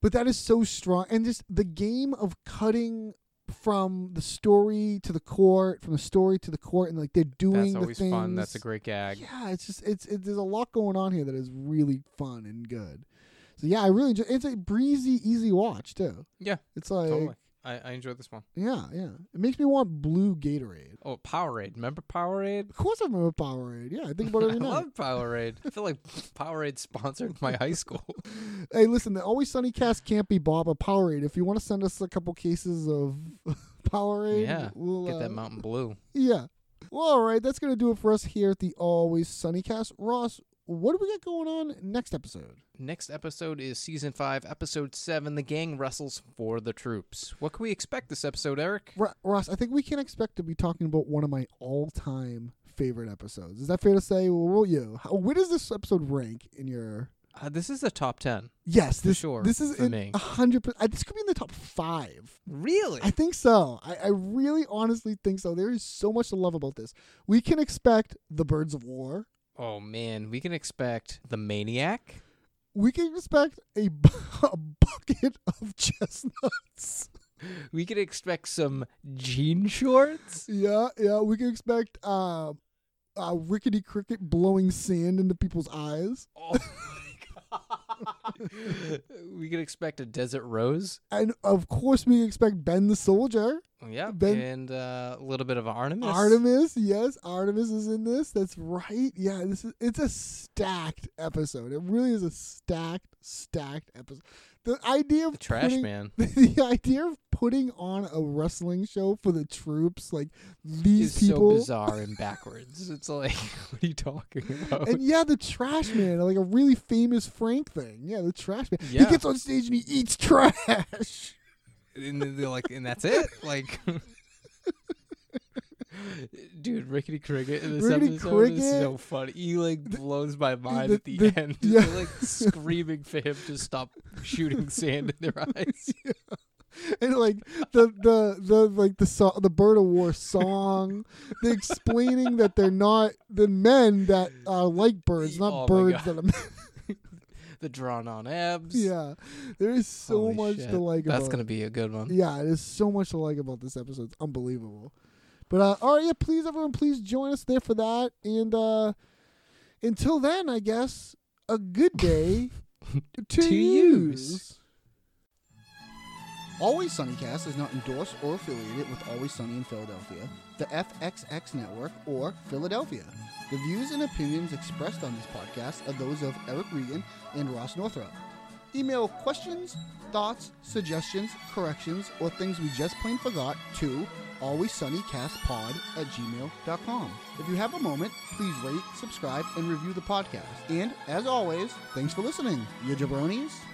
D: But that is so strong, and just the game of cutting from the story to the court, from the story to the court, and like they're doing
A: That's
D: the
A: always
D: things.
A: fun. That's a great gag.
D: Yeah, it's just it's it, there's a lot going on here that is really fun and good. So yeah, I really enjoy. It's a breezy, easy watch too.
A: Yeah,
D: It's like
A: totally. I, I enjoyed this one.
D: yeah, yeah. It makes me want blue Gatorade.
A: Oh, Powerade. Remember Powerade?
D: Of course I remember Powerade. Yeah, I think about it
A: I
D: every night.
A: love Powerade. I feel like Powerade sponsored my high school.
D: hey, listen, the Always Sunny cast can't be Bob a Powerade. If you want to send us a couple cases of Powerade,
A: yeah,
D: we'll,
A: get that
D: uh,
A: Mountain Blue.
D: Yeah. Well, all right, that's gonna do it for us here at the Always Sunny cast. Ross, what do we got going on next episode?
A: Next episode is season five, episode seven. The gang wrestles for the troops. What can we expect this episode, Eric?
D: Ro- Ross, I think we can expect to be talking about one of my all-time favorite episodes. Is that fair to say? Well, what about you? How, where does this episode rank in your
A: Uh, this is a top 10.
D: Yes, this
A: sure,
D: this is
A: for
D: in
A: me.
D: a hundred. per- I- This could be in the top five.
A: Really?
D: I think so. I, I really, honestly think so. There is so much to love about this. We can expect the Birds of War.
A: oh, man. We can expect The Maniac.
D: We can expect a, bu- a bucket of chestnuts.
A: We can expect some jean shorts.
D: Yeah, yeah. We can expect uh, uh, rickety cricket blowing sand into people's eyes.
A: Oh, my God. we can expect a desert rose.
D: And of course, we expect Ben the Soldier.
A: Yeah.
D: Ben-
A: and uh, a little bit of Artemis.
D: Artemis, yes, Artemis is in this. That's right. Yeah, this is it's a stacked episode. It really is a stacked, stacked episode. The idea of
A: The trash
D: putting-
A: man.
D: the idea of putting on a wrestling show for the troops, like these
A: Is
D: people,
A: so bizarre and backwards. It's like, what are you talking about?
D: and yeah, the trash man, like a really famous Frank thing. Yeah, the trash man.
A: Yeah.
D: He gets on stage and he eats trash.
A: and then they're like, and that's it. Like, dude, Rickety Cricket in this
D: Rickety
A: episode is so
D: Cricket.
A: funny. He like blows my mind
D: the-
A: at the,
D: the-
A: end.
D: yeah.
A: They're like screaming for him to stop shooting sand in their eyes.
D: and like the the the like the so- the bird of war song they're explaining that they're not the men that are like birds not
A: Oh my
D: birds
A: God.
D: that are men.
A: The drawn on abs.
D: yeah there is so
A: Holy
D: much
A: shit.
D: to like
A: That's
D: about
A: gonna be a good one.
D: yeah there's so much to like about this episode it's unbelievable but uh all right yeah please everyone please join us there for that and uh until then i guess a good day to,
A: To
D: use.
A: use.
G: Always Sunnycast is not endorsed or affiliated with Always Sunny in Philadelphia, the FXX Network, or Philadelphia. The views and opinions expressed on this podcast are those of Eric Regan and Ross Northrup. Email questions, thoughts, suggestions, corrections, or things we just plain forgot to alwayssunnycastpod at gmail.com. If you have a moment, please rate, subscribe, and review the podcast. And as always, thanks for listening, you jabronis.